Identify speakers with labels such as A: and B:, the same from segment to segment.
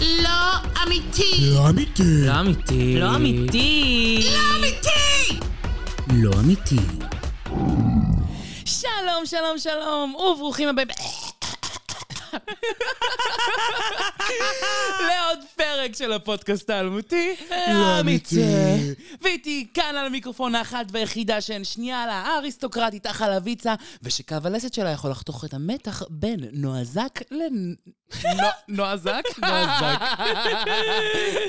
A: לא אמיתי!
B: לא אמיתי.
C: לא אמיתי.
D: לא אמיתי.
A: לא אמיתי!
C: לא אמיתי.
D: שלום, שלום, שלום, וברוכים הבאים. לעוד פרק של הפודקאסט האלמותי, אה, האמיתי. ואיתי כאן על המיקרופון האחת והיחידה שהן שנייה לה, האריסטוקרטית החלביצה, ושקו הלסת שלה יכול לחתוך את המתח בין נועזק ל... נועזק? נועזק.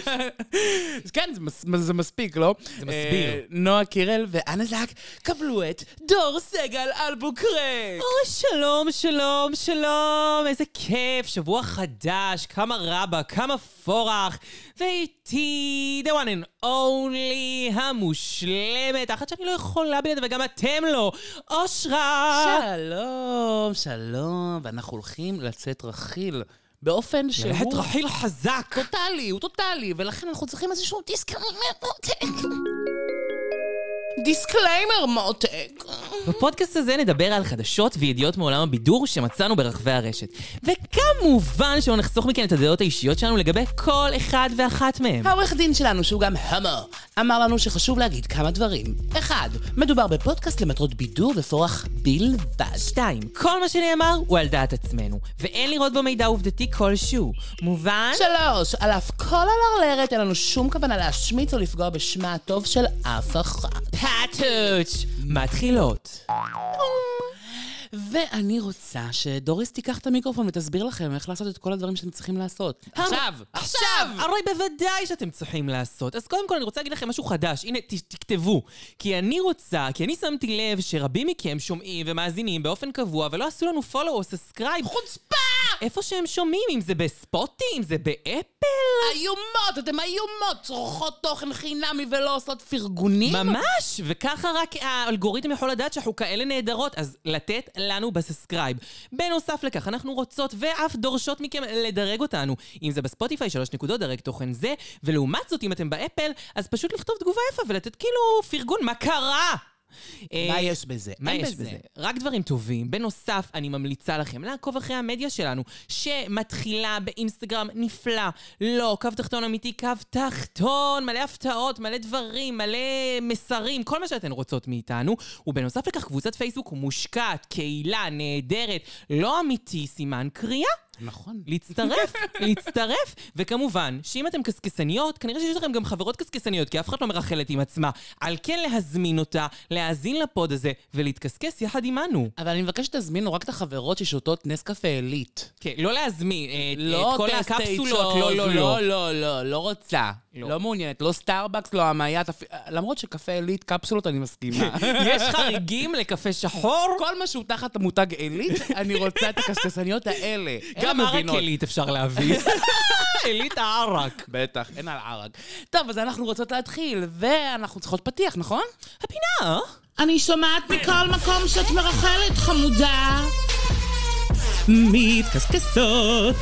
D: כן, זה מס- זה מספיק, לא? זה
C: מסביר.
D: נועה קירל ואנה זק, קבלו את דור סגל אלבוקרק.
E: או, שלום, שלום, שלום, איזה כיף, שבוע חדש, כמה רבה, כמה פורח, ואיתי, the one and only, המושלמת, האחת שאני לא יכולה בלעד וגם אתם לא, אושרה!
D: שלום, שלום, ואנחנו הולכים לצאת רכיל באופן שהוא...
E: את רכיל חזק!
D: טוטאלי, הוא טוטאלי, ולכן אנחנו צריכים איזשהו דיסקליימר מותק.
A: דיסקליימר מותק.
E: בפודקאסט הזה נדבר על חדשות וידיעות מעולם הבידור שמצאנו ברחבי הרשת. וכמובן שלא נחסוך מכן את הדעות האישיות שלנו לגבי כל אחד ואחת מהם.
D: העורך דין שלנו, שהוא גם הומו, אמר לנו שחשוב להגיד כמה דברים. אחד, מדובר בפודקאסט למטרות בידור ופורח בלבד.
E: 2. כל מה שנאמר הוא על דעת עצמנו, ואין לראות בו מידע עובדתי כלשהו. מובן?
D: שלוש, על אף כל הלרלרת אין לנו שום כוונה להשמיץ או לפגוע בשמה הטוב של אף אחת.
E: פאטוץ'! מתחילות.
D: ואני רוצה שדוריס תיקח את המיקרופון ותסביר לכם איך לעשות את כל הדברים שאתם צריכים לעשות. עכשיו! עכשיו!
E: הרי בוודאי שאתם צריכים לעשות. אז קודם כל אני רוצה להגיד לכם משהו חדש. הנה, ת- תכתבו. כי אני רוצה, כי אני שמתי לב שרבים מכם שומעים ומאזינים באופן קבוע, ולא עשו לנו follow או subscribe. חוצפה! איפה שהם שומעים, אם זה בספוטי, אם זה באפל.
D: איומות, אתם איומות, צורכות תוכן חינמי ולא עושות פרגונים?
E: ממש! וככה רק האלגוריתם יכול לדעת שאנחנו כאלה נהדרות, אז לתת לנו בסאסקרייב. בנוסף לכך, אנחנו רוצות ואף דורשות מכם לדרג אותנו. אם זה בספוטיפיי, שלוש נקודות, דרג תוכן זה, ולעומת זאת, אם אתם באפל, אז פשוט לכתוב תגובה יפה ולתת כאילו פרגון, מה קרה?
D: מה יש בזה?
E: מה
D: אין
E: יש בזה? רק דברים טובים. בנוסף, אני ממליצה לכם לעקוב אחרי המדיה שלנו, שמתחילה באינסטגרם נפלא. לא, קו תחתון אמיתי, קו תחתון, מלא הפתעות, מלא דברים, מלא מסרים, כל מה שאתן רוצות מאיתנו. ובנוסף לכך, קבוצת פייסבוק מושקעת, קהילה נהדרת, לא אמיתי, סימן קריאה.
D: נכון.
E: להצטרף, להצטרף. וכמובן, שאם אתם קסקסניות, כנראה שיש לכם גם חברות קסקסניות, כי אף אחת לא מרחלת עם עצמה. על כן להזמין אותה, להאזין לפוד הזה, ולהתקסקס יחד עמנו.
D: אבל אני מבקש שתזמינו רק את החברות ששותות נס קפה עילית.
E: כן, לא להזמין אה, את,
D: לא
E: את כל
D: טסט
E: הקפסולות,
D: אייצ'וז,
E: לא, לא, לא.
D: לא, לא, לא, לא רוצה.
E: לא.
D: לא מעוניינת, לא סטארבקס, לא המעיית, אפ- למרות שקפה עילית, קפסולות, אני מסכימה.
E: יש חריגים לקפה שחור?
D: לא. כל מה שהוא תחת המותג עילית, אני רוצה את הקשקשניות האלה. אלה
E: גם ערק
D: מבינות.
E: עילית אפשר להביא. עילית הערק.
D: בטח, אין על ערק. טוב, אז אנחנו רוצות להתחיל, ואנחנו צריכות פתיח, נכון?
E: הפינה.
A: אני שומעת מכל מקום שאת מרחלת, חמודה.
E: מתקסקסות.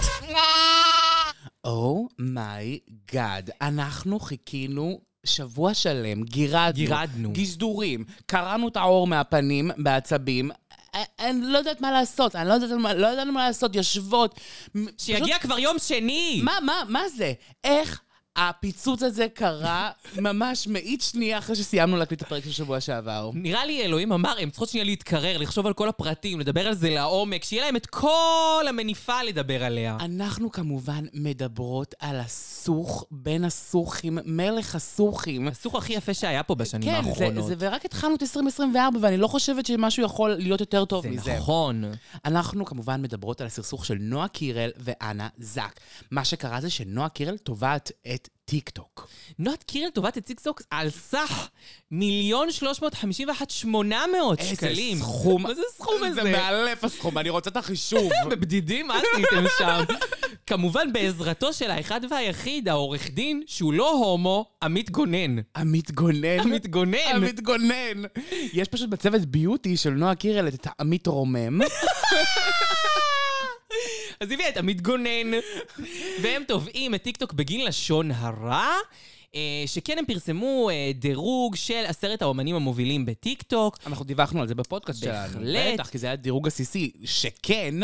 D: אומייגאד, Oh אנחנו חיכינו שבוע שלם, גירדנו,
E: גירדנו.
D: גיזדורים, קרענו את העור מהפנים, בעצבים. אני- אני לא יודעת מה לעשות, אני לא יודעת מה, לא יודעת מה לעשות, יושבות. מ- פשוט-
E: שיגיע כבר יום שני.
D: מה, מה, מה זה? איך הפיצוץ הזה קרה ממש מאית שנייה אחרי שסיימנו להקליט את הפרק של שבוע שעבר?
E: נראה לי אלוהים אמר, הם צריכות שנייה להתקרר, לחשוב על כל הפרטים, לדבר על זה לעומק, שיהיה להם את כל המניפה לדבר עליה.
D: אנחנו כמובן מדברות על הסוך בין הסוכים, מלך הסוכים.
E: הסוך הכי יפה שהיה פה בשנים
D: כן, זה,
E: האחרונות.
D: זה, ורק התחלנו את 2024, ואני לא חושבת שמשהו יכול להיות יותר טוב
E: זה
D: מזה.
E: נכון.
D: אנחנו כמובן מדברות על הסכסוך של נועה קירל ואנה זק. מה שקרה זה שנועה קירל תובעת את טיק טוק.
E: נועת קירל טובת את ציקסוק על סך מיליון שלוש מאות חמישים ואחת שמונה מאות שקלים.
D: איזה סכום.
E: איזה סכום הזה?
D: זה מאלף הסכום, אני רוצה את החישוב.
E: בבדידים, מה עשיתם שם? כמובן בעזרתו של האחד והיחיד, העורך דין, שהוא לא הומו, עמית גונן.
D: המתגונן.
E: המתגונן.
D: המתגונן. יש פשוט בצוות ביוטי של נועה קירל את העמית רומם.
E: אז הביאה את המתגונן. והם תובעים את טיקטוק בגין לשון הרע. אה, שכן הם פרסמו אה, דירוג של עשרת האומנים המובילים בטיקטוק.
D: אנחנו דיווחנו על זה בפודקאסט שלנו.
E: בהחלט.
D: בטח, כי זה היה דירוג עסיסי, שכן,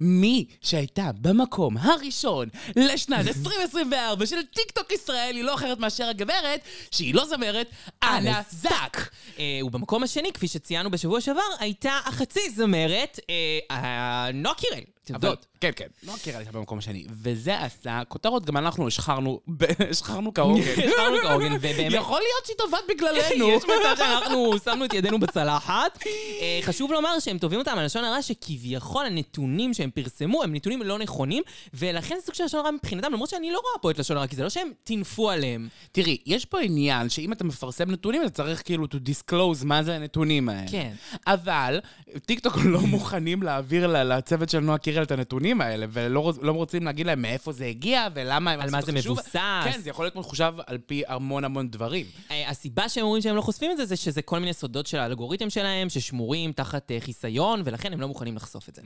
D: מי שהייתה במקום הראשון לשנת 2024 של טיקטוק ישראל, היא לא אחרת מאשר הגברת, שהיא לא זמרת, אנה זק.
E: אה, ובמקום השני, כפי שציינו בשבוע שעבר, הייתה החצי זמרת, אה, אה, נועה קירל.
D: אבל,
E: תודות.
D: כן, כן, לא מכירה לי במקום השני. וזה עשה כותרות, גם אנחנו השחרנו, השחרנו כהוגן.
E: השחרנו כהוגן, ובאמת-
D: יכול להיות שהיא טובעת בגללנו.
E: יש מצב שאנחנו שמנו את ידינו בצלחת. אה, חשוב לומר שהם תובעים אותם על לשון הרע, שכביכול הנתונים שהם פרסמו הם נתונים לא נכונים, ולכן זה סוג של לשון הרע מבחינתם, למרות שאני לא רואה פה את לשון הרע, כי זה לא שהם טינפו עליהם.
D: תראי, יש פה עניין שאם אתה מפרסם נתונים, אתה צריך כאילו to disclose מה זה הנתונים האלה.
E: כן.
D: אבל טיקטוק לא מוכנים להעביר ל- לצוות של נועה קירל את הנתונים האלה, ולא רוצ- לא רוצים להגיד להם מאיפה זה הגיע ולמה הם
E: על
D: עשו
E: מה
D: את
E: זה
D: החישוב.
E: מבוסס.
D: כן, זה יכול להיות מחושב על פי המון המון דברים.
E: אה, הסיבה שהם אומרים שהם לא חושפים את זה, זה שזה כל מיני סודות של האלגוריתם שלהם, ששמורים תחת אה, חיסיון, ולכן הם לא מוכנים לחשוף את זה.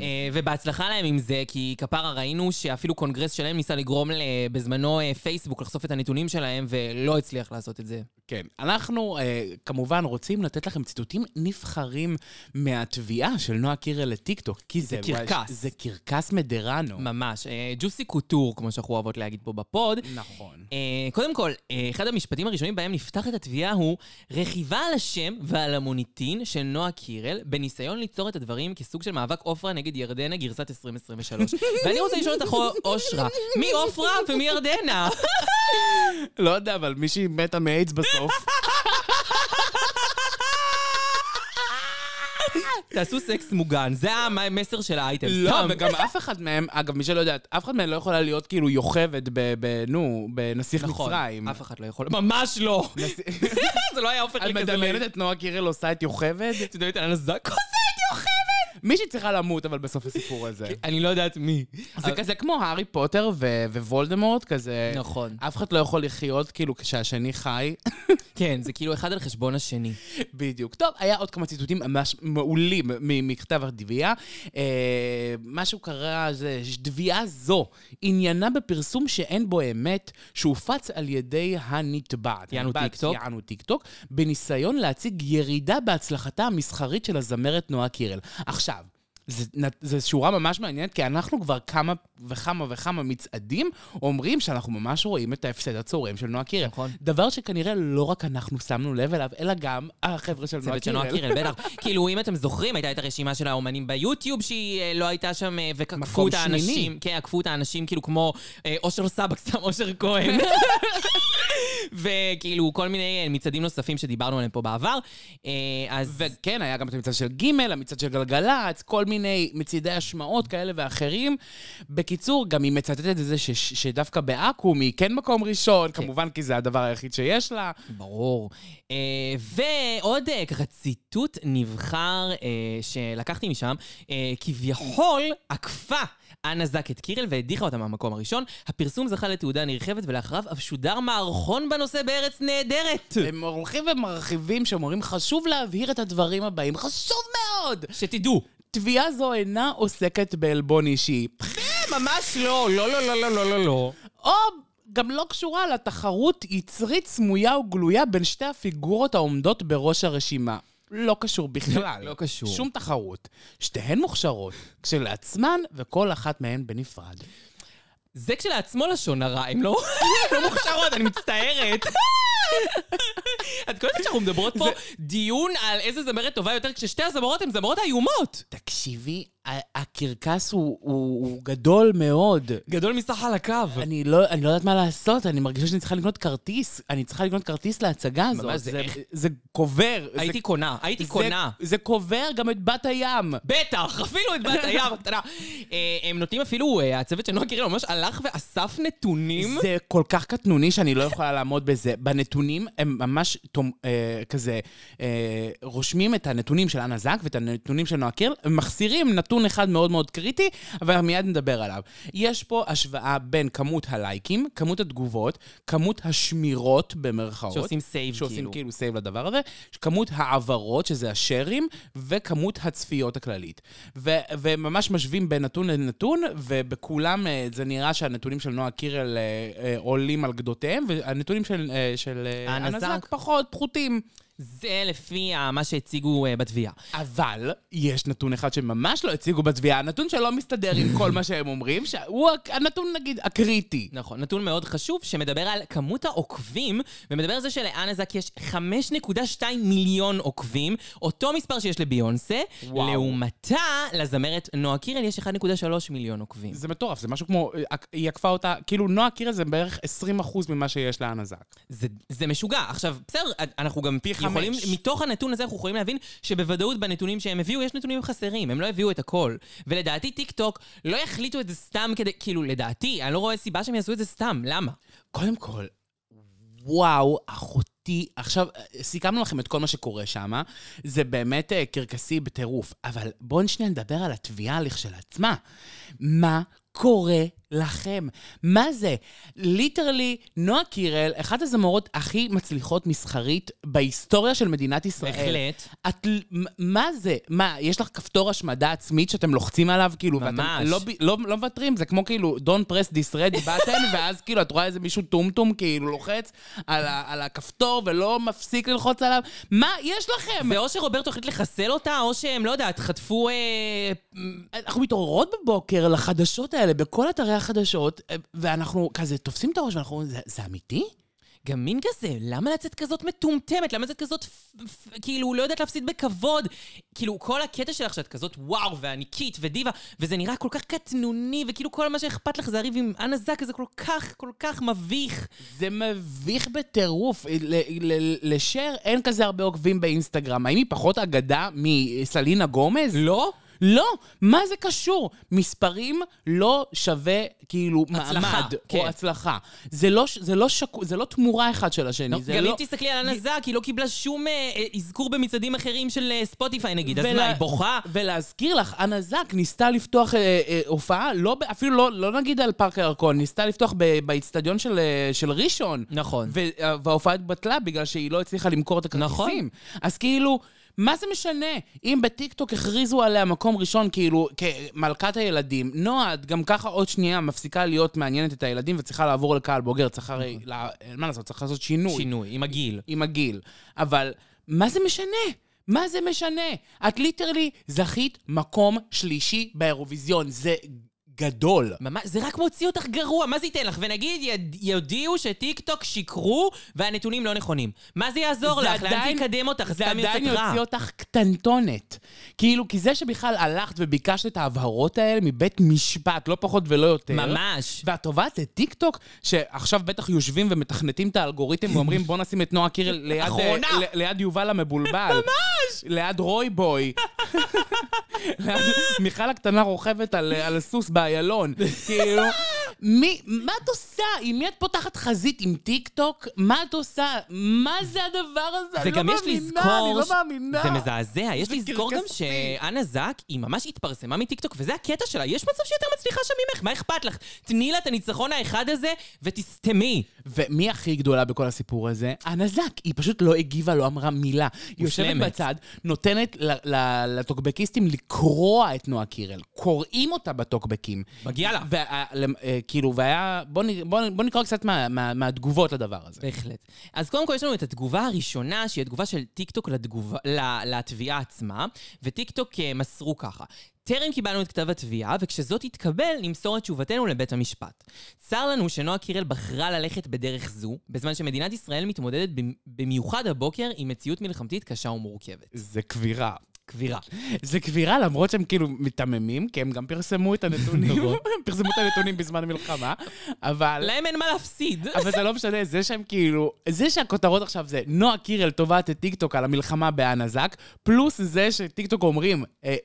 E: אה, ובהצלחה להם עם זה, כי כפרה ראינו שאפילו קונגרס שלהם ניסה לגרום ל- בזמנו אה, פייסבוק לחשוף את הנתונים שלהם, ולא הצליח לעשות את זה.
D: כן. אנחנו אה, כמובן רוצים לתת לכם ציטוטים נבחרים מהתביעה של נועה קירל לטיקטוק, כי זה...
E: קרקס.
D: זה קרקס מדרנו.
E: ממש. אה, ג'וסי קוטור, כמו שאנחנו אוהבות להגיד פה בפוד.
D: נכון.
E: אה, קודם כל, אה, אחד המשפטים הראשונים בהם נפתחת התביעה הוא רכיבה על השם ועל המוניטין של נועה קירל בניסיון ליצור את הדברים כסוג של מאבק עופרה נגד ירדנה גרסת 2023. ואני רוצה לשאול אותך, אושרה, מי עופרה ומי ירדנה?
D: לא יודע, אבל מישהי מתה מאיידס בסוף.
E: תעשו סקס מוגן, זה המסר של האייטם.
D: לא,
E: סתם.
D: וגם אף אחד מהם, אגב, מי שלא יודעת, אף אחד מהם לא יכולה להיות כאילו יוכבד ב... ב- נו, בנסיך
E: נכון,
D: מצרים.
E: אף אחד לא יכול. ממש לא! זה לא היה עופר
D: את
E: לכזה.
D: מדמיינת את נועה קירל עושה את יוכבד?
E: את יודעת, אנה זקוס הייתי יוכבת!
D: מישהי צריכה למות, אבל בסוף הסיפור הזה.
E: אני לא יודעת מי.
D: זה כזה כמו הארי פוטר ו- ווולדמורט, כזה...
E: אה, נכון.
D: אף אחד לא יכול לחיות, כאילו, כשהשני חי.
E: כן, זה כאילו אחד על חשבון השני.
D: בדיוק. טוב, היה עוד כמה ציטוטים ממש מעולים מ- מכתב התביעה. אה, משהו קרה, זה תביעה זו עניינה בפרסום שאין בו אמת, שהופץ על ידי הנתבעת.
E: יענו
D: הנתבעת,
E: טיקטוק.
D: יענו טיקטוק, בניסיון להציג ירידה בהצלחתה המסחרית של הזמרת נועה קירל. עכשיו... זה- נ- זו שורה ממש מעניינת, כי אנחנו כבר כמה וכמה וכמה מצעדים אומרים שאנחנו ממש רואים את ההפסד הצורם של נועה קירל.
E: נכון.
D: דבר שכנראה לא רק אנחנו שמנו לב אליו, אלא גם החבר'ה של נועה
E: צוות של נועה קירל,
D: קירל.
E: בטח. כאילו, אם אתם זוכרים, הייתה את הרשימה של האומנים ביוטיוב, שהיא אה, לא הייתה שם, אה, ועקפו
D: מקום
E: את
D: שמיני.
E: האנשים. כן, עקפו את האנשים, כאילו, כמו אה, אושר סבק שם אושר כהן. וכאילו, כל מיני אה, מצעדים נוספים שדיברנו עליהם פה בעבר. אה, אז...
D: וכן, היה גם את המצעד של גימל, המצעד של גלגלצ, כל מיני מצעדי השמעות כאלה ואחרים. בקיצור, גם היא מצטטת את זה ש- ש- שדווקא בעכו"ם היא כן מקום ראשון, כמובן כי זה הדבר היחיד שיש לה.
E: ברור. אה, ועוד אה, ככה ציטוט נבחר אה, שלקחתי משם, אה, כביכול עקפה אנה זק את קירל והדיחה אותה מהמקום הראשון. הפרסום זכה לתעודה נרחבת ולאחריו אף שודר מערכון בנושא בארץ נהדרת.
D: הם הולכים ומרחיבים שהם אומרים, חשוב להבהיר את הדברים הבאים, חשוב מאוד!
E: שתדעו.
D: תביעה זו אינה עוסקת בעלבון אישי.
E: ממש לא, לא, לא, לא, לא, לא, לא, לא.
D: או גם לא קשורה לתחרות יצרית סמויה וגלויה בין שתי הפיגורות העומדות בראש הרשימה. לא קשור בכלל.
E: לא קשור.
D: שום תחרות. שתיהן מוכשרות, כשלעצמן, וכל אחת מהן בנפרד.
E: זה כשלעצמו לשון הרע, הם לא הם לא מוכשרות, אני מצטערת. את קולטת שאנחנו מדברות פה דיון על איזה זמרת טובה יותר, כששתי הזמרות הן זמרות איומות.
D: תקשיבי, ה- הקרקס הוא, הוא, הוא גדול מאוד.
E: גדול מסך על הקו.
D: אני לא, אני לא יודעת מה לעשות, אני מרגישה שאני צריכה לקנות כרטיס. אני צריכה לקנות כרטיס להצגה הזאת.
E: ממש, זה
D: זה,
E: איך-
D: זה קובר. זה-
E: הייתי קונה, הייתי
D: זה-
E: קונה.
D: זה קובר גם את בת הים.
E: בטח, אפילו את בת הים הקטנה. אה, הם נותנים אפילו, אה, הצוות של נועה קירל ממש הלך ואסף נתונים.
D: זה כל כך קטנוני שאני לא יכולה לעמוד בזה. בנתונים הם ממש תום, אה, כזה אה, רושמים את הנתונים של אנה זק ואת הנתונים של נועה קירל, ומחסירים נתון נתון אחד מאוד מאוד קריטי, אבל מיד נדבר עליו. יש פה השוואה בין כמות הלייקים, כמות התגובות, כמות השמירות במרכאות.
E: שעושים סייב,
D: שעושים
E: כאילו.
D: כאילו סייב לדבר הזה, כמות העברות, שזה השארים, וכמות הצפיות הכללית. ו- וממש משווים בין נתון לנתון, ובכולם אה, זה נראה שהנתונים של נועה קירל אה, אה, עולים על גדותיהם, והנתונים של, אה, של אה,
E: הנזק.
D: הנזק פחות פחותים.
E: זה לפי ה- מה שהציגו אה, בתביעה.
D: אבל יש נתון אחד שממש לא הציגו בתביעה, הנתון שלא מסתדר עם כל מה שהם אומרים, שהוא הק- הנתון, נגיד, הקריטי.
E: נכון, נתון מאוד חשוב שמדבר על כמות העוקבים, ומדבר על זה שלאנזק יש 5.2 מיליון עוקבים, אותו מספר שיש לביונסה,
D: וואו.
E: לעומתה, לזמרת נועה קירל יש 1.3 מיליון עוקבים.
D: זה מטורף, זה משהו כמו, אה, היא עקפה אותה, כאילו נועה קירל זה בערך 20% ממה שיש לה הנזק.
E: זה, זה משוגע. עכשיו, בסדר, אה, אנחנו גם
D: פי
E: יכולים,
D: חמש.
E: מתוך הנתון הזה אנחנו יכולים להבין שבוודאות בנתונים שהם הביאו, יש נתונים חסרים, הם לא הביאו את הכל. ולדעתי טיק טוק לא יחליטו את זה סתם כדי, כאילו, לדעתי, אני לא רואה סיבה שהם יעשו את זה סתם, למה?
D: קודם כל, וואו, אחותי. עכשיו, אה, סיכמנו לכם את כל מה שקורה שם, זה באמת אה, קרקסי בטירוף, אבל בואו שנייה נדבר על התביעה לכשלעצמה. מה קורה לכם? מה זה? ליטרלי, נועה קירל, אחת הזמורות הכי מצליחות מסחרית בהיסטוריה של מדינת ישראל.
E: בהחלט.
D: את, מ- מה זה? מה, יש לך כפתור השמדה עצמית שאתם לוחצים עליו, כאילו, ואתם
E: ממש.
D: לא, ב- לא, לא מוותרים? זה כמו כאילו, Don't press this red button, ואז כאילו, את רואה איזה מישהו טומטום כאילו לוחץ על, ה- על הכפתור ולא מפסיק ללחוץ עליו? מה יש לכם?
E: ואו שרוברטו החליט לחסל אותה, או שהם, לא יודעת, חטפו... אה,
D: אנחנו מתעוררות בבוקר לחדשות האלה, בכל אתרי החדשות, אה, ואנחנו כזה תופסים את הראש ואנחנו אומרים, "זה- זה אמיתי?
E: גם מין כזה, למה לצאת כזאת מטומטמת? למה לצאת כזאת, פ- פ- כאילו, לא יודעת להפסיד בכבוד? כאילו, כל הקטע שלך שאת כזאת וואו, ועניקית, ודיבה, וזה נראה כל כך קטנוני, וכאילו כל מה שאכפת לך זה הריב עם אנה זק, זה כל כך, כל כך מביך.
D: זה מביך בטירוף. אה, ל- ל- לשר אין כזה הרבה עוקבים באינסטגרם. האם היא פחות אגדה מסלינה גומז? לא. לא, מה זה קשור? מספרים לא שווה כאילו
E: הצלחה,
D: מעמד
E: כן.
D: או הצלחה. זה לא, ש- זה, לא שקו, זה לא תמורה אחד של השני. זה
E: גם
D: לא...
E: אם תסתכלי על אנה זק, היא לא קיבלה שום אה, אה, אזכור במצעדים אחרים של אה, ספוטיפיי נגיד, אז
D: ולה-
E: מה, היא בוכה?
D: ולהזכיר לך, אנה זק ניסתה לפתוח אה, אה, הופעה, לא, ב- אפילו לא, לא נגיד על פארק הירקון, ניסתה לפתוח ב- באיצטדיון של, אה, של ראשון.
E: נכון.
D: ו- אה, וההופעה התבטלה בגלל שהיא לא הצליחה למכור את הכרטיסים.
E: נכון.
D: אז כאילו, מה זה משנה? אם בטיקטוק הכריזו עליה מקום ראשון, כאילו, כמלכת הילדים, נועה, את גם ככה עוד שנייה מפסיקה להיות מעניינת את הילדים וצריכה לעבור לקהל בוגר, צריכה הרי, לה- מה לעשות, צריכה לעשות שינוי.
E: נכון. שינוי, עם הגיל.
D: עם הגיל. אבל מה זה משנה? מה זה משנה? את ליטרלי זכית מקום שלישי באירוויזיון. זה גדול.
E: ממש, זה רק מוציא אותך גרוע, מה זה ייתן לך? ונגיד יד- יודיעו שטיקטוק שיקרו והנתונים לא נכונים. מה זה יעזור
D: זה
E: לך? לאן זה
D: עדיין-
E: יקדם אותך?
D: זה
E: סתם
D: עדיין
E: יוצאת רע.
D: יוציא אותך קטנטונת. כאילו, כי זה שבכלל הלכת וביקשת את ההבהרות האלה מבית משפט, לא פחות ולא יותר.
E: ממש.
D: ואת תובעת לטיק טוק, שעכשיו בטח יושבים ומתכנתים את האלגוריתם ואומרים, בוא נשים את נועה קירל ליד,
E: אחרונה."
D: אה, ל- ליד יובל המבולבל. ממש! ליד רוי בוי. ליד- מיכל הקטנה רוכבת על, על סוס באיילון. כאילו... מי, מה את עושה? עם מי את פותחת חזית? עם טיק טוק? מה את עושה? מה זה הדבר הזה? אני
E: וגם
D: לא
E: יש
D: מאמינה,
E: לזכור...
D: אני לא
E: ש-
D: מאמינה.
E: זה מזעזע. יש
D: זה
E: לזכור גם
D: קרקסי.
E: שאנה זק, היא ממש התפרסמה מטיקטוק, וזה הקטע שלה. יש מצב שהיא יותר מצליחה שם ממך, מה אכפת לך? תני לה את הניצחון האחד הזה ותסתמי.
D: ומי הכי גדולה בכל הסיפור הזה? הנזק. היא פשוט לא הגיבה, לא אמרה מילה. היא יושבת
E: מושלמת.
D: בצד, נותנת ל- ל- לטוקבקיסטים לקרוע את נועה קירל. קוראים אותה בטוקבקים.
E: מגיע לה.
D: וה- למ- אה, כאילו, והיה... בוא נ- בוא נ- בוא נקרא קצת מה- מה- מהתגובות לדבר הזה.
E: בהחלט. אז קודם כל יש לנו את התגובה הראשונה, שהיא התגובה של טיקטוק לתגובה, ל- לתביעה עצמה, וטיקטוק אה, מסרו ככה. טרם קיבלנו את כתב התביעה, וכשזאת תתקבל, נמסור את תשובתנו לבית המשפט. צר לנו שנועה קירל בחרה ללכת בדרך זו, בזמן שמדינת ישראל מתמודדת במ- במיוחד הבוקר עם מציאות מלחמתית קשה ומורכבת.
D: זה קבירה.
E: קבירה.
D: זה קבירה, למרות שהם כאילו מיתממים, כי הם גם פרסמו את הנתונים.
E: נכון.
D: הם פרסמו את הנתונים בזמן מלחמה, אבל...
E: להם אין מה להפסיד.
D: אבל זה לא משנה, זה שהם כאילו... זה שהכותרות עכשיו זה נועה קירל תובעת את טיקטוק על המלחמה באנה זק, פלוס זה שטיקטוק אומרים, אה,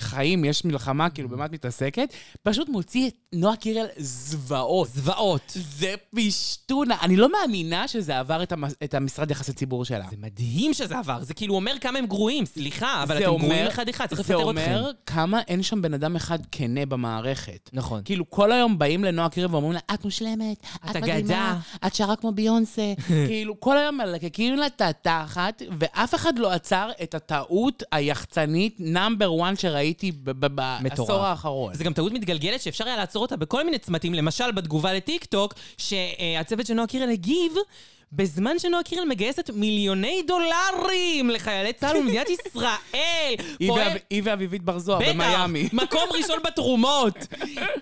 D: חיים, יש מלחמה, כאילו, במה את מתעסקת? פשוט מוציא את נועה קירל זוועות.
E: זוועות.
D: זה פשטונה. אני לא מאמינה שזה עבר את, המס... את המשרד יחסי ציבור שלה.
E: זה מדהים שזה עבר, זה כאילו אומר כמה הם גרועים, סליחה, אבל
D: זה
E: אתם
D: אומר-
E: גרועים אחד אחד, צריך
D: זה
E: לפטר אתכם.
D: אומר כמה אין שם בן אדם אחד כנה במערכת.
E: נכון.
D: כאילו, כל היום באים לנועה קירל ואומרים לה, את מושלמת, את
E: אגדה."
D: מדהימה, את שרה כמו ביונסה. כאילו, כל היום מלקקים לה את התחת, ואף אחד לא עצר את הטעות היחצנית נאמבר 1 שראיתי ב- ב- ב-
E: מטורף.
D: בעשור האחרון.
E: זה גם טעות מתגלגלת שאפשר היה לעצור אותה בכל מיני צמתים, למשל בתגובה לטיק טוק, שהצוות של נועה קירל הגיב. בזמן שנועה קירל מגייסת מיליוני דולרים לחיילי צה"ל ומדינת ישראל,
D: היא
E: פועל-
D: ואב- היא ואביבית בר זוהר
E: בטח,
D: במיאמי.
E: מקום ראשון בתרומות.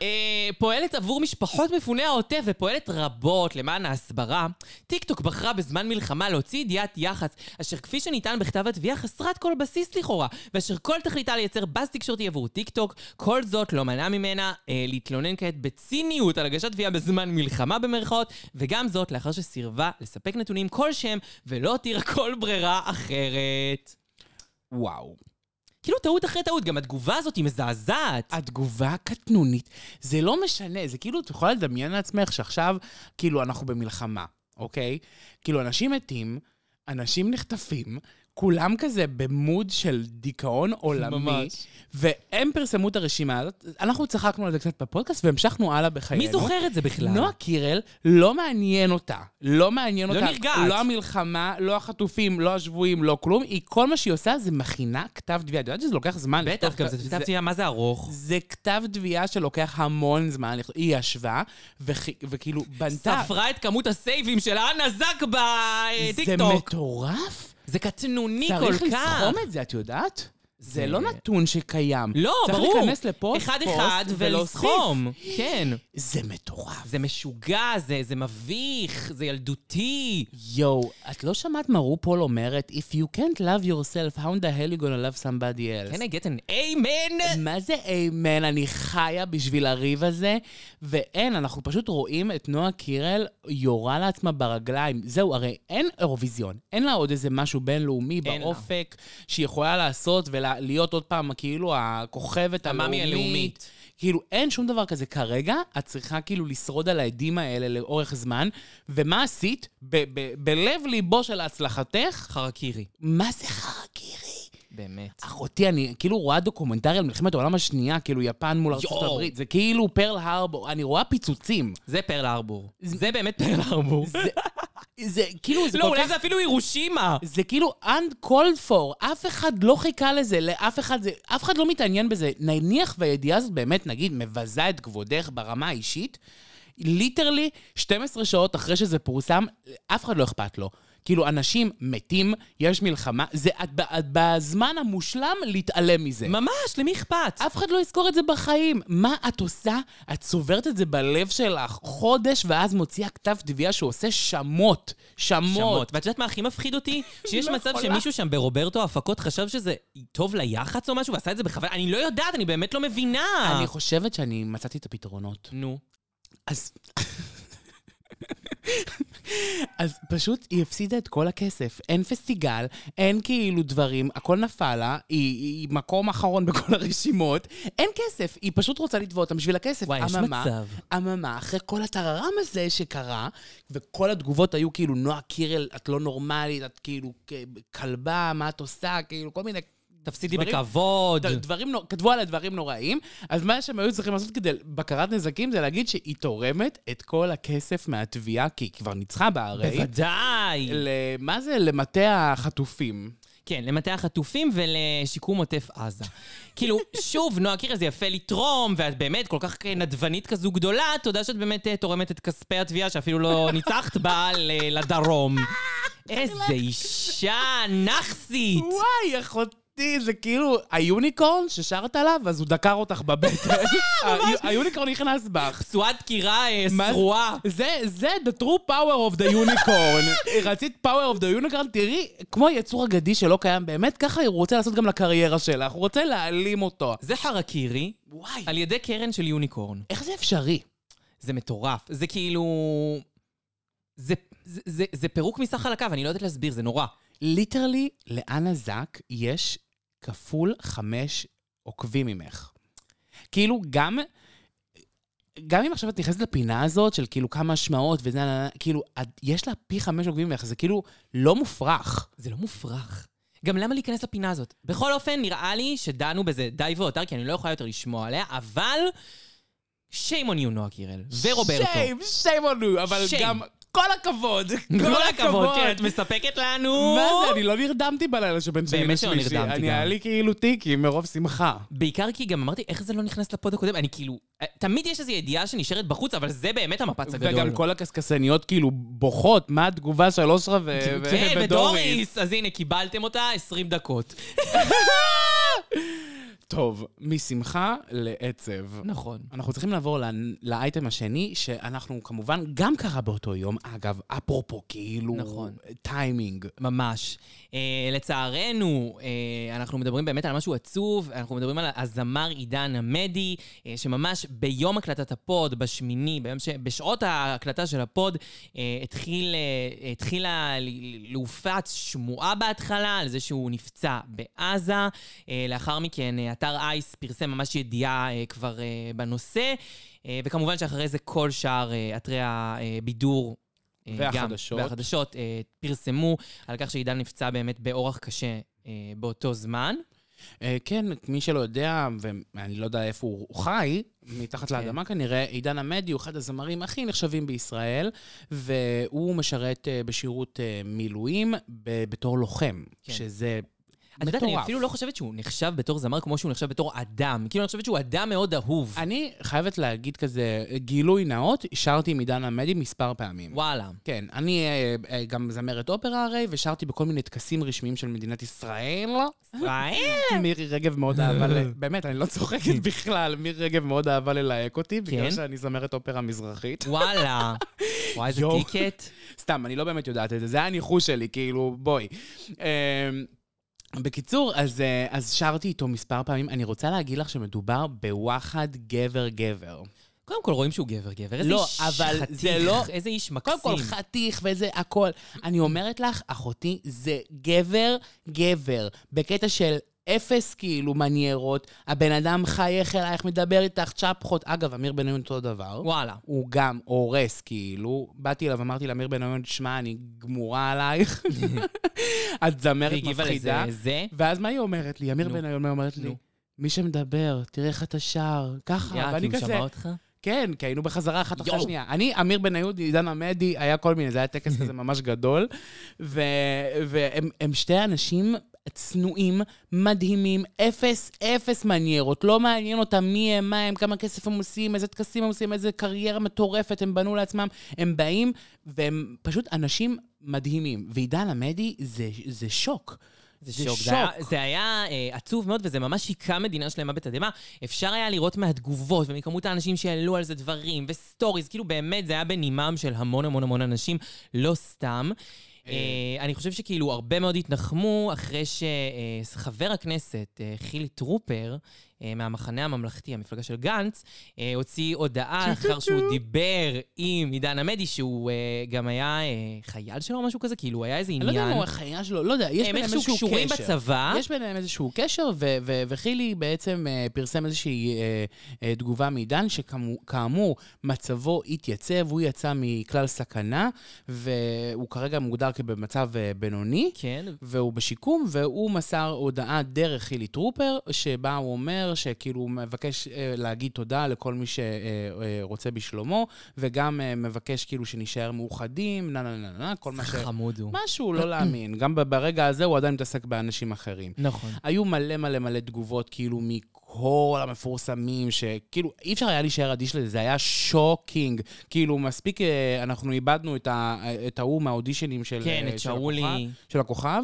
E: אה, פועלת עבור משפחות מפוני העוטף ופועלת רבות למען ההסברה. טיקטוק בחרה בזמן מלחמה להוציא ידיעת יח"צ, אשר כפי שניתן בכתב התביעה חסרת כל בסיס לכאורה, ואשר כל תכליתה לייצר באז תקשורתי עבור טיקטוק, כל זאת לא מנע ממנה אה, להתלונן כעת בציניות על הגשת תביעה בזמן מלחמה במרכאות, וגם זאת לאחר שסירבה לספק נתונים כלשהם ולא הותירה כל ברירה אחרת.
D: וואו.
E: כאילו טעות אחרי טעות, גם התגובה הזאת היא מזעזעת.
D: התגובה הקטנונית, זה לא משנה, זה כאילו, את יכולה לדמיין לעצמך שעכשיו, כאילו, אנחנו במלחמה, אוקיי? כאילו, אנשים מתים, אנשים נחטפים, כולם כזה במוד של דיכאון עולמי. אה,
E: ממש.
D: והם פרסמו את הרשימה הזאת, אנחנו צחקנו על זה קצת בפודקאסט והמשכנו הלאה בחיינו.
E: מי זוכר את זה בכלל?
D: נועה קירל לא מעניין אותה. לא מעניין
E: לא
D: אותה.
E: נרגעת.
D: לא המלחמה, לא החטופים, לא השבויים, לא כלום. היא, כל מה שהיא עושה זה מכינה כתב תביעה. את יודעת שזה לוקח זמן
E: בטח, גם זה כתב תביעה, מה זה ארוך?
D: זה כתב תביעה שלוקח המון זמן לכתוב. היא ישבה, וכ... וכאילו בנתה...
E: ספרה את כמות הסייבים של אנה זק
D: זה
E: בטיקטוק.
D: מטורף?
E: זה קטנוני כל כך.
D: צריך לסכום את זה, את יודעת? זה לא נתון שקיים.
E: לא, ברור.
D: צריך להיכנס לפוסט,
E: אחד
D: פוסט
E: אחד
D: ולהוסיף.
E: ולסכום. כן.
D: זה מטורף.
E: זה משוגע, זה, זה מביך, זה ילדותי.
D: יואו, את לא שמעת מה רופול אומרת? If you can't love yourself, how the hell you gonna love somebody else?
E: Can I get an amen?
D: מה זה איימן? אני חיה בשביל הריב הזה, ואין, אנחנו פשוט רואים את נועה קירל יורה לעצמה ברגליים. זהו, הרי אין אירוויזיון, אין לה עוד איזה משהו בינלאומי
E: אין לה.
D: באופק שהיא יכולה לעשות ולהיות עוד פעם כאילו הכוכבת
E: המאמי
D: הלאומית.
E: הלאומית.
D: כאילו, אין שום דבר כזה כרגע, את צריכה כאילו לשרוד על העדים האלה לאורך זמן, ומה עשית? ב- ב- בלב ליבו של הצלחתך?
E: חרקירי.
D: מה זה חרקירי?
E: באמת.
D: אחותי, אני כאילו רואה דוקומנטרי על מלחמת העולם השנייה, כאילו יפן מול ארצות
E: יואו.
D: הברית, זה כאילו פרל הרבור, אני רואה פיצוצים.
E: זה פרל הרבור. זה באמת פרל הרבור.
D: זה כאילו, זה
E: לא,
D: כל
E: אולי
D: כך...
E: זה אפילו הירושימה.
D: זה כאילו uncalled for, אף אחד לא חיכה לזה, לאף אחד זה, אף אחד לא מתעניין בזה. נניח והידיעה הזאת באמת, נגיד, מבזה את כבודך ברמה האישית, ליטרלי 12 שעות אחרי שזה פורסם, אף אחד לא אכפת לו. כאילו, אנשים מתים, יש מלחמה, זה את, ב- את בזמן המושלם להתעלם מזה.
E: ממש, למי אכפת?
D: אף אחד לא יזכור את זה בחיים. מה את עושה? את צוברת את זה בלב שלך חודש, ואז מוציאה כתב תביעה שעושה שמות. שמות.
E: שמות. ואת יודעת מה הכי מפחיד אותי? שיש
D: לא
E: מצב
D: יכולה.
E: שמישהו שם ברוברטו הפקות חשב שזה טוב ליח"צ או משהו, ועשה את זה בכוונה. אני לא יודעת, אני באמת לא מבינה.
D: אני חושבת שאני מצאתי את הפתרונות.
E: נו.
D: אז... אז פשוט היא הפסידה את כל הכסף. אין פסטיגל, אין כאילו דברים, הכל נפל לה, היא, היא מקום אחרון בכל הרשימות, אין כסף, היא פשוט רוצה לתבוע אותם בשביל הכסף.
E: וואי, יש
D: אממה,
E: מצב.
D: אממה, אחרי כל הטררם הזה שקרה, וכל התגובות היו כאילו, נועה קירל, את לא נורמלית, את כאילו כ- כלבה, מה את עושה, כאילו כל מיני
E: תפסידי
D: דברים-
E: בכבוד.
D: ד- דברים, נור- כתבו עליה דברים נוראים, אז מה שהם היו צריכים לעשות כדי בקרת נזקים זה להגיד שהיא תורמת את כל הכסף מהתביעה, כי היא כבר ניצחה בה הרי.
E: בוודאי.
D: למה זה? למטה החטופים.
E: כן, למטה החטופים ולשיקום עוטף עזה. כאילו, שוב, נועה קירל, זה יפה לתרום, ואת באמת כל כך אה, נדבנית כזו גדולה, תודה שאת באמת אה, תורמת את כספי התביעה שאפילו לא ניצחת בה ל- לדרום. איזה אישה נכסית!
D: וואי, אחותי, זה כאילו היוניקורן ששרת עליו, אז הוא דקר אותך בבטן. ה- היוניקורן נכנס בך.
E: פצועת דקירה אה,
D: מה זה?
E: שרועה.
D: זה, זה the true power of the unicorn. רצית power of the unicorn? תראי, כמו יצור אגדי שלא קיים באמת, ככה הוא רוצה לעשות גם לקריירה שלך, הוא רוצה להעלים אותו.
E: זה חרקירי
D: וואי.
E: על ידי קרן של יוניקורן.
D: איך זה אפשרי?
E: זה מטורף. זה כאילו... זה, זה, זה, זה פירוק מסך על הקו, אני לא יודעת להסביר, זה נורא.
D: ליטרלי, לאנה זק יש כפול חמש עוקבים ממך. כאילו, גם... גם אם עכשיו את נכנסת לפינה הזאת של כאילו כמה השמעות וזה, נה, נה, נה, כאילו, את- יש לה פי חמש עוקבים ממך, זה כאילו לא מופרך.
E: זה לא מופרך. גם למה להיכנס לפינה הזאת? בכל אופן, נראה לי שדנו בזה די והותר, כי אני לא יכולה יותר לשמוע עליה, אבל... shame on you, נועה קירל. ורוברטו.
D: שיים, שיים עונו, אבל
E: שיים.
D: גם כל הכבוד.
E: כל הכבוד, כן, את מספקת לנו.
D: מה זה, אני לא נרדמתי בלילה שבין שני
E: באמת שלא
D: לשלישי.
E: נרדמתי
D: אני,
E: גם.
D: היה לי כאילו טיקי מרוב שמחה.
E: בעיקר כי גם אמרתי, איך זה לא נכנס לפוד הקודם? אני כאילו... תמיד יש איזו ידיעה שנשארת בחוץ, אבל זה באמת המפץ הגדול.
D: וגם כל הקשקשניות כאילו בוכות, מה התגובה של אושרה ו- אה, ו-
E: כן,
D: ודוריס.
E: ודוריס! אז הנה, קיבלתם אותה 20 דקות.
D: טוב, משמחה לעצב.
E: נכון.
D: אנחנו צריכים לעבור ל- לאייטם השני, שאנחנו כמובן גם קרה באותו יום, אגב, אפרופו כאילו...
E: נכון.
D: טיימינג.
E: ממש. אה, לצערנו, אה, אנחנו מדברים באמת על משהו עצוב, אנחנו מדברים על הזמר עידן עמדי, אה, שממש ביום הקלטת הפוד, בשמיני, ביום ש... בשעות ההקלטה של הפוד, אה, התחיל, אה, התחילה ל- ל- להופץ שמועה בהתחלה על זה שהוא נפצע בעזה. אה, לאחר מכן, אה, אתר אייס פרסם ממש ידיעה אה, כבר אה, בנושא, אה, וכמובן שאחרי זה כל שאר אה, אתרי הבידור. אה, גם-
D: והחדשות.
E: החדשות אה, פרסמו על כך שעידן נפצע באמת באורח קשה אה, באותו זמן.
D: אה, כן, מי שלא יודע, ואני לא יודע איפה הוא חי,
E: כן.
D: מתחת לאדמה כנראה, עידן עמדי הוא אחד הזמרים הכי נחשבים בישראל, והוא משרת אה, בשירות אה, מילואים ב- בתור לוחם,
E: כן.
D: שזה
E: את יודעת, אני
D: מטורף.
E: אפילו לא חושבת שהוא נחשב בתור זמר כמו שהוא נחשב בתור אדם. כאילו, אני חושבת שהוא אדם מאוד אהוב.
D: אני חייבת להגיד כזה, גילוי נאות, שרתי עם עידן עמדי מספר פעמים.
E: וואלה.
D: כן, אני אה, אה, גם זמרת אופרה הרי, ושרתי בכל מיני טקסים רשמיים של מדינת ישראל.
E: ישראל?
D: מירי רגב מאוד אהבה, ל- באמת, אני לא צוחקת בכלל, מירי רגב מאוד אהבה ללהק אותי,
E: כן?
D: בגלל שאני זמרת אופרה מזרחית.
E: וואלה. וואי, איזה
D: יואו.
E: טיקט.
D: סתם, אני לא באמת יודעת את זה, זה היה הניחוש שלי, כאילו, בואי. אמ, בקיצור, אז, אה, אז שרתי איתו מספר פעמים. אני רוצה להגיד לך שמדובר בווחד גבר-גבר.
E: קודם כל רואים שהוא גבר, גבר. איזה
D: לא,
E: איש
D: אבל זה
E: חתיך,
D: לא-
E: איזה איש מקסים.
D: קודם כל חתיך וזה הכל. אני אומרת לך, אחותי, זה גבר-גבר. בקטע של אפס כאילו מניירות, הבן אדם חייך אלייך, מדבר איתך, צ'פחות. אגב, אמיר בניון אותו דבר.
E: וואלה.
D: הוא גם הורס, כאילו. באתי אליו, אמרתי לאמיר בניון, שמע, אני גמורה עלייך. את זמרת
E: והגיבה לזה,
D: מפחידה.
E: זה.
D: ואז מה היא אומרת לי? אמיר בניון, מה היא אומרת לי?
E: נו.
D: מי שמדבר, תראה איך אתה שר, ככה,
E: יא,
D: ואני
E: כי הוא
D: כזה,
E: שמע אותך?
D: כן, כי היינו בחזרה אחת אחרי
E: יואו.
D: השנייה. אני, אמיר בניוד, עידן עמדי, היה כל מיני, זה היה טקס כזה ממש גדול. ו- והם הם שתי אנשים צנועים, מדהימים, אפס, אפס מניירות. לא מעניין אותם מי הם, מה הם, כמה כסף הם עושים, איזה טקסים הם עושים, איזה קריירה מטורפת הם בנו לעצמם. הם באים, והם פשוט אנשים מדהימים. ועידן עמדי זה, זה שוק.
E: זה שוק. זה היה, זה היה אה, עצוב מאוד, וזה ממש היכה מדינה שלמה בתדהמה. אפשר היה לראות מהתגובות ומכמות האנשים שהעלו על זה דברים וסטוריז, כאילו באמת זה היה בנימם של המון המון המון אנשים, לא סתם. אה, אני חושב שכאילו הרבה מאוד התנחמו אחרי שחבר הכנסת אה, חילי טרופר, אה, מהמחנה הממלכתי, המפלגה של גנץ, אה, הוציא הודעה אחר שהוא דיבר עם עידן עמדי, שהוא אה, גם היה אה, חייל שלו או משהו כזה, כאילו היה איזה
D: אני
E: עניין.
D: לא יודע אם הוא החיה שלו, לא יודע, יש
E: הם
D: ביניהם
E: איכשהו
D: איזשהו קשר.
E: קשורים בצבא.
D: יש ביניהם איזשהו קשר, ו- ו- וחילי בעצם אה, פרסם איזושהי אה, אה, תגובה מעידן, שכאמור, מצבו התייצב, הוא יצא מכלל סכנה, והוא כרגע מוגדר כבמצב אה, בינוני.
E: כן,
D: והוא בשיקום, והוא מסר הודעה דרך חילי טרופר, שבה הוא אומר שכאילו הוא מבקש אה, להגיד תודה לכל מי שרוצה בשלומו, וגם אה, מבקש כאילו שנישאר מאוחדים, נה נה נה נה, כל מה ש...
E: חמוד הוא.
D: משהו, לא להאמין. גם ב- ברגע הזה הוא עדיין מתעסק באנשים אחרים.
E: נכון.
D: היו מלא מלא מלא תגובות, כאילו, מכל המפורסמים, שכאילו, אי אפשר היה להישאר אדיש לזה, זה היה שוקינג. כאילו, מספיק, אה, אנחנו איבדנו את ה- אה, את ההוא מהאודישנים של
E: כן,
D: אה,
E: את
D: של
E: שאולי.
D: הכוכב- של הכוכב.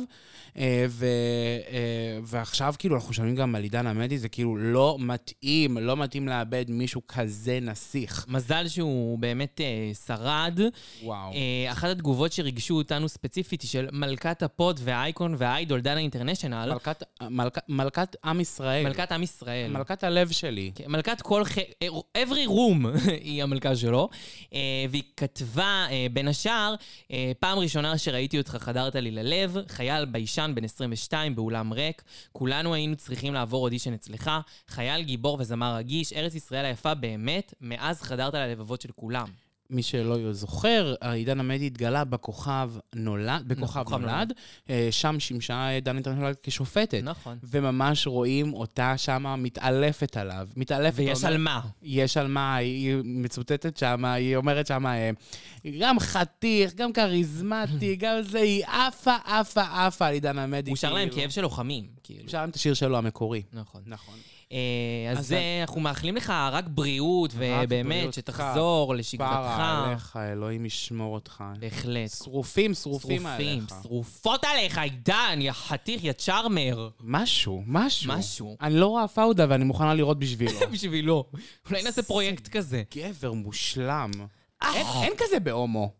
D: אה, ו- אה, ועכשיו, כאילו, אנחנו שומעים גם על עידן עמדי, זה כאילו לא מתאים, לא מתאים לאבד מישהו כזה נסיך.
E: מזל שהוא באמת אה, שרד.
D: וואו.
E: אה, אחת התגובות שריגשו אותנו ספציפית היא של מלכת הפוד והאייקון והאיידול דנה אינטרנשיונל.
D: מלכת- מלכת- מלכת עם ישראל.
E: מלכת עם ישראל, ישראל.
D: מלכת הלב שלי.
E: כן, מלכת כל ח... every room היא המלכה שלו, אה, והיא כתבה, אה, בין השאר, אה, פעם ראשונה שראיתי אותך חדרת לי ללב, חייל ביישן בן 22 באולם ריק, כולנו היינו צריכים לעבור אודישן אצלך, חייל גיבור וזמר רגיש, ארץ ישראל היפה באמת, מאז חדרת ללבבות של כולם.
D: מי שלא זוכר, עידן עמדי התגלה בכוכב נולד, בכוכב
E: נכון, בכוכב
D: נולד,
E: נולד.
D: אה, שם שימשה דנית רנולד כשופטת.
E: נכון.
D: וממש רואים אותה שמה מתעלפת עליו. מתעלפת.
E: ויש
D: אומר-
E: על מה.
D: יש על מה, היא מצוטטת שמה, היא אומרת שמה, אה, גם חתיך, גם כריזמטי, גם זה, היא עפה, עפה, עפה על עידן עמדי.
E: הוא שר להם
D: כאילו.
E: כאב של לוחמים, כאילו.
D: הוא שר להם את השיר שלו המקורי.
E: נכון.
D: נכון.
E: אה, אז
D: אז
E: זה, אנחנו מאחלים לך רק בריאות,
D: בריאות,
E: ובאמת, שתחזור לשגרתך.
D: פרה עליך, אלוהים ישמור אותך.
E: בהחלט.
D: שרופים, שרופים עליך.
E: שרופות עליך, עידן, יא חתיך, יא צ'ארמר.
D: משהו, משהו.
E: משהו.
D: אני לא רואה פאודה ואני מוכנה לראות בשבילו.
E: בשבילו. אולי נעשה פרויקט כזה.
D: גבר מושלם. אין- אין כזה בהומו.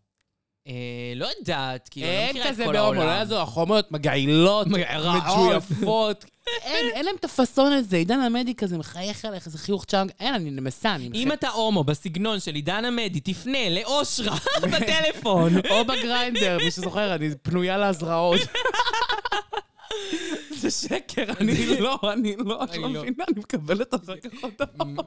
E: אה, לא יודעת, כאילו, אני לא
D: אין
E: מכירה את
D: כזה
E: כל
D: בהומו,
E: העולם.
D: לא יעזור, החומות מגעילות,
E: מגעילות.
D: מג'ויפות. אין, אין להם את הפאסון הזה, עידן עמדי כזה מחייך אליך, איזה חיוך צ'אנג, אין, אני נמסה, אני
E: אם אתה הומו בסגנון של עידן עמדי, תפנה לאושרה בטלפון.
D: או בגריינדר, מי שזוכר, אני פנויה להזרעות. זה שקר, אני לא, אני לא, את
E: אני
D: לא
E: לא.
D: מבינה, אני מקבלת אחר כך הודעות.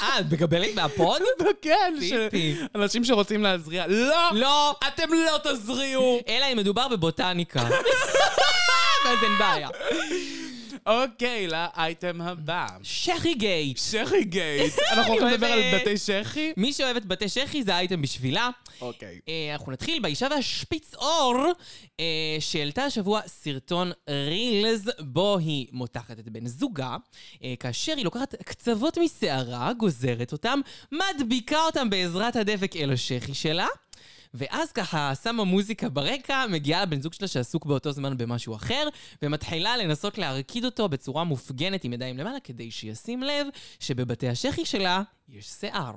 E: אה, את מקבלת מהפוד?
D: כן, ש-
E: טיפי.
D: אנשים שרוצים להזריע. לא!
E: לא,
D: אתם לא תזריעו!
E: אלא אם מדובר בבוטניקה. ואז אין בעיה.
D: אוקיי, לאייטם הבא.
E: שכי גייט.
D: שכי גייט. אנחנו הולכים לדבר על
E: אוהבת.
D: בתי שכי?
E: מי שאוהב את בתי שכי זה אייטם בשבילה.
D: אוקיי.
E: אה, אנחנו נתחיל באישה והשפיץ אור, אה, שהעלתה השבוע סרטון רילס, בו היא מותחת את בן זוגה, אה, כאשר היא לוקחת קצוות משערה, גוזרת אותם, מדביקה אותם בעזרת הדבק אל השחי שלה. ואז ככה שמה מוזיקה ברקע, מגיעה לבן זוג שלה שעסוק באותו זמן במשהו אחר, ומתחילה לנסות להרקיד אותו בצורה מופגנת עם ידיים למעלה, כדי שישים לב שבבתי השחי שלה יש שיער.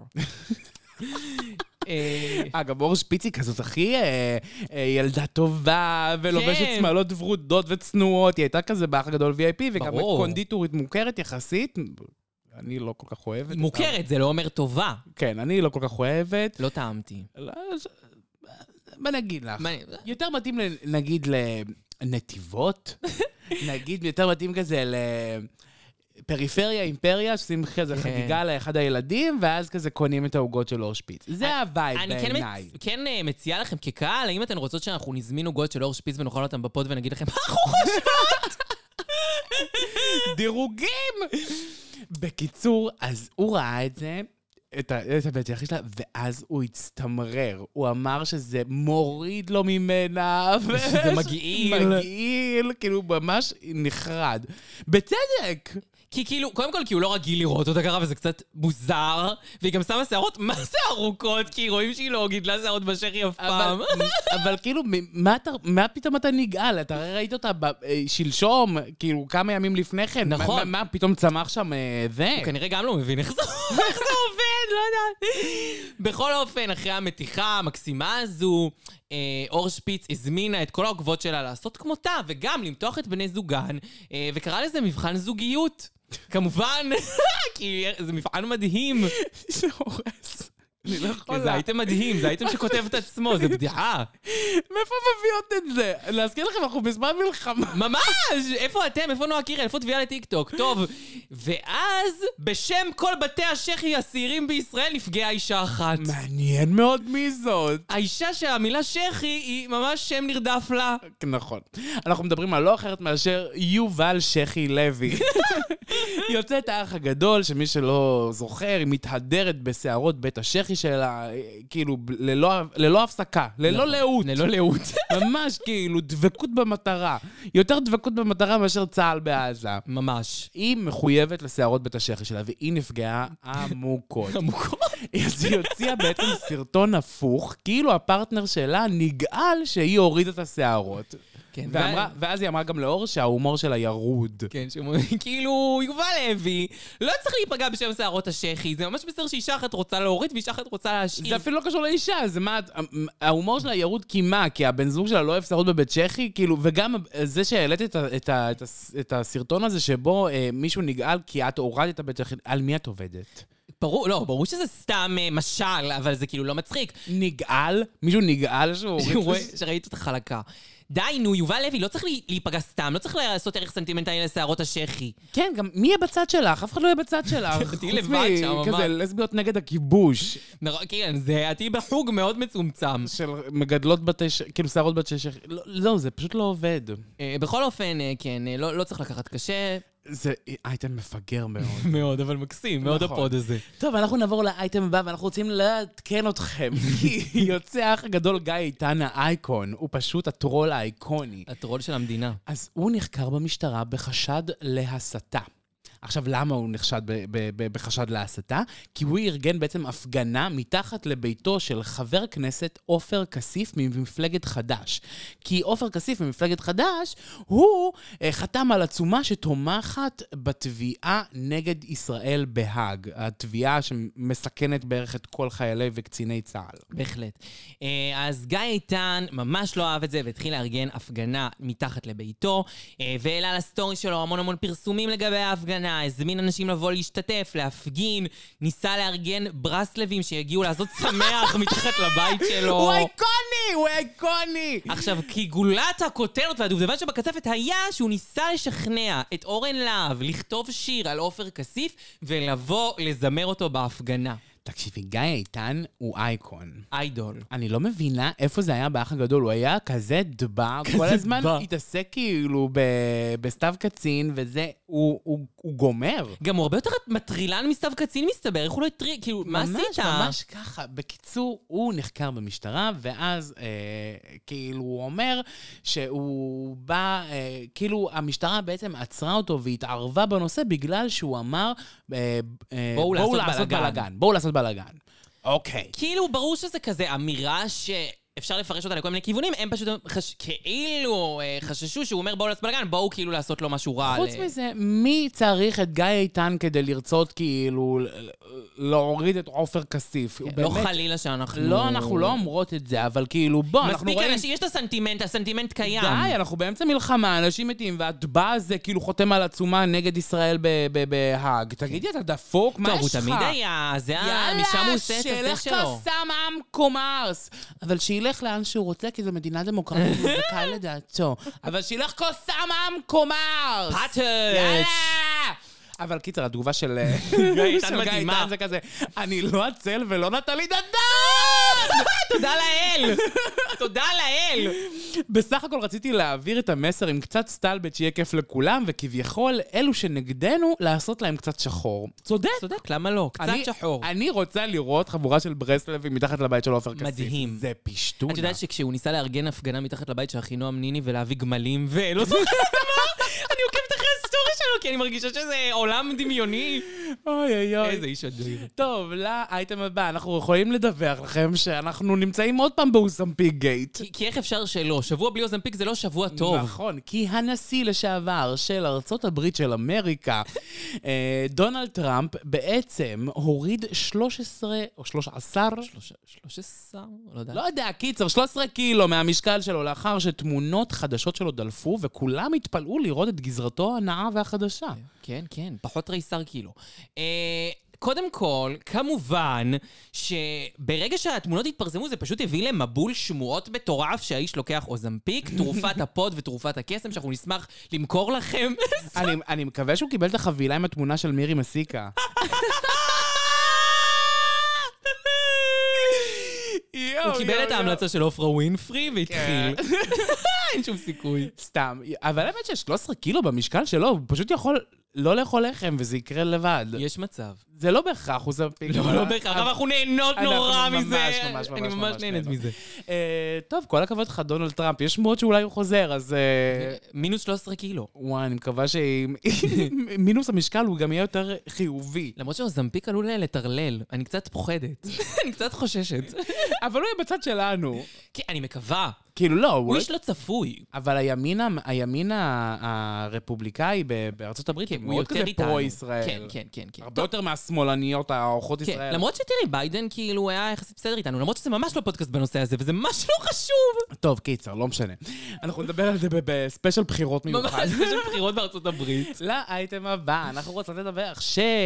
E: אה,
D: אגב, אור שפיצי כזאת הכי אה, אה, ילדה טובה, ולובשת
E: כן.
D: שמלות ורודות וצנועות. היא הייתה כזה באח הגדול VIP, וגם
E: ברור.
D: קונדיטורית מוכרת יחסית. אני לא כל כך אוהבת.
E: היא
D: אותה.
E: מוכרת, זה לא אומר טובה.
D: כן, אני לא כל כך אוהבת.
E: לא טעמתי.
D: לא, אז- מה נגיד לך?
E: מה-
D: יותר מתאים, ל- נגיד, לנתיבות? נגיד, יותר מתאים כזה ל... פריפריה, אימפריה, שעושים כזה
E: כן.
D: חגיגה לאחד הילדים, ואז כזה קונים את העוגות של אור שפיץ. זה הווייב
E: אני כן
D: בעיניי.
E: מצ- כן אה, מציעה לכם כקהל, האם אתן רוצות שאנחנו נזמין עוגות של אור שפיץ ונאכל אותם בפוד ונגיד לכם, "אה, אנחנו חושבים!
D: דירוגים! בקיצור, אז הוא ראה את זה, את ה- את הבית יחי שלה, ואז הוא הצטמרר. הוא אמר שזה מוריד לו ממנה, ו-
E: שזה מגעיל.
D: מגעיל, כאילו, הוא ממש נחרד. בצדק!
E: כי כאילו, קודם כל, כי הוא לא רגיל לראות אותה ככה וזה קצת מוזר, והיא גם שמה שערות, מה זה ארוכות? כי רואים שהיא לא גידלה שערות בשחי אף פעם.
D: אבל, אבל כאילו, מ- מה, אתה, מה פתאום אתה נגעל? אתה הרי ראית אותה ב, אה, שלשום, כאילו, כמה ימים לפני כן.
E: נכון.
D: מה, מה, מה פתאום צמח שם אה, זה?
E: הוא כנראה גם לא מבין איך זה איך זה עובד, לא יודעת. בכל אופן, אחרי המתיחה המקסימה הזו, אה, אור שפיץ הזמינה את כל העוקבות שלה לעשות כמותה, וגם למתוח את בני זוגן, אה, וקרא לזה מבחן זוגיות. כמובן, כי זה מבחן מדהים.
D: זה הורס. אני לא
E: כי
D: יכולה.
E: זה אייטם מדהים, זה אייטם שכותב את עצמו, זה בדיחה.
D: מאיפה מביאות את זה? להזכיר לכם, אנחנו בזמן מלחמה.
E: ממש! איפה אתם? איפה נועה קירל? איפה תביעה לטיקטוק? טוב. ואז, בשם כל בתי השחי השעירים בישראל, נפגעה אישה אחת.
D: מעניין מאוד מי זאת.
E: האישה שהמילה שחי היא ממש שם נרדף לה.
D: נכון. אנחנו מדברים על לא אחרת מאשר יובל שכי לוי. יוצאת האח הגדול, שמי שלא זוכר, היא מתהדרת בשערות בית השחי שלה, אה, כאילו, ב- ללא, ללא הפסקה, ללא לאות.
E: נכון, ללא לאות.
D: ממש כאילו, דבקות במטרה. יותר דבקות במטרה מאשר צה"ל בעזה.
E: ממש.
D: היא מחויבת לשערות בית השחי שלה, והיא נפגעה עמוקות.
E: עמוקות.
D: אז היא הוציאה בעצם סרטון הפוך, כאילו הפרטנר שלה נגעל שהיא הורידה את השערות.
E: כן,
D: ואמרה,
E: ואז-
D: ואז היא אמרה גם לאור שההומור שלה ירוד.
E: כן, שהוא כאילו, יובל לוי, לא צריך להיפגע בשם שערות השחי, זה ממש בסדר שאישה אחת רוצה להוריד ואישה אחת רוצה
D: זה
E: להשאיר.
D: אפילו לא קשור לאישה, זה מה, ההומור שלה ירוד כי מה? כי הבן זוג שלה לא אוהב שערות בבית צ'כי? כאילו, וגם זה שהעלית את, ה- את, ה- את, ה- את הסרטון הזה שבו אה, מישהו נגעל כי את הורדת את הבית צ'כי, על מי את עובדת?
E: ברור, לא, ברור שזה סתם אה, משל, אבל זה כאילו לא מצחיק.
D: נגעל? מישהו נגעל שהוא
E: שהוא רואה-
D: הוריד?
E: שראית אותה חלקה. די, נו, יובל לוי, לא צריך לי- להיפגע סתם, לא צריך לעשות ערך סנטימנטלי לשערות השחי.
D: כן, גם מי יהיה בצד שלך? אף אחד לא יהיה בצד שלך.
E: תהיי
D: חוץ
E: לבד
D: מ-
E: שם, ממש.
D: כזה לסביות נגד הכיבוש
E: נכון, כן, זה עתיד בחוג מאוד מצומצם.
D: של מגדלות בתי, ש- כאילו שערות בת שש... לא- לא, זה פשוט לא עובד.
E: אה, בכל אופן, אה, כן, אה, לא לא צריך לקחת קשה.
D: זה אייטם מפגר מאוד.
E: מאוד, אבל מקסים,
D: מאוד הפוד
E: הזה.
D: טוב, אנחנו נעבור לאייטם הבא, ואנחנו רוצים לעדכן אתכם. כי יוצא האח הגדול גיא איתן האייקון, הוא פשוט הטרול האייקוני.
E: הטרול של המדינה.
D: אז הוא נחקר במשטרה בחשד להסתה. עכשיו, למה הוא נחשד ב- ב- ב- בחשד להסתה? כי הוא ארגן בעצם הפגנה מתחת לביתו של חבר כנסת עופר כסיף ממפלגת חד"ש. כי עופר כסיף ממפלגת חד"ש, הוא אה, חתם על עצומה שתומכת בתביעה נגד ישראל בהאג. התביעה שמסכנת בערך את כל חיילי וקציני צה"ל.
E: בהחלט. אה, אז גיא איתן ממש לא אהב את זה והתחיל לארגן הפגנה מתחת לביתו, אה, והעלה לסטורי שלו המון המון פרסומים לגבי ההפגנה, הזמין אנשים לבוא להשתתף, להפגין, ניסה לארגן ברסלבים שיגיעו לעשות שמח מתחת לבית שלו.
D: הוא אייקוני! הוא אייקוני!
E: עכשיו, כי גולת הכותרת והדובדבן שבקצפת היה שהוא ניסה לשכנע את אורן להב לכתוב שיר על עופר כסיף ולבוא לזמר אותו בהפגנה.
D: תקשיבי, גיא איתן הוא אייקון.
E: איידול.
D: אני לא מבינה איפה זה היה באח הגדול, הוא היה כזה דבע, כל הזמן
E: דבע.
D: התעסק כאילו ב... בסתיו קצין, וזה, הוא, הוא, הוא גומר.
E: גם הוא הרבה יותר מטרילן מסתיו קצין מסתבר, איך הוא לא הטריל, כאילו, מה עשית?
D: ממש, ממש ככה. בקיצור, הוא נחקר במשטרה, ואז אה, כאילו הוא אומר שהוא בא, אה, כאילו המשטרה בעצם עצרה אותו והתערבה בנושא בגלל שהוא אמר, אה, אה,
E: בואו לעשות בלאגן."
D: בלאגן. בואו לעשות בלאגן. אוקיי.
E: כאילו, ברור שזה כזה אמירה שאפשר לפרש אותה לכל מיני כיוונים, הם פשוט חש... כאילו אה, חששו שהוא אומר בואו לעשות בלאגן, בואו כאילו לעשות לו משהו רע.
D: חוץ
E: ל-
D: מזה, מי צריך את גיא איתן כדי לרצות כאילו ל- ל- להוריד את עופר כסיף? הוא
E: לא
D: באמת-
E: חלילה שאנחנו...
D: כן, לא, אנחנו לא אומרות את זה, אבל כאילו, בוא, אנחנו
E: מספיק
D: רואים...
E: אנשים, יש את הסנטימנט, הסנטימנט קיים.
D: די, אנחנו באמצע מלחמה, אנשים מתים, והדבע הזה כאילו חותם על עצומה נגד ישראל ב- ב- בהאג. תגידי, אתה דפוק? מה יש
E: טוב,
D: לך?
E: הוא תמיד היה, זה היה, משם הוא עושה את
D: יאללה,
E: הזה
D: שילך
E: שלו.
D: קסאם עם קומארס. אבל שילך לאן שהוא רוצה, כי זו מדינה דמוקרטית, הוא זכאי לדעתו. אבל שילך קסאם עם קומארס!
E: פאטץ'.
D: יאללה! אבל קיצר, התגובה של
E: גיא איתן
D: של גיא
E: מדהימה.
D: איתן זה כזה, אני לא עצל ולא נטלי דדן!
E: תודה לאל! תודה לאל!
D: בסך הכל רציתי להעביר את המסר עם קצת סטלבט שיהיה כיף לכולם, וכביכול, אלו שנגדנו, לעשות להם קצת שחור. צודק.
E: צודק, למה לא? קצת
D: אני-
E: שחור.
D: אני רוצה לראות חבורה של ברסלבים מתחת לבית של עופר כסיף.
E: מדהים.
D: זה פשטונה.
E: את יודעת שכשהוא ניסה לארגן הפגנה מתחת לבית של אחינועם ניני ולהביא גמלים ולא זוכרת מה, אני עוקבת אחרי הסטורי שלו, כי אני מרגישה שזה עולם דמיוני.
D: אוי אוי אוי.
E: איזה איש אדיר.
D: טוב, לאייטם הבא, אנחנו יכולים לדווח לכם שאנחנו נמצאים עוד פעם באוסמפיק גייט.
E: כי- כי איך אפשר שלא? שבוע בלי אוזנפיק זה לא שבוע טוב.
D: נכון, כי הנשיא לשעבר של ארצות הברית של אמריקה, אה, דונלד טראמפ, בעצם הוריד 13 או 13
E: שלושה עשר? לא יודע.
D: לא יודע, קיצר, 13 קילו מהמשקל שלו, לאחר שתמונות חדשות שלו דלפו, וכולם התפלאו לראות את גזרתו הנאה והחדשה.
E: כן, כן, פחות תריסר קילו. אה, קודם כל, כמובן שברגע שהתמונות התפרסמו, זה פשוט הביא למבול שמועות מטורף שהאיש לוקח אוזמפיק, תרופת הפוד ותרופת הקסם, שאנחנו נשמח למכור לכם.
D: אני, אני מקווה שהוא קיבל את החבילה עם התמונה של מירי מסיקה.
E: הוא קיבל את ההמלצה של עופרה ווינפרי והתחיל.
D: כן.
E: אין שום סיכוי.
D: סתם, אבל האמת ש-13 קילו במשקל שלו, הוא פשוט יכול לא לאכול לחם וזה יקרה לבד.
E: יש מצב.
D: זה לא בהכרח, הוא זמפיק.
E: לא, לא בהכרח, אבל אנחנו נהנות
D: אנחנו
E: נורא
D: ממש,
E: מזה.
D: ממש, ממש,
E: אני ממש
D: ממש
E: נהנית
D: נהנות.
E: מזה.
D: אה, טוב, כל הכבוד לך, דונלד טראמפ. יש שמועות שאולי הוא חוזר, אז... אה,
E: מינוס 13 קילו.
D: וואי, אני מקווה שמינוס המשקל הוא גם יהיה יותר חיובי.
E: למרות שאוזמפיק עלול לטרלל, אני קצת פוחדת. אני קצת חוששת.
D: אבל הוא יהיה בצד שלנו.
E: כן, אני מקווה.
D: כאילו, לא,
E: הוא
D: הוא...
E: איש לא צפוי.
D: אבל הימין, המ- הימין ה- הרפובליקאי ב- בארצות הברית
E: כן,
D: הוא
E: הוא
D: מאוד
E: יותר
D: כזה
E: איתנו.
D: פרו-ישראל.
E: כן, כן, כן, כן.
D: הרבה
E: טוב,
D: יותר מהשמאלניות העורכות
E: כן,
D: ישראל.
E: למרות שתראי, ביידן כאילו היה יחסית בסדר איתנו, למרות שזה ממש לא פודקאסט בנושא הזה, וזה ממש לא חשוב.
D: טוב, קיצר, לא משנה. אנחנו נדבר על זה ב- בספיישל בחירות מיוחד.
E: ממש, יש בחירות בארצות הברית.
D: לאייטם הבא, אנחנו רוצות לדבר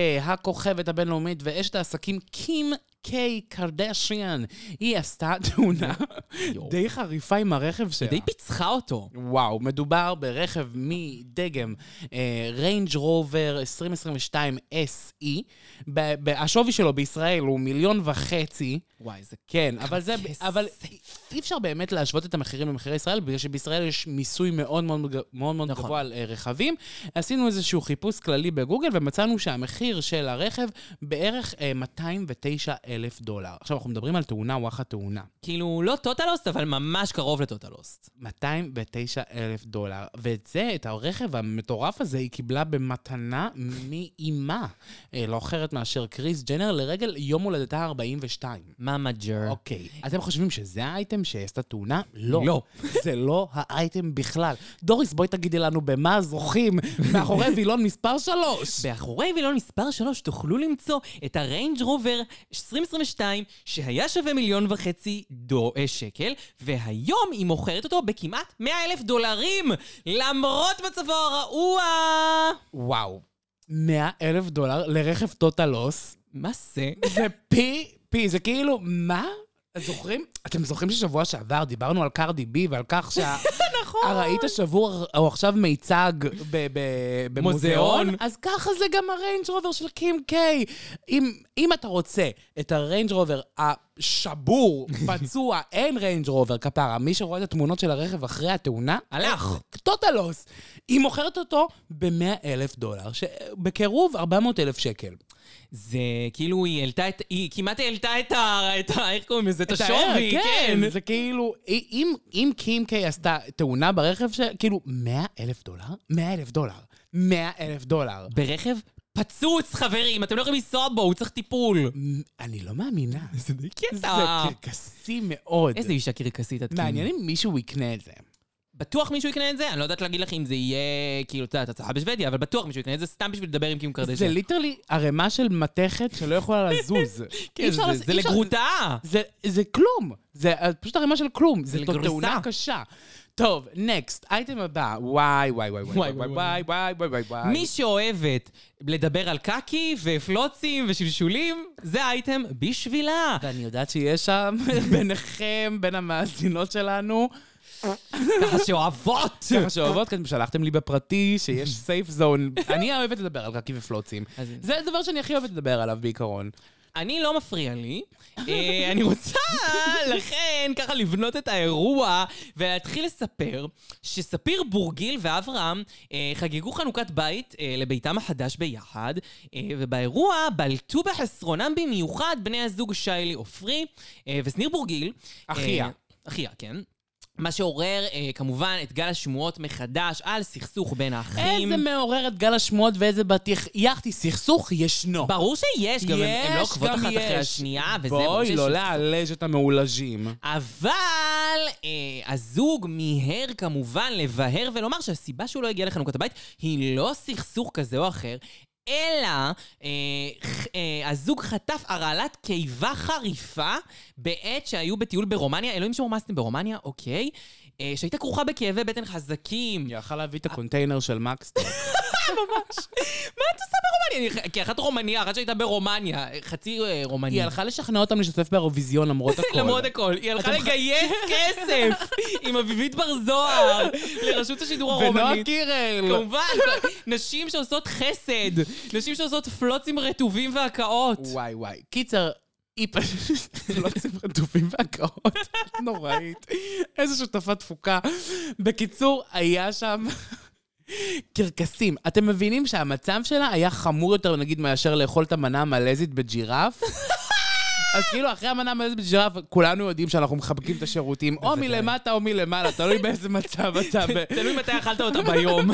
D: שהכוכבת הבינלאומית ואשת העסקים קים קיי קרדשיאן, היא עשתה תאונה
E: יואו.
D: די חריפה עם הרכב שלה.
E: די פיצחה אותו.
D: וואו, מדובר ברכב מדגם אה, ריינג' רובר 2022 SE. E. ב- ב- השווי שלו בישראל הוא מיליון וחצי.
E: וואי, זה
D: כן, אבל זה...
E: כסף.
D: אבל אי- אי אפשר באמת להשוות את המחירים למחירי ישראל, בגלל שבישראל יש מיסוי מאוד מאוד גב- מאוד, מאוד
E: נכון.
D: גבוה על אה, רכבים. עשינו איזשהו חיפוש כללי בגוגל, ומצאנו שהמחיר של הרכב בערך אה, 209 אלף דולר. עכשיו, אנחנו מדברים על תאונה וואחד תאונה.
E: כאילו לא טוטלוסט, אבל ממש קרוב לטוטלוסט.
D: 209 אלף דולר. ואת זה, את הרכב המטורף הזה, היא קיבלה במתנה מאימה. אה, לא אחרת מאשר קריס ג'נר לרגל יום הולדתה ה-42.
E: מאמה ג'ר.
D: אוקיי, אתם חושבים שזה האייטם שעשתה תאונה? לא.
E: לא.
D: זה לא האייטם בכלל. דוריס, בואי תגידי לנו במה זוכים מאחורי וילון מספר 3.
E: באחורי וילון מספר 3 תוכלו למצוא את הריינג' רובר 2022, שהיה שווה מיליון וחצי דו, אה, שקל, והיום היא מוכרת אותו בכמעט 100 אלף דולרים, למרות מצבו הרעוע!
D: וואו. 100 אלף דולר לרכב טוטה לוס.
E: מה זה?
D: זה פי, פי, זה כאילו, מה? זוכרים? אתם זוכרים ששבוע שעבר דיברנו על קרדי בי ועל כך שה... נכון. הרהיט השבור הוא עכשיו מיצג ב- ב- במוזיאון?
E: מוזיאון.
D: אז ככה זה גם הריינג' רובר של קים קיי. אם, אם אתה רוצה את הריינג' רובר השבור, פצוע, אין ריינג' רובר כפרה, מי שרואה את התמונות של הרכב אחרי התאונה,
E: הלך.
D: טוטלוס. היא מוכרת אותו ב-100 אלף דולר, שבקירוב 400 אלף שקל.
E: זה כאילו היא העלתה את, היא כמעט העלתה את ה... את ה... איך קוראים לזה? את
D: את הערך,
E: השווי, כן.
D: זה כאילו, אם, אם קים קיי עשתה תאונה ברכב שלה, כאילו, 100 אלף דולר? 100 אלף דולר. 100 אלף דולר.
E: ברכב פצוץ, חברים, אתם לא יכולים לנסוע בו, הוא צריך טיפול.
D: מ- אני לא מאמינה. זה די
E: קטע.
D: זה קרקסי מאוד.
E: איזה אישה קרקסית את כאילו.
D: מעניין אם מישהו יקנה את זה.
E: בטוח מישהו יקנה את זה, אני לא יודעת להגיד לך אם זה יהיה, כאילו, את יודעת, הצלחה בשוודיה, אבל בטוח מישהו יקנה את זה סתם בשביל לדבר עם קים
D: זה
E: קרדשן.
D: ליטרלי ערימה של מתכת שלא יכולה לזוז. אי
E: כן,
D: אפשר
E: זה-
D: לס-
E: זה
D: אי אפשר-
E: לגרוטה.
D: זה, זה כלום. זה אה, פשוט ערימה של כלום. זה
E: לגריסה.
D: תאונה קשה. טוב, נקסט, אייטם הבא. וואי, וואי, וואי, וואי, וואי, וואי, וואי, וואי, וואי.
E: מי שאוהבת לדבר על קקי ופלוצים ושלשולים, זה אייטם בשבילה.
D: ואני יודעת שיש שם ביניכם, בין המאזינות שלנו,
E: ככה שאוהבות.
D: ככה שאוהבות, כי אתם שלחתם לי בפרטי שיש סייף זון. אני אוהבת לדבר על קקי ופלוצים.
E: אז-
D: זה הדבר שאני הכי אוהבת לדבר עליו בעיקרון.
E: אני לא מפריע לי, אה, אני רוצה לכן ככה לבנות את האירוע ולהתחיל לספר שספיר בורגיל ואברהם אה, חגגו חנוכת בית אה, לביתם החדש ביחד, אה, ובאירוע בלטו בחסרונם במיוחד בני הזוג שיילי עופרי אה, ושניר בורגיל. אה,
D: אחיה.
E: אחיה, כן. מה שעורר אה, כמובן את גל השמועות מחדש על סכסוך בין האחים.
D: איזה מעורר את גל השמועות ואיזה בטיחתי סכסוך ישנו.
E: ברור שיש, גם הם, הם לא
D: יש,
E: עוקבות
D: גם
E: אחת אחרי
D: יש.
E: השנייה, וזה ברור
D: בואי,
E: שיש
D: לא
E: סכסוך.
D: לעלש את המעולז'ים.
E: אבל אה, הזוג מיהר כמובן לבהר ולומר שהסיבה שהוא לא הגיע לחנוכת הבית היא לא סכסוך כזה או אחר. אלא אה, ח- אה, הזוג חטף הרעלת קיבה חריפה בעת שהיו בטיול ברומניה, אלוהים שמור מה עשיתם ברומניה, אוקיי, אה, שהייתה כרוכה בכאבי בטן חזקים.
D: יכל להביא את הקונטיינר של מקסטר.
E: מה את עושה ברומניה? אני- כי אחת רומניה, אחת שהייתה ברומניה, חצי אה,
D: היא
E: רומניה.
D: הלכה לשכנע אותם להשתתף באירוויזיון למרות הכל.
E: למרות הכל, היא הלכה לגייס כסף עם אביבית בר זוהר לרשות השידור
D: ונועה
E: הרומנית.
D: קירל.
E: כמובן, נשים שעושות חסד, נשים שעושות פלוצים רטובים והקאות.
D: וואי וואי. קיצר, היא פשוט לא עושים רדופים והקאות. נוראית. איזו שותפה תפוקה. בקיצור, היה שם... קרקסים. אתם מבינים שהמצב שלה היה חמור יותר, נגיד, מאשר לאכול את המנה המלזית בג'ירף? אז כאילו, אחרי המנה המלזית בג'ירף, כולנו יודעים שאנחנו מחבקים את השירותים, או מלמטה או מלמעלה, תלוי באיזה מצב אתה. ב-
E: תלוי מתי אכלת אותה ביום.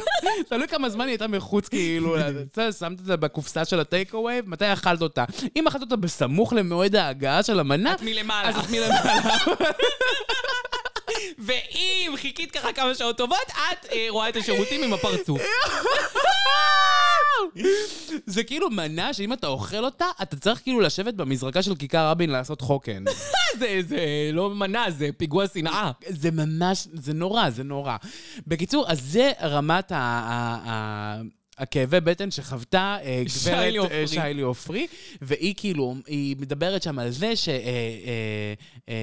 D: תלוי כמה זמן היא הייתה מחוץ, כאילו, אתה שמת את זה בקופסה של הטייק אווי, מתי אכלת אותה? אם אכלת אותה בסמוך למועד ההגעה של המנה,
E: מלמעלה.
D: אז את מלמעלה.
E: ואם חיכית ככה כמה שעות טובות, את אה, רואה את השירותים עם הפרצוף.
D: זה כאילו מנה שאם אתה אוכל אותה, אתה צריך כאילו לשבת במזרקה של כיכר רבין לעשות חוקן.
E: זה, זה לא מנה, זה פיגוע שנאה.
D: זה ממש, זה נורא, זה נורא. בקיצור, אז זה רמת ה... ה- ה- הכאבי בטן שחוותה אה,
E: שיילי
D: גברת אה,
E: עופרי.
D: שיילי עופרי, והיא כאילו, היא מדברת שם על זה אה,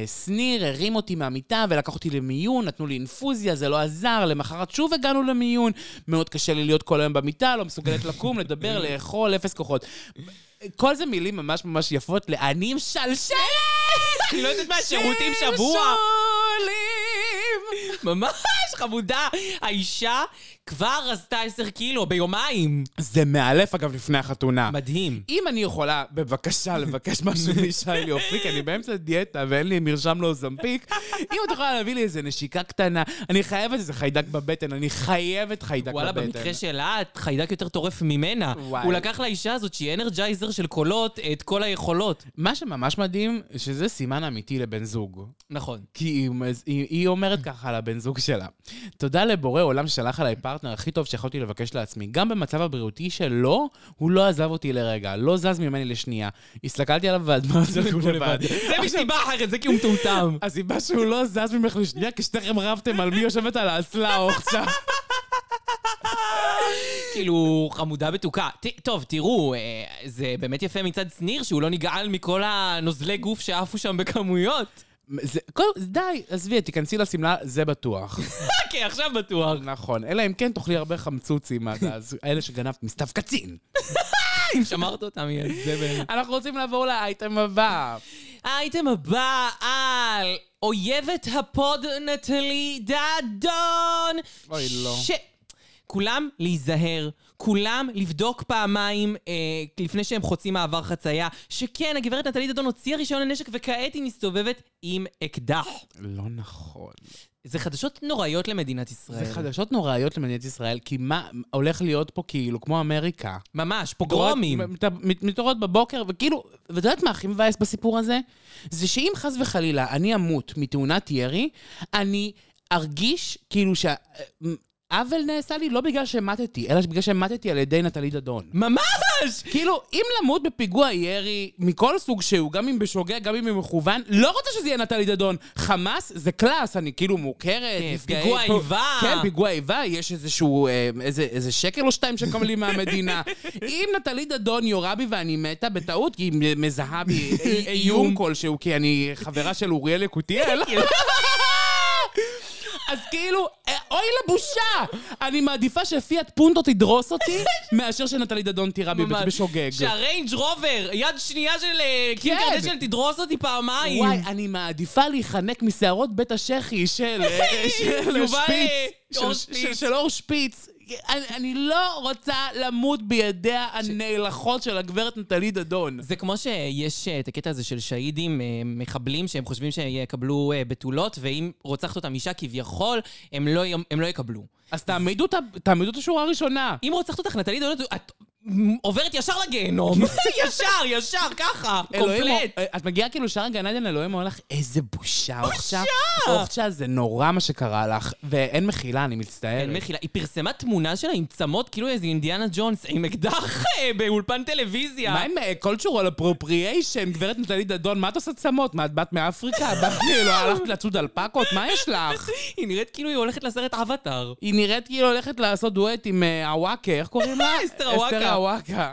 D: ששניר אה, הרים אותי מהמיטה ולקח אותי למיון, נתנו לי אינפוזיה, זה לא עזר, למחרת שוב הגענו למיון, מאוד קשה לי להיות כל היום במיטה, לא מסוגלת לקום, לדבר, לאכול, אפס כוחות. כל זה מילים ממש ממש יפות לעני משלשלת!
E: אני לא יוצאת מהשירותים שבוע.
D: שולים.
E: ממש חמודה. האישה כבר עשתה 10 קילו ביומיים.
D: זה מאלף, אגב, לפני החתונה.
E: מדהים.
D: אם אני יכולה, בבקשה, לבקש משהו משיילי אופריק, אני באמצע דיאטה ואין לי מרשם לאוזמפיק, אם את יכולה להביא לי איזה נשיקה קטנה, אני חייבת איזה חיידק בבטן, אני חייבת חיידק
E: וואלה,
D: בבטן.
E: במקרה שלה, את חיידק יותר טורף ממנה.
D: וואי.
E: הוא לקח לאישה הזאת, שהיא אנרג'ייזר של קולות, את כל היכולות.
D: מה שממש מדהים, שזה סימן אמיתי לבן זוג.
E: נכון.
D: כי היא, מז- היא, היא אומרת ככה לבן זוג שלה, תודה לבורא עולם ששלח עליי פרטנר הכי טוב שיכולתי לבקש לעצמי. גם במצב הבריאותי שלו, הוא לא עזב אותי לרגע, לא זז ממני לשנייה. הסתכלתי עליו והדמעות זלגו לבד.
E: זה מסיבה אחרת, זה כי הוא מטומטם.
D: הסיבה שהוא לא זז ממך לשנייה, כי שתיכם רבתם על מי יושבת על האסלה או עכשיו.
E: כאילו, חמודה מתוקה. ת- טוב, תראו, אה, זה באמת יפה מצד שניר שהוא לא נגעל מכל הנוזלי גוף שעפו שם בכמויות.
D: זה- כל- די, עזבי, תיכנסי לשמלה, זה בטוח.
E: אוקיי, עכשיו בטוח.
D: נכון, אלא אם כן תאכלי הרבה חמצוצים עד אז, אלה שגנבת מסתיו קצין.
E: אם שמרת אותם, יהיה זבל.
D: אנחנו רוצים לעבור לאייטם הבא.
E: האייטם הבא על אויבת הפוד נטלי דדון.
D: אוי, לא.
E: ש... כולם להיזהר, כולם לבדוק פעמיים אה, לפני שהם חוצים מעבר חצייה, שכן, הגברת נטלי דדון הוציאה רישיון לנשק וכעת היא מסתובבת עם אקדח.
D: לא נכון.
E: זה חדשות נוראיות למדינת ישראל.
D: זה חדשות נוראיות למדינת ישראל, כי מה הולך להיות פה כאילו כמו אמריקה.
E: ממש, פוגרומים.
D: מת- מת- מתעוררות בבוקר, וכאילו, ואת יודעת מה הכי מבאס בסיפור הזה? זה שאם חס וחלילה אני אמות מתאונת ירי, אני ארגיש כאילו שהעוול נעשה לי לא בגלל שמתתי, אלא בגלל שמתתי על ידי נטלי דדון.
E: ממש!
D: כאילו, אם למות בפיגוע ירי מכל סוג שהוא, גם אם בשוגג, גם אם במכוון, לא רוצה שזה יהיה נטלי דדון. חמאס זה קלאס, אני כאילו מוכרת,
E: כן,
D: נפגעי...
E: פיגוע
D: פה-
E: איבה.
D: כן, פיגוע איבה, יש איזשהו, אה, איזה, איזה שקל או שתיים שמקבלים מהמדינה. אם נטלי דדון יורה בי ואני מתה בטעות, כי היא מזהה בי אי- איום כלשהו, כי אני חברה של אוריאל יקותיאל. אז כאילו, אה, אוי לבושה! אני מעדיפה שפיאט פונטו תדרוס אותי, מאשר שנטלי דדון תירה בי
E: ממש.
D: בשוגג.
E: שהריינג' רובר, יד שנייה של אה, קים
D: כן.
E: קרדשן תדרוס אותי פעמיים.
D: וואי, אני מעדיפה להיחנק משערות בית השחי של אה, של
E: יובל, אה,
D: שפיץ.
E: אור
D: של-
E: שפיץ.
D: של- של אור שפיץ. אני- אני לא רוצה למות בידיה הנאלחות של הגברת נטלי דדון.
E: זה כמו שיש אה, את הקטע הזה של שהידים, אה, מחבלים שהם חושבים שיקבלו אה, בתולות, ואם רוצחת אותם אישה כביכול, הם לא, י- הם לא יקבלו.
D: אז תעמידו את ה- תעמידו את השורה הראשונה.
E: אם רוצחת אותך נטלי דונלד, את עוברת ישר לגיהנום. ישר, ישר, ככה,
D: אלוהים,
E: קומפלט.
D: את מגיעה כאילו שרה גן עדן, אלוהים אומר לך, איזה בושה, אוכשה. אוכשה, זה נורא מה שקרה לך, ואין מחילה, אני מצטערת.
E: אין מחילה, היא פרסמה תמונה שלה עם צמות, כאילו איזה אינדיאנה ג'ונס, עם אקדח אה, באולפן טלוויזיה.
D: מה עם אה, קולצ'ורל אפרופריאשן, גברת נטלי דדון, מה את עושה צמות? מה, את באת מאפריקה? באת כאילו, הלכת לצוד אלפקות? מה יש לך?
E: היא נראית כאילו היא הולכת לסרט אבטאר.
D: היא נראית כאילו הולכת לעשות דואט עם אה, הוואקה, איך קוראים לה?
E: אה, אסתר הוואקה.
D: אסתר הוואקה.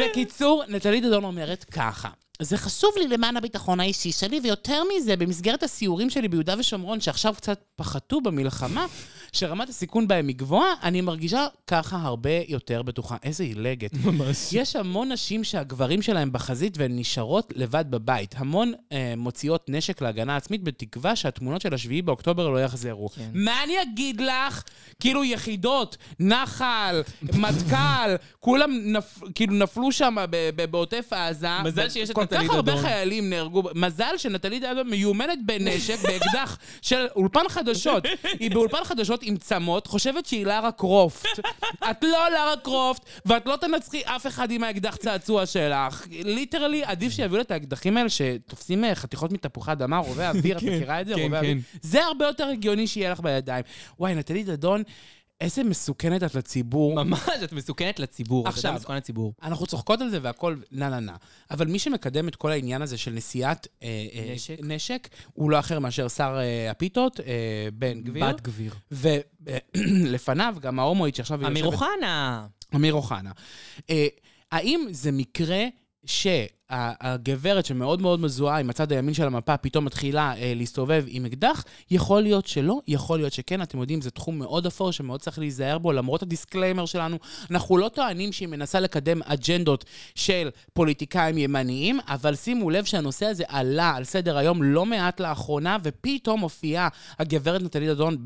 D: בקיצור, נטלי דדון אומרת ככה. זה חשוב לי למען הביטחון האישי שלי, ויותר מזה, במסגרת הסיורים שלי ביהודה ושומרון, שעכשיו קצת פחתו במלחמה, שרמת הסיכון בהם היא גבוהה, אני מרגישה ככה הרבה יותר בטוחה. איזה עילגת.
E: ממש.
D: יש המון נשים שהגברים שלהם בחזית והן נשארות לבד בבית. המון אה, מוציאות נשק להגנה עצמית בתקווה שהתמונות של השביעי באוקטובר לא יחזרו. כן. מה אני אגיד לך? כאילו יחידות, נחל, מטכ"ל, כולם נפ... כאילו נפלו שם ב- ב- בעוטף עזה.
E: מזל
D: ו-
E: שיש את
D: כל
E: נטלי
D: כך הרבה
E: דדון.
D: חיילים נהרגו. ב- מזל שנטלי דדון מיומנת בנשק, באקדח של אולפן חדשות. היא באולפן חדשות גדולות עם צמות, חושבת שהיא לארה קרופט. את לא לארה קרופט, ואת לא תנצחי אף אחד עם האקדח צעצוע שלך. ליטרלי, עדיף שיביאו לה את האקדחים האלה שתופסים אה, חתיכות מתפוחי אדמה, רובי אוויר, את מכירה את זה?
E: כן,
D: רובי
E: כן.
D: אוויר. זה הרבה יותר הגיוני שיהיה לך בידיים. וואי, נטלי דדון, איזה מסוכנת את לציבור.
E: ממש, את מסוכנת לציבור.
D: עכשיו.
E: עכשיו. את מסוכנת לציבור.
D: אנחנו צוחקות על זה והכל נה נה נה. אבל מי שמקדם את כל העניין הזה של נשיאת אה, אה,
E: נשק.
D: נשק, הוא לא אחר מאשר שר אה, הפיתות, אה, בן גביר.
E: בת גביר.
D: ולפניו גם ההומואית שעכשיו... היא
E: אמיר
D: יושבת-
E: אוחנה.
D: אמיר אוחנה. אה, האם זה מקרה שהגברת שמאוד מאוד מזוהה עם הצד הימין של המפה פתאום מתחילה אה, להסתובב עם אקדח? יכול להיות שלא, יכול להיות שכן. אתם יודעים, זה תחום מאוד אפור שמאוד צריך להיזהר בו, למרות הדיסקליימר שלנו. אנחנו לא טוענים שהיא מנסה לקדם אג'נדות של פוליטיקאים ימניים, אבל שימו לב שהנושא הזה עלה על סדר היום לא מעט לאחרונה, ופתאום מופיעה הגברת נטלי דדון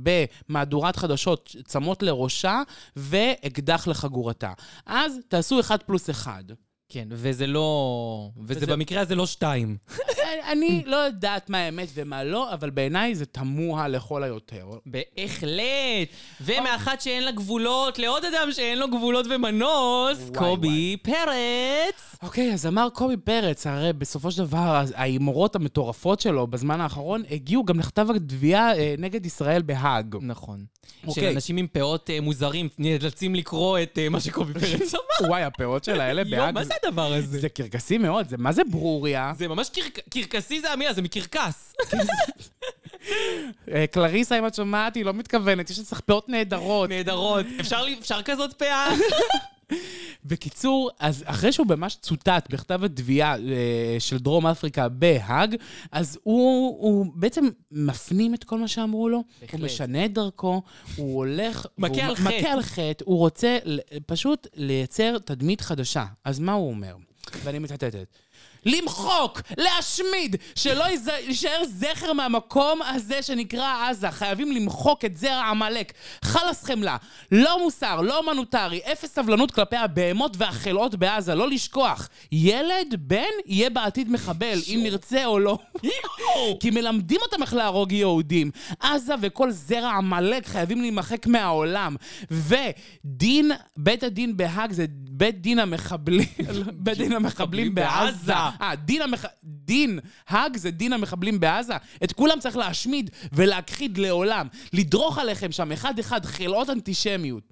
D: במהדורת חדשות צמות לראשה ואקדח לחגורתה. אז תעשו אחד פלוס אחד.
E: כן, וזה לא... וזה
D: וזה-
E: במקרה הזה לא שתיים.
D: אני לא יודעת מה האמת ומה לא, אבל בעיניי זה תמוה לכל היותר.
E: בהחלט. ומאחת שאין לה גבולות, לעוד אדם שאין לו גבולות ומנוס,
D: וואי,
E: קובי פרץ.
D: אוקיי, אז אמר קובי פרץ, הרי בסופו של דבר אז ההימורות המטורפות שלו בזמן האחרון הגיעו גם לכתב התביעה אה, נגד ישראל בהאג.
E: נכון. של
D: אוקיי.
E: אנשים עם פאות אה, מוזרים נאלצים לקרוא את אה, מה שקובי פרץ אמר.
D: וואי, הפאות של האלה
E: לא,
D: בהאג,
E: מה זה הדבר הזה?
D: זה קרקסי מאוד, זה מה זה ברוריה?
E: זה ממש קרק- קרקסי זה המילה, זה מקרקס.
D: אה, קלריסה, אם את שומעת, היא לא מתכוונת, יש לך פאות נהדרות.
E: נהדרות. אפשר לי- אפשר כזאת פאה?
D: בקיצור, אז אחרי שהוא ממש צוטט בכתב התביעה אה, של דרום אפריקה בהאג, אז הוא, הוא בעצם מפנים את כל מה שאמרו לו,
E: בהחלט.
D: הוא משנה את דרכו, הוא הולך...
E: מכה
D: והוא
E: על
D: מ-
E: חטא.
D: מכה על חטא, הוא רוצה ל- פשוט לייצר תדמית חדשה. אז מה הוא אומר? ואני מצטטת. למחוק, להשמיד, שלא ייז- יישאר זכר מהמקום הזה שנקרא עזה. חייבים למחוק את זרע עמלק. חלאס חמלה. לא מוסר, לא הומניטרי, אפס סבלנות כלפי הבהמות והחלאות בעזה. לא לשכוח. ילד, בן, יהיה בעתיד מחבל, אם נרצה או לא.
E: כן.
D: כי מלמדים אותם איך להרוג יהודים. עזה וכל זרע עמלק חייבים להימחק מהעולם. ודין, בית הדין בהאג זה בית דין המחבלים, בית לא, דין המחבלים בעזה.
E: בעזה.
D: אה, דין המח... דין האג זה דין המחבלים בעזה. את כולם צריך להשמיד ולהכחיד לעולם. לדרוך עליכם שם אחד-אחד חלאות אנטישמיות.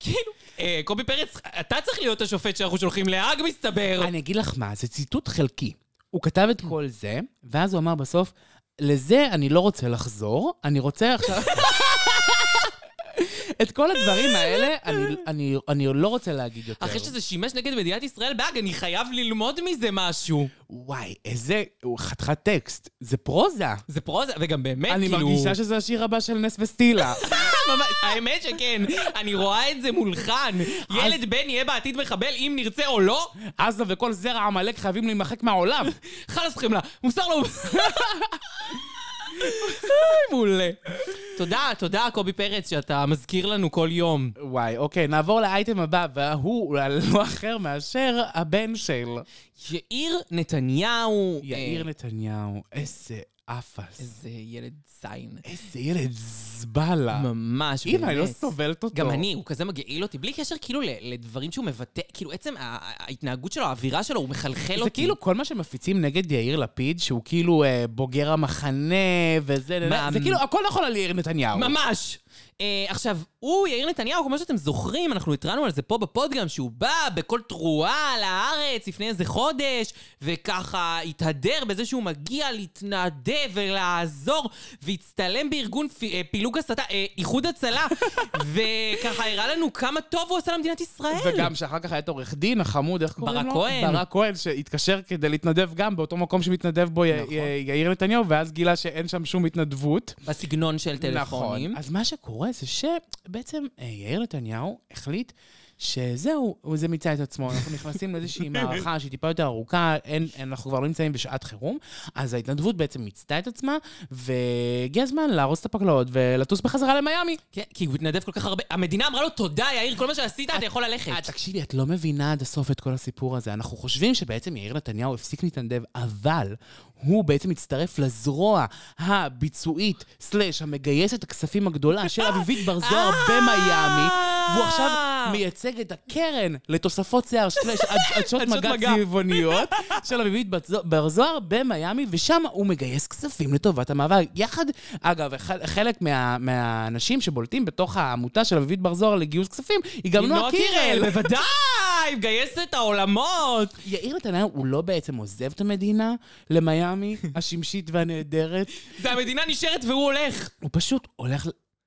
E: כאילו, אה, קובי פרץ, אתה צריך להיות השופט שאנחנו שולחים להאג, מסתבר.
D: אני אגיד לך מה, זה ציטוט חלקי. הוא כתב את כל זה, ואז הוא אמר בסוף, לזה אני לא רוצה לחזור, אני רוצה עכשיו... את כל הדברים האלה, אני, אני, אני לא רוצה להגיד יותר.
E: אחרי שזה שימש נגד מדינת ישראל בהאג, אני חייב ללמוד מזה משהו.
D: וואי, איזה... הוא חתיכת טקסט. זה פרוזה.
E: זה פרוזה, וגם באמת,
D: אני
E: כאילו...
D: מרגישה שזה השיר הבא של נס וסטילה.
E: ממש- האמת שכן, אני רואה את זה מולכן. ילד בן יהיה בעתיד מחבל, אם נרצה או לא,
D: עזה וכל זרע עמלק חייבים להימחק מהעולם.
E: חלאס חמלה, מוסר לא- לו... מעולה. תודה, תודה, קובי פרץ, שאתה מזכיר לנו כל יום.
D: וואי, אוקיי, נעבור לאייטם הבא, והוא לא אחר מאשר הבן של
E: יאיר נתניהו.
D: יאיר
E: אה,
D: נתניהו. איזה אפס.
E: איזה ילד זין.
D: איזה ילד זבלה.
E: ממש,
D: אימא, אני לא
E: באמת.
D: סובלת אותו.
E: גם אני, הוא כזה מגעיל אותי, בלי קשר כאילו ל- לדברים שהוא מבטא, כאילו עצם ה- ה- ההתנהגות שלו, האווירה שלו, הוא מחלחל אותי.
D: זה כאילו כל מה שמפיצים נגד יאיר לפיד, שהוא כאילו אה, בוגר המחנה וזה,
E: מה-
D: זה כאילו הכל נכון על יאיר נתניהו.
E: ממש. אה, עכשיו, הוא, יאיר נתניהו, כמו שאתם זוכרים, אנחנו התרענו על זה פה בפוד גם, שהוא בא בכל תרועה לארץ לפני איזה חודש, וככה התהדר בזה שהוא מגיע להתנדב ולעזור, והצטלם בארגון פי, אה, פילוג הסתה, אה, איחוד הצלה, וככה הראה לנו כמה טוב הוא עשה למדינת ישראל.
D: וגם שאחר כך היה את עורך דין החמוד, איך קוראים
E: ברק
D: לו?
E: כהן.
D: ברק כהן, שהתקשר כדי להתנדב גם באותו מקום שמתנדב בו י-
E: נכון.
D: י- יאיר נתניהו, ואז גילה שאין שם שום התנדבות.
E: בסגנון של טלפונים.
D: נכון. אז מה שקורה זה שבעצם אה, יאיר נתניהו החליט שזהו, הוא- זה מיצה את עצמו. אנחנו נכנסים לאיזושהי מערכה שהיא טיפה יותר ארוכה, אין, אין- אנחנו כבר לא נמצאים בשעת חירום, אז ההתנדבות בעצם מיצתה את עצמה, והגיע הזמן להרוס את הפקלאות ולטוס בחזרה למיאמי.
E: כן, כי הוא התנדב כל כך הרבה. המדינה אמרה לו, תודה, יאיר, כל מה שעשית, אתה יכול ללכת.
D: אה, תקשיבי, את לא מבינה עד הסוף את כל הסיפור הזה. אנחנו חושבים שבעצם יאיר נתניהו הפסיק להתנדב, אבל הוא בעצם הצטרף לזרוע הביצועית, סלאש, המגייסת הכספים הגדולה של אביבית בר זוהר
E: אה!
D: במיאמי, והוא עכשיו מייצג את הקרן לתוספות שיער, סלאש, עד- עדשות
E: עדשות
D: מגע
E: מגע.
D: צבעוניות של אביבית בת זו- בר זוהר במיאמי, ושם הוא מגייס כספים לטובת המאבק. יחד, אגב, ח- חלק מה- מהאנשים שבולטים בתוך העמותה של אביבית בר זוהר לגיוס כספים, היא גם
E: עם
D: נועה קירל.
E: בוודאי! מגייס את העולמות!
D: יאיר נתניהו הוא לא בעצם עוזב את המדינה למיאמי השמשית והנהדרת,
E: זה המדינה נשארת והוא הולך.
D: הוא פשוט הולך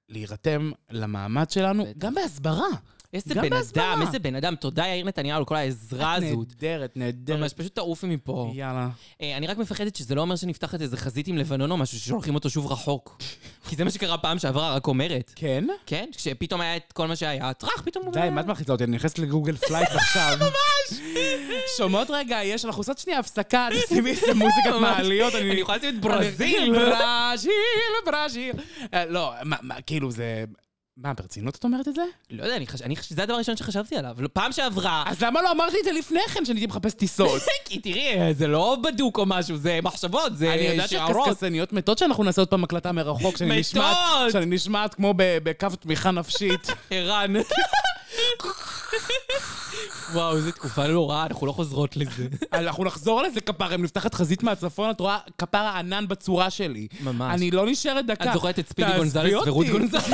D: להירתם למאמץ שלנו, גם בהסברה.
E: איזה
D: גם
E: בן
D: בהסברה.
E: אדם, איזה בן אדם. תודה, יאיר נתניהו, על כל העזרה הזאת.
D: נהדרת, נהדרת.
E: ממש, פשוט תעופי מפה.
D: יאללה.
E: אה, אני רק מפחדת שזה לא אומר שנפתחת איזה חזית עם לבנון או משהו ששולחים אותו שוב רחוק. כי זה מה שקרה פעם שעברה, רק אומרת.
D: כן?
E: כן? כשפתאום היה את כל מה שהיה, טראח, פתאום... אה,
D: די, מה את מלחיצה אותי? אני נכנסת לגוגל פלייט עכשיו. ממש! שומעות רגע, יש, אנחנו עושות שנייה הפסקה, תשימי איזה מוזיקת
E: ממש.
D: מעליות,
E: אני יכולה לשים את ברזיל.
D: ברזיל, ברזיל. אה, לא, מה- מה, כאילו זה... מה, ברצינות את אומרת את זה?
E: לא יודע, אני חש- אני חש... זה הדבר הראשון שחשבתי עליו. לא, פעם שעברה...
D: אז למה לא אמרתי את זה לפני כן, שאני הייתי מחפש טיסות?
E: כי תראי, זה לא בדוק או משהו, זה מחשבות, זה
D: אני יודעת
E: שערות.
D: שקסקסניות מתות שאנחנו נעשה עוד פעם הקלטה מרחוק, שאני נשמעת,
E: מתות!
D: שאני נשמעת כמו ב- בקו תמיכה נפשית. אה,
E: ערן. וואו, איזו תקופה לא רעה, אנחנו לא חוזרות לזה.
D: אנחנו נחזור לזה כפרה, אם נפתחת חזית מהצפון, את רואה כפרה ענן בצורה שלי.
E: ממש.
D: אני לא נשארת דקה.
E: את זוכרת את ספידי
D: תעזבי
E: גונזלס
D: אותי.
E: ורות גונזלס?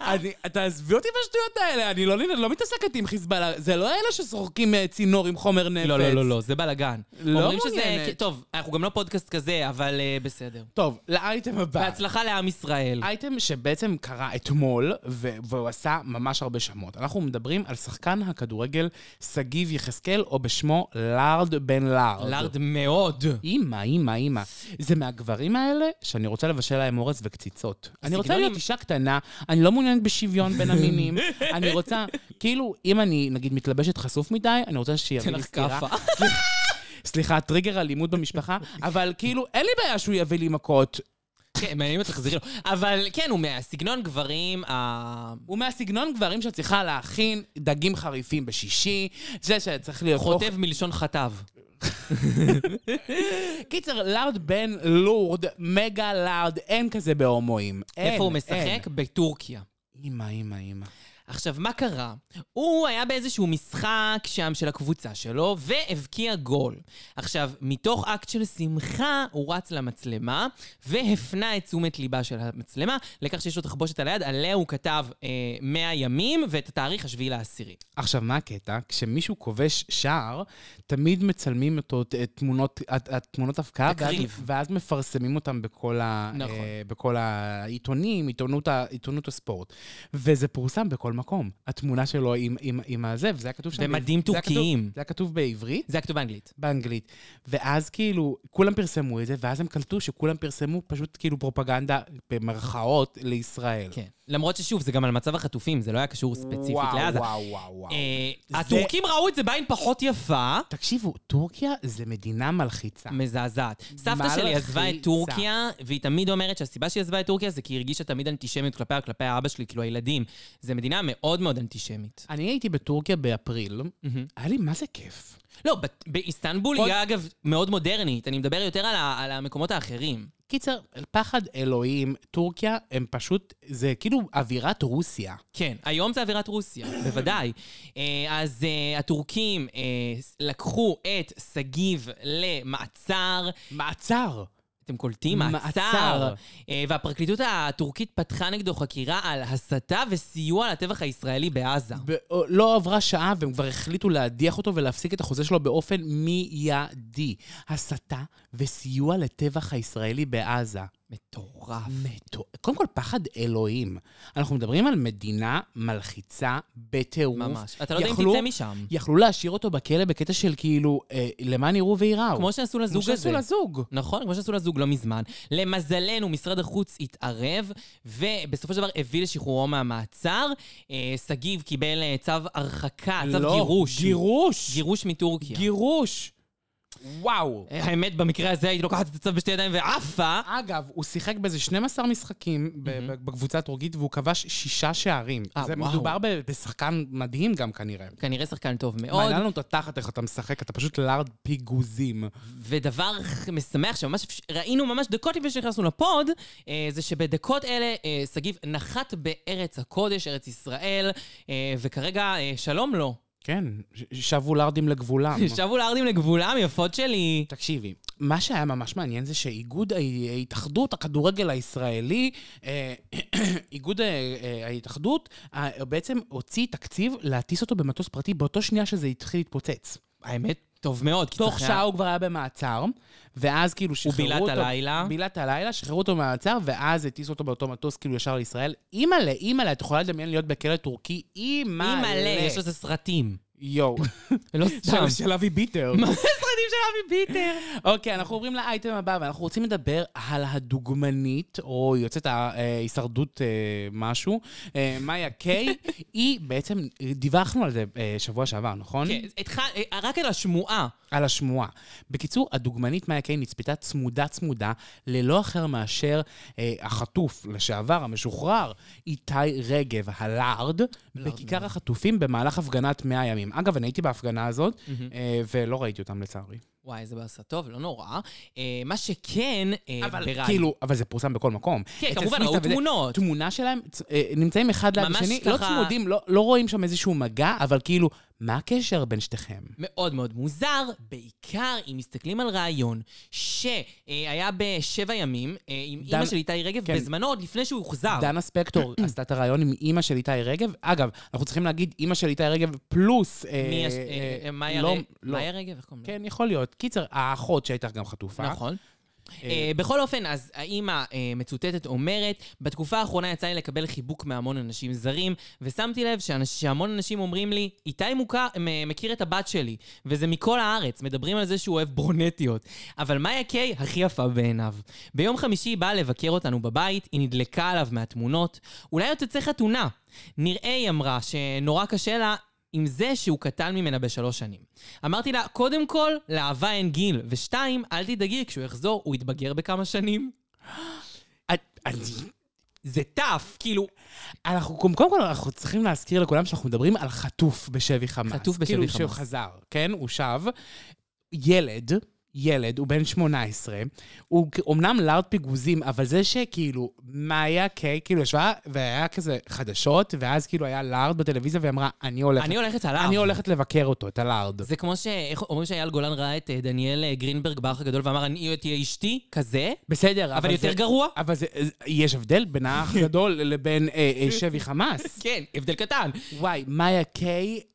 D: אני- תעזבי אותי בשטויות האלה, אני לא לא מתעסקת עם חיזבאללה. זה לא אלה שזורקים אה, צינור עם חומר נפץ.
E: לא, לא, לא, לא, זה בלאגן.
D: לא
E: אומרים שזה-
D: מעוניינת.
E: טוב, אנחנו גם לא פודקאסט כזה, אבל אה, בסדר.
D: טוב, לאייטם הבא.
E: בהצלחה לעם ישראל.
D: אייטם שבעצם קרה אתמול, ו- והוא עשה ממש הרבה שמות. אנחנו מדברים על שחקן הכדורגל שגיב יחזקאל, או בשמו לארד בן לארד.
E: לארד מאוד.
D: אימא, אימא, אימא. זה מהגברים האלה שאני רוצה לבשל להם אורז וקציצות. אני רוצה
E: הסגנון
D: להיות
E: עם-
D: אישה קטנה, אני לא מעוניינת בשוויון בין המינים. אני רוצה, כאילו, אם אני, נגיד, מתלבשת חשוף מדי, אני רוצה שיביא
E: תן
D: לי
E: לך
D: סטירה.
E: כאפה.
D: סליחה, טריגר אלימות במשפחה, אבל כאילו, אין לי בעיה שהוא יביא לי מכות.
E: כן, מעניין אם את תחזרי לו. אבל כן, הוא מהסגנון גברים ה...
D: הוא מהסגנון גברים שאת צריכה להכין דגים חריפים בשישי, זה שצריך להיות...
E: חוטב מלשון חטב.
D: קיצר, לארד בן לורד, מגה לארד, אין כזה בהומואים. אין,
E: איפה הוא
D: אין.
E: משחק? בטורקיה.
D: אימא, אימא, אימא.
E: עכשיו, מה קרה? הוא היה באיזשהו משחק שם של הקבוצה שלו, והבקיע גול. עכשיו, מתוך אקט של שמחה, הוא רץ למצלמה, והפנה את תשומת ליבה של המצלמה, לכך שיש לו תחבושת על היד, עליה הוא כתב אה, 100 ימים, ואת התאריך השביעי לעשירי.
D: עכשיו, מה הקטע? כשמישהו כובש שער, תמיד מצלמים אותו, ת- תמונות, הת- התמונות הבקעה, ואז-
E: תקריב.
D: ואז מפרסמים אותם בכל, ה,
E: נכון.
D: אה, בכל העיתונים, עיתונות, ה- עיתונות הספורט. וזה פורסם בכל מקום. התמונה שלו עם, עם, עם הזה, וזה היה כתוב שם...
E: במדים
D: בעברית. זה היה כתוב-
E: טורקיים.
D: זה היה כתוב בעברית.
E: זה היה כתוב באנגלית.
D: באנגלית. ואז כאילו, כולם פרסמו את זה, ואז הם קלטו שכולם פרסמו פשוט כאילו פרופגנדה, במרכאות, לישראל.
E: כן. למרות ששוב, זה גם על מצב החטופים, זה לא היה קשור ספציפית לעזה.
D: וואו, וואו, וואו.
E: אה, הטורקים ראו את זה בעין פחות יפה.
D: תקשיבו, טורקיה זה מדינה מלחיצה.
E: מזעזעת. סבתא שלי
D: מלחיצה.
E: עזבה את טורקיה, והיא תמיד אומרת שהסיבה שהיא עזבה את טורקיה זה כי היא הרגישה תמיד אנטישמיות כלפיה, כלפי האבא שלי, כאילו הילדים. זו מדינה מאוד מאוד אנטישמית.
D: אני הייתי בטורקיה באפריל, היה לי מה זה כיף.
E: לא, בת- באיסטנבול
D: עוד-
E: היא אגב מאוד מודרנית, אני מדבר יותר על ה- על המקומות האחרים.
D: קיצר, פחד אלוהים, טורקיה, הם פשוט, זה כאילו אווירת רוסיה.
E: כן, היום זה אווירת רוסיה, בוודאי. אה, אז אה, הטורקים אה, לקחו את שגיב למעצר,
D: מעצר.
E: אתם קולטים?
D: מעצר.
E: מעצר. אה, והפרקליטות הטורקית פתחה נגדו חקירה על הסתה וסיוע לטבח הישראלי בעזה.
D: ב- לא עברה שעה והם כבר החליטו להדיח אותו ולהפסיק את החוזה שלו באופן מיידי. הסתה וסיוע לטבח הישראלי בעזה.
E: מטורף.
D: מתו... קודם כל, פחד אלוהים. אנחנו מדברים על מדינה מלחיצה בטירוף.
E: ממש. אתה לא יודע אם
D: יכלו-
E: תצא משם.
D: יכלו להשאיר אותו בכלא בקטע של כאילו, אה, למען יראו וייראו.
E: כמו שעשו לזוג הזה.
D: כמו שעשו לזוג.
E: נכון, כמו שעשו לזוג לא מזמן. למזלנו, משרד החוץ התערב, ובסופו של דבר הביא לשחרורו מהמעצר. אה, שגיב קיבל אה, צו הרחקה, צו
D: לא,
E: גירוש.
D: גירוש.
E: גירוש מטורקיה.
D: גירוש. וואו.
E: אה, האמת, במקרה הזה הייתי לוקחת את הצו בשתי ידיים
D: אה.
E: ועפה.
D: אגב, הוא שיחק באיזה 12 משחקים ב- ב- בקבוצה הטורגית והוא כבש שישה שערים.
E: אה,
D: זה
E: וואו.
D: מדובר ב- בשחקן מדהים גם כנראה.
E: כנראה שחקן טוב מאוד.
D: מעניין לנו את התחת איך אתה משחק, אתה פשוט לארד פיגוזים.
E: ודבר משמח שממש אפש- ראינו ממש דקות לפני שנכנסנו לפוד, אה, זה שבדקות אלה אה, שגיב נחת בארץ הקודש, ארץ ישראל, אה, וכרגע אה, שלום לו.
D: כן, ש- שבו לארדים לגבולם.
E: שבו לארדים לגבולם, יפות שלי.
D: תקשיבי, מה שהיה ממש מעניין זה שאיגוד ה- ההתאחדות, הכדורגל הישראלי, אה, איגוד אה, אה, ההתאחדות, אה, בעצם הוציא תקציב להטיס אותו במטוס פרטי באותו שנייה שזה התחיל להתפוצץ.
E: האמת, טוב מאוד. כי
D: תוך
E: צריך
D: שעה
E: היה-
D: הוא כבר היה במעצר, ואז כאילו שחררו אותו...
E: בילה את הלילה.
D: בילה את הלילה, שחררו אותו מהמעצר, ואז הטיסו אותו באותו מטוס כאילו ישר לישראל. אימא'לה, אימא'לה, את יכולה לדמיין להיות בכלא טורקי? אימא'לה.
E: אימא'לה, יש לזה סרטים.
D: יואו.
E: לא סתם.
D: של- של אבי ביטר.
E: מה זה סרטים של אבי ביטר?
D: אוקיי, אנחנו עוברים לאייטם הבא, ואנחנו רוצים לדבר על הדוגמנית, או יוצאת ההישרדות משהו, אה, מאיה קיי. היא בעצם, דיווחנו על זה אה, שבוע שעבר, נכון?
E: כן, התחל- אה, רק על השמועה.
D: על השמועה. בקיצור, הדוגמנית מאיה קיי נצפתה צמודה-צמודה ללא אחר מאשר אה, החטוף לשעבר, המשוחרר, איתי רגב, הלארד,
E: לא,
D: בכיכר החטופים במהלך הפגנת 100 ימים. אגב, אני הייתי בהפגנה הזאת, אה, ולא ראיתי אותם לצערי.
E: וואי, איזה באסה. טוב, לא נורא. אה, מה שכן, אה,
D: אבל
E: ברדיו-
D: כאילו, אבל זה פורסם בכל מקום.
E: כן,
D: אצל
E: כמובן,
D: סמיסה
E: ראו
D: וזה-
E: תמונות.
D: תמונה שלהם, צ- אה, נמצאים אחד ליד
E: ממש
D: השני, לא
E: ככה-
D: צמודים, לא- לא רואים שם איזשהו מגע, אבל כאילו, מה הקשר בין שתיכם?
E: מאוד מאוד מוזר, בעיקר אם מסתכלים על רעיון שהיה בשבע ימים אה, עם
D: דן-
E: אימא של איתי רגב
D: כן.
E: בזמנו, עוד לפני שהוא הוחזר.
D: דנה ספקטור עשתה את הרעיון עם אימא של איתי רגב. אגב, אנחנו צריכים להגיד אימא של איתי רגב פלוס... אה,
E: מי הש-
D: אה,
E: אה, אה, מאיה
D: לא-
E: ר-
D: לא.
E: מאיה רגב? איך קוראים לה?
D: כן, יכול להיות. קיצר, האחות שהייתה גם חטופה.
E: נכון. אה, בכל אופן, אז האימא אה, מצוטטת אומרת, בתקופה האחרונה יצא לי לקבל חיבוק מהמון אנשים זרים, ושמתי לב שאנש, שהמון אנשים אומרים לי, איתי מוכר, מ- מכיר את הבת שלי, וזה מכל הארץ, מדברים על זה שהוא אוהב ברונטיות. אבל מאיה קיי הכי יפה בעיניו. ביום חמישי היא באה לבקר אותנו בבית, היא נדלקה עליו מהתמונות. אולי עוד תצא חתונה. נראה, היא אמרה, שנורא קשה לה, עם זה שהוא קטן ממנה בשלוש שנים. אמרתי לה, קודם כל, לאהבה אין גיל, ושתיים, אל תדאגי, כשהוא יחזור, הוא יתבגר בכמה שנים.
D: את- אני-
E: זה טף, כאילו,
D: אנחנו, קודם קודם כל, אנחנו צריכים להזכיר לכולם שאנחנו מדברים על חטוף בשבי חמאס.
E: חטוף בשבי חמאס.
D: כאילו, שהוא חזר, כן? הוא שב. ילד, ילד, הוא בן 18, הוא כ- אומנם לארד פיגוזים, אבל זה שכאילו, מאיה קיי, כאילו, ישבה, והיה כזה חדשות, ואז כאילו היה לארד בטלוויזיה, והיא אמרה, אני הולכת
E: אני הולכת עליו.
D: אני הולכת לבקר אותו, את הלארד.
E: זה כמו ש... איך אומרים שאייל גולן ראה את אה, דניאל אה, גרינברג באח הגדול ואמר, אני תהיה אשתי, כזה,
D: בסדר,
E: אבל יותר
D: זה-
E: גרוע.
D: אבל זה- זה- יש הבדל בין האח הגדול לבין אה, אה, שבי חמאס.
E: כן, הבדל קטן.
D: וואי, מאיה קיי, אה,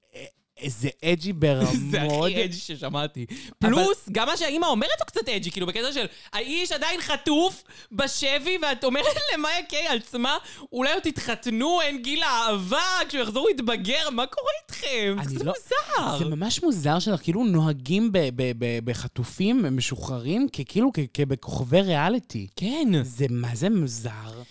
D: זה אג'י ברמות.
E: זה הכי אג' ששמעתי. פלוס, גם מה שהאימא אומרת הוא קצת אג'י, כאילו בקטע של האיש עדיין חטוף בשבי, ואת אומרת למאיה קיי על עצמה, אולי עוד תתחתנו, אין גיל האהבה, כשהוא יחזור הוא יתבגר, מה קורה איתכם? זה
D: אני
E: קצת
D: לא- זה
E: מוזר.
D: ממש מוזר שאנחנו כאילו נוהגים ב- ב- ב- בחטופים משוחררים ככאילו כ- כבכוכבי ריאליטי.
E: כן.
D: זה מה זה מוזר.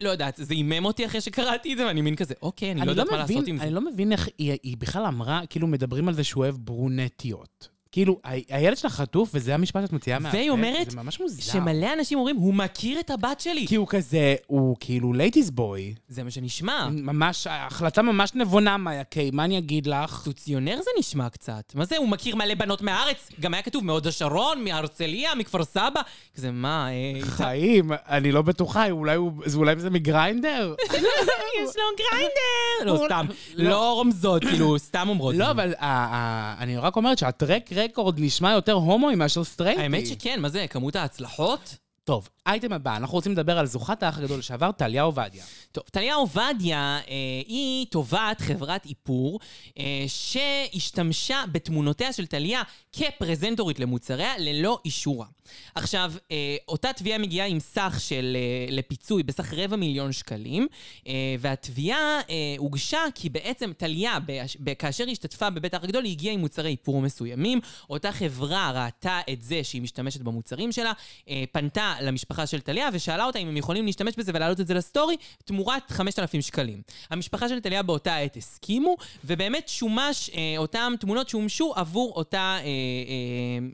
E: לא יודעת, זה הימם אותי אחרי שקראתי את זה, ואני מין כזה, אוקיי, אני לא יודעת מה
D: מבין-
E: לעשות עם זה.
D: אני לא מבין איך היא, היא בכלל אמרה, כאילו מדברים על זה שהוא אוהב ברונטיות. כאילו, ה- הילד שלך חטוף, וזה המשפט שאת מוציאה מהפה.
E: והיא אומרת
D: זה ממש מוזר.
E: שמלא אנשים אומרים, הוא מכיר את הבת שלי.
D: כי הוא כזה, הוא כאילו לייטיז בוי.
E: זה מה שנשמע.
D: ממש, החלטה ממש נבונה, מאיה קיי, מה אני אגיד לך?
E: אקסטוציונר זה נשמע קצת. מה זה, הוא מכיר מלא בנות מהארץ? גם היה כתוב מהוד השרון, מהרצליה, מכפר סבא. כזה, מה, אה,
D: חיים, אני לא בטוחה, אולי הוא- זה- אולי זה מגריינדר?
E: יש לו גריינדר! לא,
D: הוא-
E: סתם.
D: לא.
E: לא רומזות, כאילו, סתם אומרות.
D: לא, אבל ה- ה- אני רק אומרת שהטרק רקורד נשמע יותר הומואי מאשר סטרייטי.
E: האמת שכן, מה זה, כמות ההצלחות?
D: טוב, אייטם הבא, אנחנו רוצים לדבר על זוכת האח הגדול לשעבר, טליה עובדיה.
E: טוב, טליה עובדיה אה, היא תובעת חברת איפור אה, שהשתמשה בתמונותיה של טליה כפרזנטורית למוצריה ללא אישורה. עכשיו, אה, אותה תביעה מגיעה עם סך של, אה, לפיצוי בסך רבע מיליון שקלים, אה, והתביעה אה, הוגשה כי בעצם טליה, באש- ב- כאשר היא השתתפה בבית האח הגדול, היא הגיעה עם מוצרי איפור מסוימים. אותה חברה ראתה את זה שהיא משתמשת במוצרים שלה, אה, פנתה למשפחה של טליה ושאלה אותה אם הם יכולים להשתמש בזה ולהעלות את זה לסטורי, תמורת 5,000 שקלים. המשפחה של טליה באותה עת הסכימו, ובאמת שומש אה, אותן תמונות שהומשו עבור אותה אה, אה,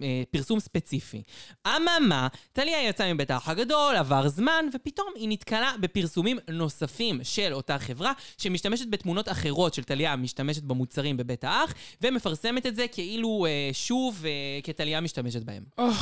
E: אה, פרסום ספציפי. אממה, טליה יצאה מבית האח הגדול, עבר זמן, ופתאום היא נתקלה בפרסומים נוספים של אותה חברה, שמשתמשת בתמונות אחרות של טליה משתמשת במוצרים בבית האח, ומפרסמת את זה כאילו אה, שוב אה, כטליה משתמשת בהם.
D: אוקיי.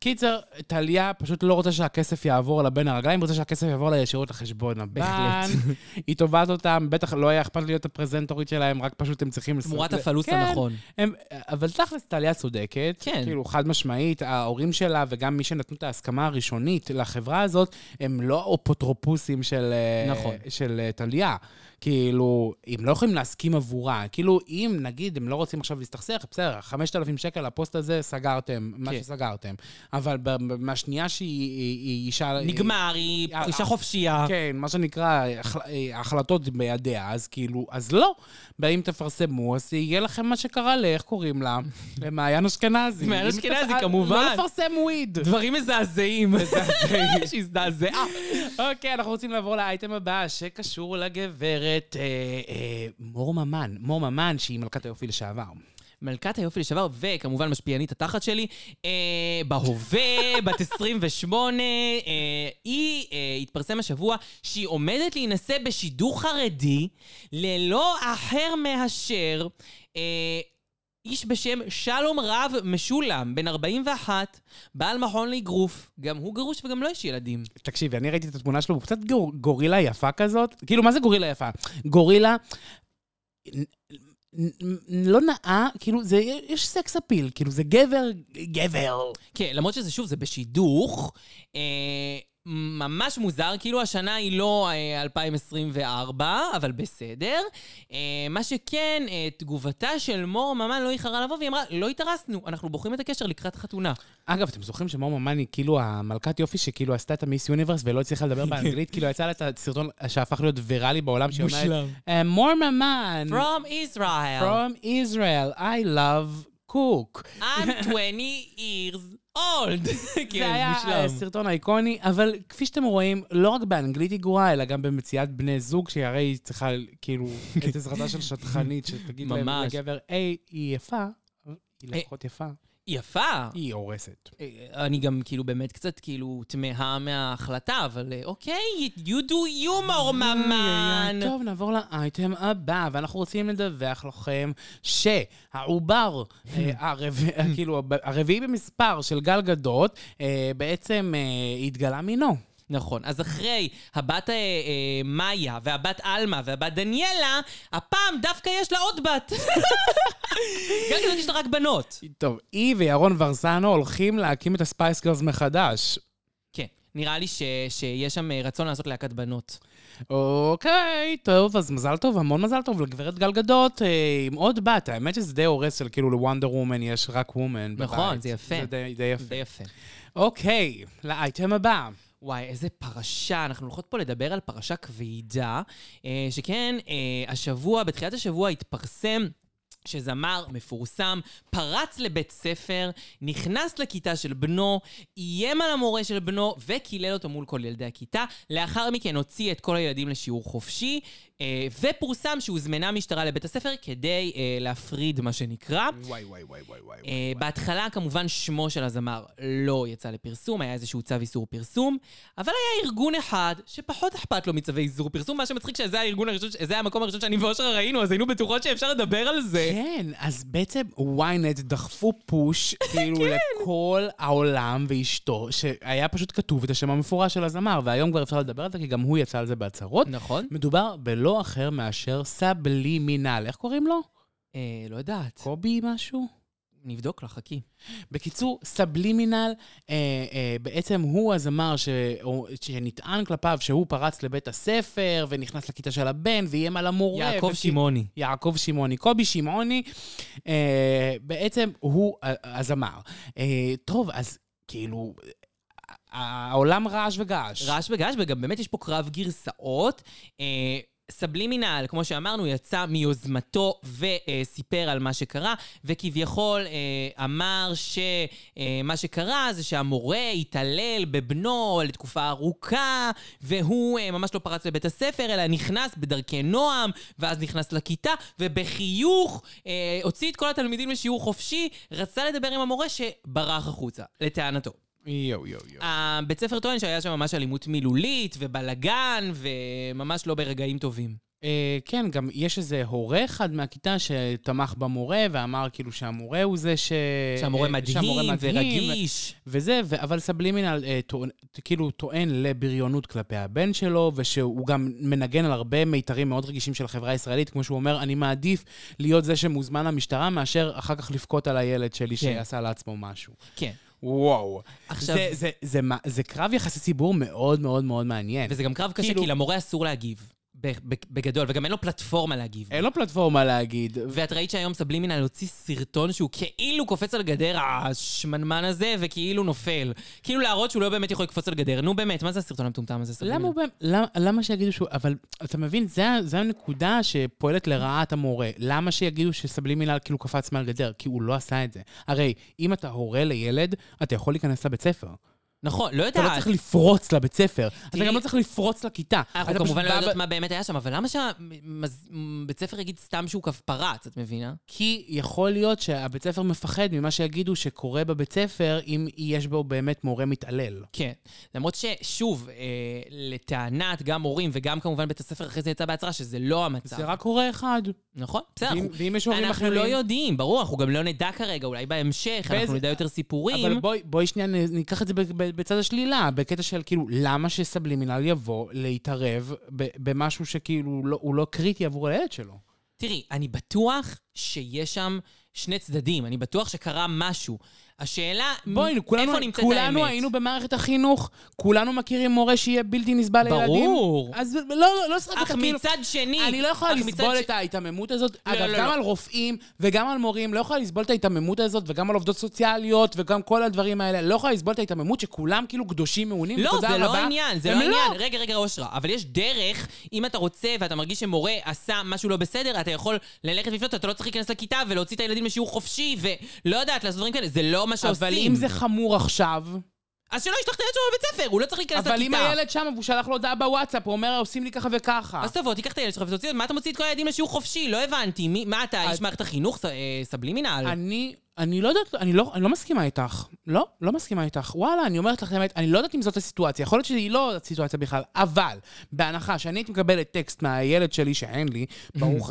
D: קיצר, טליה פשוט לא רוצה שהכסף יעבור לה בין הרגליים, היא רוצה שהכסף יעבור לה ישירות לחשבון הבנק. היא תובעת אותם, בטח לא היה אכפת לי להיות הפרזנטורית שלהם, רק פשוט הם צריכים... לס-
E: תמורת
D: ל-
E: הפלוס
D: כן,
E: הנכון.
D: הם, אבל תכלס, טליה צודקת.
E: כן.
D: כאילו, חד משמעית, ההורים שלה וגם מי שנתנו את ההסכמה הראשונית לחברה הזאת, הם לא האפוטרופוסים של, אה,
E: נכון.
D: של אה, טליה. כאילו, הם לא יכולים להסכים עבורה. כאילו, אם נגיד הם לא רוצים עכשיו להסתכסך, בסדר, 5,000 שקל לפוסט הזה, סגרתם, מה
E: כן.
D: שסגרתם. אבל ב- ב- מהשנייה שהיא היא- היא אישה...
E: נגמר, היא
D: אה,
E: אישה
D: אה,
E: חופשייה.
D: כן, מה שנקרא, החל- אה, החלטות בידיה, אז כאילו, אז לא. ואם תפרסמו, אז יהיה לכם מה שקרה ל... איך קוראים לה? למעיין אשכנזי.
E: מעיין
D: אם
E: אשכנזי,
D: תפ-
E: כמובן.
D: לא לפרסם וויד.
E: דברים מזעזעים. מזעזעים. שהזדעזעה.
D: אוקיי, אנחנו רוצים לעבור לאייטם הבא, שקשור לגברת אה, אה, מור ממן. מור ממן, שהיא מלכת היופי לשעבר.
E: מלכת היופי לשעבר, וכמובן משפיענית התחת שלי, אה, בהווה, בת 28, אה, היא אה, התפרסם השבוע שהיא עומדת להינשא בשידור חרדי ללא אחר מאשר אה, איש בשם שלום רב משולם, בן 41, בעל מכון לאגרוף, גם הוא גרוש וגם לו יש ילדים.
D: תקשיבי, אני ראיתי את התמונה שלו, הוא קצת גור, גורילה יפה כזאת. כאילו, מה זה גורילה יפה? גורילה... נ- נ- נ- לא נאה, כאילו, זה, יש סקס אפיל, כאילו, זה גבר, גבר.
E: כן, למרות שזה, שוב, זה בשידוך. אה, ממש מוזר, כאילו השנה היא לא אה, 2024, אבל בסדר. אה, מה שכן, אה, תגובתה של מור ממן לא איחרה לבוא, והיא אמרה, לא התארסנו, אנחנו בוחרים את הקשר לקראת חתונה.
D: אגב, אתם זוכרים שמור ממן היא כאילו המלכת יופי שכאילו עשתה את המיס יוניברס ולא הצליחה לדבר באנגלית? כאילו, יצא לה את הסרטון שהפך להיות ויראלי בעולם, שהיא אומרת...
E: מושלם.
D: "אה, מור ממן,
E: From Israel,
D: from Israel, I love cook.
E: I'm 20 years old.
D: זה
E: כן,
D: היה אה,
E: מושלם.
D: סרטון אייקוני, אבל כפי שאתם רואים, לא רק באנגלית היא גרועה, אלא גם במציאת בני זוג, שהרי היא צריכה, כאילו, את עזרתה של שטחנית, שתגיד להם
E: ממש.
D: לגבר, היי, היא יפה, אבל היא
E: אה.
D: לפחות יפה,
E: יפה. אה,
D: היא הורסת.
E: אני גם כאילו באמת קצת כאילו תמהה מההחלטה, אבל אה, אוקיי, you do you, מור ממן.
D: טוב, נעבור לאייטם הבא, ואנחנו רוצים לדווח לכם שהעובר, אה, הרב- אה, כאילו, הב- הרביעי במספר של גל גדות, אה, בעצם אה, התגלה מינו.
E: נכון. אז אחרי הבת אה, אה, מאיה, והבת עלמה, והבת דניאלה, הפעם דווקא יש לה עוד בת. גם כזאת יש לה רק בנות.
D: טוב, היא וירון ורסנו הולכים להקים את הספייס גרס מחדש.
E: כן, נראה לי ש, שיש שם אה, רצון לעשות להקת בנות.
D: אוקיי, טוב, אז מזל טוב, המון מזל טוב לגברת גל גדות, אה, עם עוד בת. האמת שזה די הורס של כאילו לוונדר וומן יש רק וומן בבית.
E: נכון, זה יפה.
D: זה די, די יפה.
E: זה יפה.
D: אוקיי, לאייטם הבא.
E: וואי, איזה פרשה. אנחנו הולכות פה לדבר על פרשה כבדה, אה, שכן, אה, השבוע, בתחילת השבוע התפרסם... שזמר מפורסם, פרץ לבית ספר, נכנס לכיתה של בנו, איים על המורה של בנו וקילל אותו מול כל ילדי הכיתה. לאחר מכן הוציא את כל הילדים לשיעור חופשי, אה, ופורסם שהוזמנה המשטרה לבית הספר כדי אה, להפריד, מה שנקרא.
D: וואי, וואי, וואי, וואי, וואי.
E: אה, בהתחלה, כמובן, שמו של הזמר לא יצא לפרסום, היה איזשהו צו איסור פרסום, אבל היה ארגון אחד שפחות אכפת לו מצווי איסור פרסום, מה שמצחיק שזה הארגון הראשון, ש- זה המקום הראשון שאני ואושרה ראינו, אז היינו בטוחות שאפשר לדבר על זה.
D: כן, אז בעצם ynet דחפו פוש, כאילו,
E: כן.
D: לכל העולם ואשתו, שהיה פשוט כתוב את השם המפורש של הזמר, והיום כבר אפשר לדבר על זה, כי גם הוא יצא על זה בהצהרות.
E: נכון.
D: מדובר בלא אחר מאשר סבלימינל. איך קוראים לו?
E: אה, לא יודעת.
D: קובי משהו?
E: נבדוק לך, חכי.
D: בקיצור, סבלימינל אה, אה, בעצם הוא הזמר ש... או- שנטען כלפיו שהוא פרץ לבית הספר ונכנס לכיתה של הבן ואיים על המורה.
E: יעקב
D: וכי-
E: שמעוני.
D: יעקב שמעוני. קובי שמעוני, אה, בעצם הוא ה- הזמר. אה, טוב, אז כאילו, ה- העולם רעש וגעש.
E: רעש וגעש, וגם באמת יש פה קרב גרסאות. אה, סבלימינל, כמו שאמרנו, יצא מיוזמתו וסיפר על מה שקרה, וכביכול אה, אמר שמה שקרה זה שהמורה התעלל בבנו לתקופה ארוכה, והוא אה, ממש לא פרץ לבית הספר, אלא נכנס בדרכי נועם, ואז נכנס לכיתה, ובחיוך אה, הוציא את כל התלמידים לשיעור חופשי, רצה לדבר עם המורה שברח החוצה, לטענתו.
D: יואו, יואו, יואו.
E: הבית ספר טוען שהיה שם ממש אלימות מילולית ובלגן, וממש לא ברגעים טובים.
D: אה, כן, גם יש איזה הורה אחד מהכיתה שתמך במורה ואמר כאילו שהמורה הוא זה ש...
E: שהמורה
D: אה,
E: מדהים ורגיש.
D: וזה, ו- אבל סבלימינל אה, טוען- כאילו טוען לבריונות כלפי הבן שלו, ושהוא גם מנגן על הרבה מיתרים מאוד רגישים של החברה הישראלית, כמו שהוא אומר, אני מעדיף להיות זה שמוזמן למשטרה, מאשר אחר כך לבכות על הילד שלי שעשה לעצמו משהו.
E: כן.
D: וואו.
E: עכשיו-
D: עכשיו... זה, זה, זה, מה- זה קרב יחסי ציבור מאוד מאוד מאוד מעניין.
E: וזה גם קרב קשה,
D: כאילו-
E: כי למורה אסור להגיב. ב- ב- בגדול, וגם אין לו פלטפורמה להגיב.
D: אין לו פלטפורמה להגיד.
E: ואת ראית שהיום סבלימינל הוציא סרטון שהוא כאילו קופץ על גדר השמנמן הזה, וכאילו נופל. כאילו להראות שהוא לא באמת יכול לקפוץ על גדר. נו באמת, מה זה הסרטון המטומטם הזה, סבלימינל?
D: למה, הוא באמת- למה, למה שיגידו שהוא... אבל אתה מבין, זה, ה- זה הנקודה שפועלת לרעת המורה. למה שיגידו שסבלימינל כאילו קפץ מעל גדר? כי הוא לא עשה את זה. הרי אם אתה הורה לילד, אתה יכול להיכנס לבית ספר.
E: נכון, לא
D: אתה לא
E: יודעת.
D: צריך לפרוץ לבית ספר. אתה
E: תראי-
D: גם לא צריך לפרוץ לכיתה.
E: אנחנו
D: אתה פשוט
E: כמובן לא
D: בא
E: יודעות
D: ב-
E: מה באמת היה שם, אבל למה שהבית ספר יגיד סתם שהוא כף פרץ, את מבינה?
D: כי יכול להיות שהבית ספר מפחד ממה שיגידו שקורה בבית ספר, אם יש בו באמת מורה מתעלל.
E: כן. למרות ששוב, אה, לטענת גם הורים וגם כמובן בית הספר אחרי זה יצא בהצהרה שזה לא המצב.
D: זה רק הורה אחד.
E: נכון? בסדר.
D: ואם-
E: אנחנו-
D: ואם יש הורים
E: אנחנו
D: אחרים?
E: לא יודעים, ברור, אנחנו גם לא נדע כרגע, אולי בהמשך,
D: באיזה-
E: אנחנו נדע יותר סיפורים.
D: אבל בואי, בואי שנייה נ- ניקח את זה ב- ב- בצד השלילה, בקטע של כאילו, למה שסבלימינל יבוא להתערב ב- במשהו שכאילו לא, הוא לא קריטי עבור הילד שלו?
E: תראי, אני בטוח שיש שם שני צדדים, אני בטוח שקרה משהו. השאלה,
D: בואי,
E: מ-
D: כולנו,
E: איפה נמצאת
D: כולנו
E: האמת?
D: היינו במערכת החינוך, כולנו מכירים מורה שיהיה בלתי נסבל לילדים.
E: ברור.
D: אז לא, לא, לא שחק
E: אך
D: אותה כאילו...
E: מצד שני...
D: אני לא יכולה
E: אך מצד
D: לסבול
E: ש-
D: את ההיתממות הזאת.
E: לא,
D: אגב,
E: לא,
D: גם
E: לא.
D: על רופאים וגם על מורים, לא יכולה לסבול את ההיתממות הזאת, וגם על עובדות סוציאליות, וגם כל הדברים האלה. לא יכולה לסבול את ההיתממות שכולם כאילו קדושים מעונים,
E: לא,
D: ותודה
E: זה לא
D: רבה.
E: העניין, זה לא
D: הם
E: העניין. רגע, רגע, אושרה. אבל יש דרך, אם אתה רוצה ואתה מרגיש שמורה עשה משהו לא בסדר, אתה יכול ללכת לפנות, אתה לא צריך להיכנס לכיתה ולהוציא את הילדים לשיעור חופשי, ולא יודעת, לעשות דברים כאלה. זה לא מה שעושים.
D: אבל אם זה חמור עכשיו,
E: אז שלא ישלח את הילד שלו לבית ספר, הוא לא צריך להיכנס
D: אבל אם
E: לכיתה.
D: הילד שם והוא שלח לו הודעה בוואטסאפ, הוא אומר, עושים לי ככה וככה.
E: אז תבוא, תיקח את הילד שלך ותוציא, מה אתה מוציא את כל הילדים לשיעור חופשי? לא הבנתי. מי- מה אתה, איש מערכת החינוך? ס- אה, סבלימינל?
D: אני, אני לא יודעת, אני לא, אני לא מסכימה איתך. לא, לא מסכימה איתך. וואלה, אני אומרת לך את האמת, אני לא יודעת אם זאת הסיטואציה. יכול להיות שהיא לא הסיטואציה בכלל, אבל בהנחה שאני הייתי מקבלת טקסט מהילד שלי שאין לי, ברוך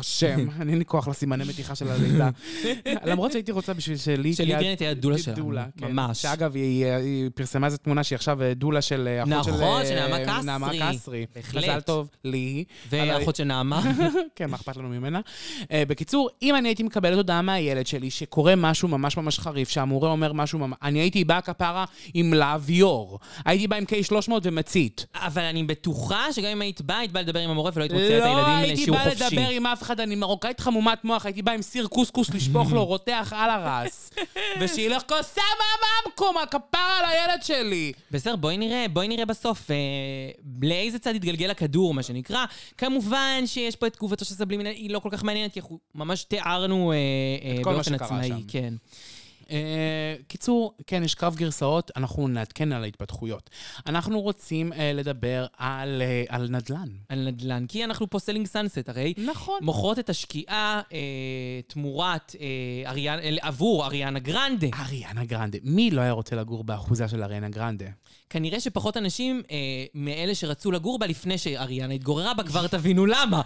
D: השם, אני אין לי כוח לסימני מתיחה של הלידה. למרות שהייתי רוצה בשביל שלי...
E: שלי
D: תהיה-
E: גרנט תהיה הדולה שלנו.
D: דולה, כן.
E: ממש.
D: שאגב, היא, היא, היא פרסמה איזו תמונה שהיא עכשיו אה, דולה של אה, אחות של...
E: נכון,
D: אה,
E: של נעמה
D: נעמה
E: קסרי.
D: קסרי.
E: בהחלט.
D: מזל טוב לי. אבל-
E: ואחות של נעמה.
D: כן, מה אכפת לנו ממנה? אה, בקיצור, אם אני הייתי מקבלת הודעה מהילד שלי שקורה משהו ממש ממש חריף, שהמורה אומר משהו ממש... אני הייתי באה כפרה עם להב יור. הייתי באה עם K300 ומצית.
E: אבל אני בטוחה שגם אם היית באה, היית באה לדבר עם המורה ולא היית מוציאה את
D: לא
E: הילדים
D: הייתי
E: לשיעור
D: באה
E: חופשי.
D: לדבר עם אף אחד, אני מרוקאית חמומת מוח, הייתי באה עם סיר קוסקוס לשפוך לו רותח על הרס. ושילך כוסה במקום, הכפרה על הילד שלי.
E: בסדר, בואי נראה, בואי נראה בסוף אה, לאיזה צד יתגלגל הכדור, מה שנקרא. כמובן שיש פה את תגובתו של סבלימינל, היא לא כל כך מעניינת, כי אנחנו ממש תיארנו אה, אה,
D: כל מה
E: באופן
D: שקרה
E: עצמאי.
D: שם.
E: כן.
D: אה, קיצור, כן, יש קרב גרסאות, אנחנו נעדכן על ההתפתחויות. אנחנו רוצים אה, לדבר על, אה, על נדל"ן.
E: על נדל"ן, כי אנחנו פה סלינג סאנסט, הרי
D: נכון.
E: מוכרות את השקיעה אה, תמורת, אה, אריאנ... אל- עבור אריאנה גרנדה.
D: אריאנה גרנדה. מי לא היה רוצה לגור באחוזה של אריאנה גרנדה?
E: כנראה שפחות אנשים אה, מאלה שרצו לגור בה לפני שאריאנה התגוררה בה, כבר תבינו למה.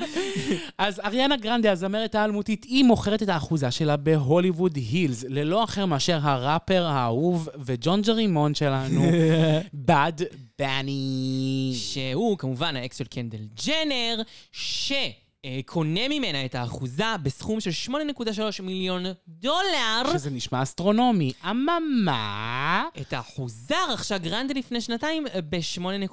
D: אז אריאנה גרנדה, הזמרת האלמותית, היא מוכרת את האחוזה שלה בהוליווד הילס, ללא אחר מאשר הראפר האהוב וג'ון ג'רימון שלנו, בד בני.
E: שהוא כמובן האקס של קנדל ג'נר, ש... אה, קונה ממנה את האחוזה בסכום של 8.3 מיליון דולר.
D: שזה נשמע אסטרונומי. אממה...
E: את האחוזה רכשה גרנדה לפני שנתיים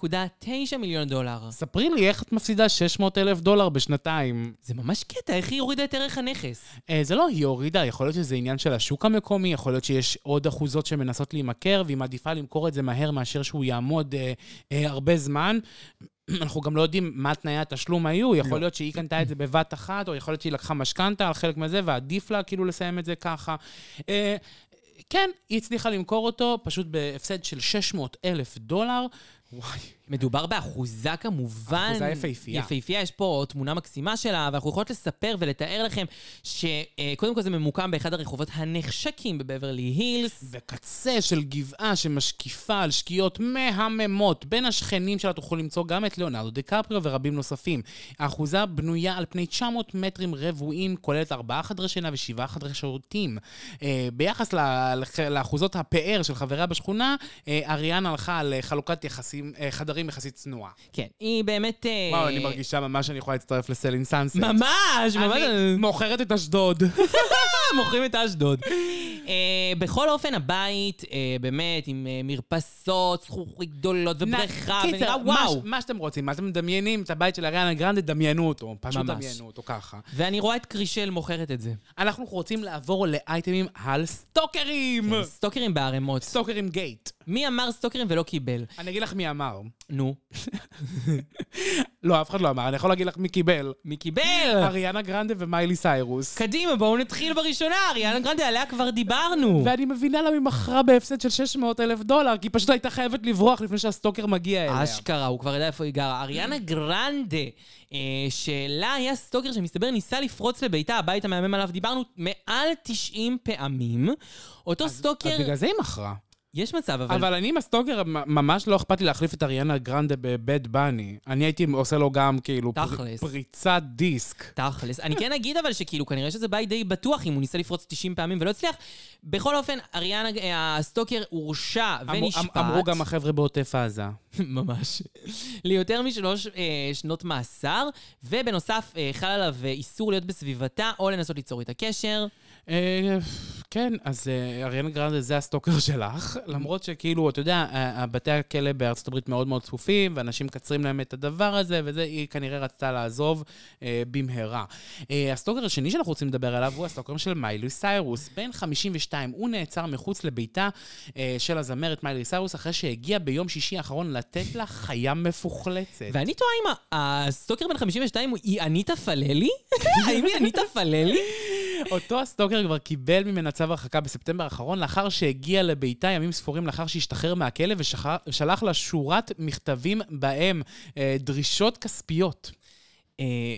E: ב-8.9 מיליון דולר.
D: ספרי לי איך את מפסידה 600 אלף דולר בשנתיים.
E: זה ממש קטע, איך היא הורידה את ערך הנכס?
D: אה, זה לא היא הורידה, יכול להיות שזה עניין של השוק המקומי, יכול להיות שיש עוד אחוזות שמנסות להימכר, והיא מעדיפה למכור את זה מהר מאשר שהוא יעמוד אה, אה, הרבה זמן. אנחנו גם לא יודעים מה תנאי התשלום היו, יכול להיות שהיא קנתה את זה בבת אחת, או יכול להיות שהיא לקחה משכנתה על חלק מזה, ועדיף לה כאילו לסיים את זה ככה. אה, כן, היא הצליחה למכור אותו, פשוט בהפסד של 600 אלף דולר. וואי,
E: מדובר באחוזה כמובן.
D: אחוזה יפהפייה.
E: יפהפייה, יש פה תמונה מקסימה שלה, ואנחנו יכולות לספר ולתאר לכם שקודם כל זה ממוקם באחד הרחובות הנחשקים בבברלי הילס.
D: וקצה של גבעה שמשקיפה על שקיעות מהממות. בין השכנים שלה תוכלו למצוא גם את ליאונרדו דקפריו ורבים נוספים. האחוזה בנויה על פני 900 מטרים רבועים, כוללת 4 חדרי שינה ו-7 חדרי שירותים. אה, ביחס ל- לח- לאחוזות הפאר של חבריה בשכונה, אה, אריאן הלכה על אה, חלוקת יחסים, אה, חדרים יחסית צנועה.
E: כן, היא באמת... אה,
D: וואו, אני מרגישה ממש שאני יכולה להצטרף לסלין סאנסט.
E: ממש, ממש.
D: אני מוכרת את אשדוד.
E: מוכרים את אשדוד. אה, בכל אופן, הבית, אה, באמת, עם אה, מרפסות, זכוכית גדולות ובריכה,
D: נ-
E: ונראה
D: קיצר, מה
E: וואו.
D: ש- מה שאתם רוצים, מה אתם מדמיינים, את הבית של אריאנה גרנדה, דמיינו אותו. פשוט
E: ממש.
D: דמיינו אותו ככה.
E: ואני רואה את קרישל מוכרת את זה.
D: אנחנו רוצים לעבור לאייטמים על סטוקרים!
E: סטוקרים בערימות.
D: סטוקרים גייט.
E: מי אמר סטוקרים ולא קיבל?
D: אני אגיד לך מי אמר.
E: נו,
D: לא, אף אחד לא אמר, אני יכול להגיד לך מי קיבל.
E: מי קיבל?
D: אריאנה גרנדה ומיילי סיירוס.
E: קדימה, בואו נתחיל בראשונה, אריאנה גרנדה, עליה כבר דיברנו.
D: ואני מבינה למה היא מכרה בהפסד של 600 אלף דולר, כי היא פשוט הייתה חייבת לברוח לפני שהסטוקר מגיע אליה.
E: אשכרה, הוא כבר ידע איפה היא גרה. אריאנה גרנדה, אה, שלה היה סטוקר שמסתבר ניסה לפרוץ לביתה, הבית המהמם עליו דיברנו מעל 90 פעמים. אותו סטוקר,
D: אז בגלל זה היא מכרה.
E: יש מצב, אבל...
D: אבל אני עם הסטוקר, מ- ממש לא אכפת לי להחליף את אריאנה גרנדה בבית בני. אני הייתי עושה לו גם כאילו פר-
E: תכלס.
D: פריצת דיסק.
E: תכלס. אני כן אגיד אבל שכאילו, כנראה שזה בית די בטוח, אם הוא ניסה לפרוץ 90 פעמים ולא הצליח. בכל אופן, אריאנה, אה, הסטוקר הורשע
D: אמרו- אמ-
E: ונשפט.
D: אמרו גם החבר'ה בעוטף עזה.
E: ממש. ליותר משלוש אה, שנות מאסר, ובנוסף, אה, חל עליו אה, איסור להיות בסביבתה או לנסות ליצור איתה קשר.
D: אה, כן, אז אה, אריאנה גרנדה זה הסטוקר שלך, למרות שכאילו, אתה יודע, ה- הבתי הכלא בארצות הברית מאוד מאוד צפופים, ואנשים מקצרים להם את הדבר הזה, וזה, היא כנראה רצתה לעזוב אה, במהרה. אה, הסטוקר השני שאנחנו רוצים לדבר עליו הוא הסטוקר של מיילי סיירוס, בן 52. הוא נעצר מחוץ לביתה אה, של הזמרת מיילי סיירוס, אחרי שהגיע ביום שישי האחרון לתת לה חיה מפוחלצת.
E: ואני תוהה אם ה- הסטוקר בן 52 הוא היא אניטה פללי? האם היא אניטה פללי?
D: אותו הסטוקר כבר קיבל ממנה צו הרחקה בספטמבר האחרון, לאחר שהגיע לביתה ימים ספורים לאחר שהשתחרר מהכלא ושח- ושלח לה שורת מכתבים בהם אה, דרישות כספיות.
E: אה,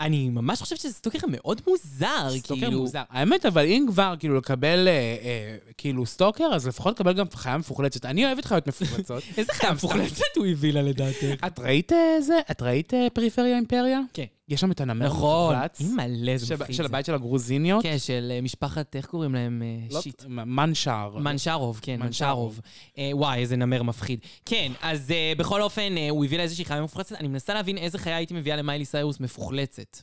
E: אני ממש חושבת שזה סטוקר מאוד מוזר,
D: סטוקר
E: כאילו.
D: מוזר. האמת, אבל אם כבר, כאילו, לקבל, אה, אה, כאילו, סטוקר, אז לפחות תקבל גם חיה מפוחלצת. אני אוהבת חיות מפוחלצות.
E: איזה חיה מפוחלצת הוא הביא לה לדעתך.
D: את ראית אה, זה? את ראית אה, פריפריה אימפריה?
E: כן.
D: יש שם את הנמר
E: נכון,
D: המפוחלץ.
E: היא מלא, זה
D: של-
E: מפחיד.
D: של
E: זה.
D: הבית של הגרוזיניות.
E: כן, של אה, משפחת, איך קוראים להם? אה,
D: לא-
E: שיט.
D: מנשאר.
E: מנשרוב, כן,
D: מנשרוב.
E: מנשרוב. אה, וואי, איזה נמר מפחיד. כן, אז אה, בכל אופן, אה, הוא הביא לה איזושהי חיה מפוחלצת. אני מנסה להבין איזה חיה הייתי מביאה למיילי סיירוס מפוחלצת.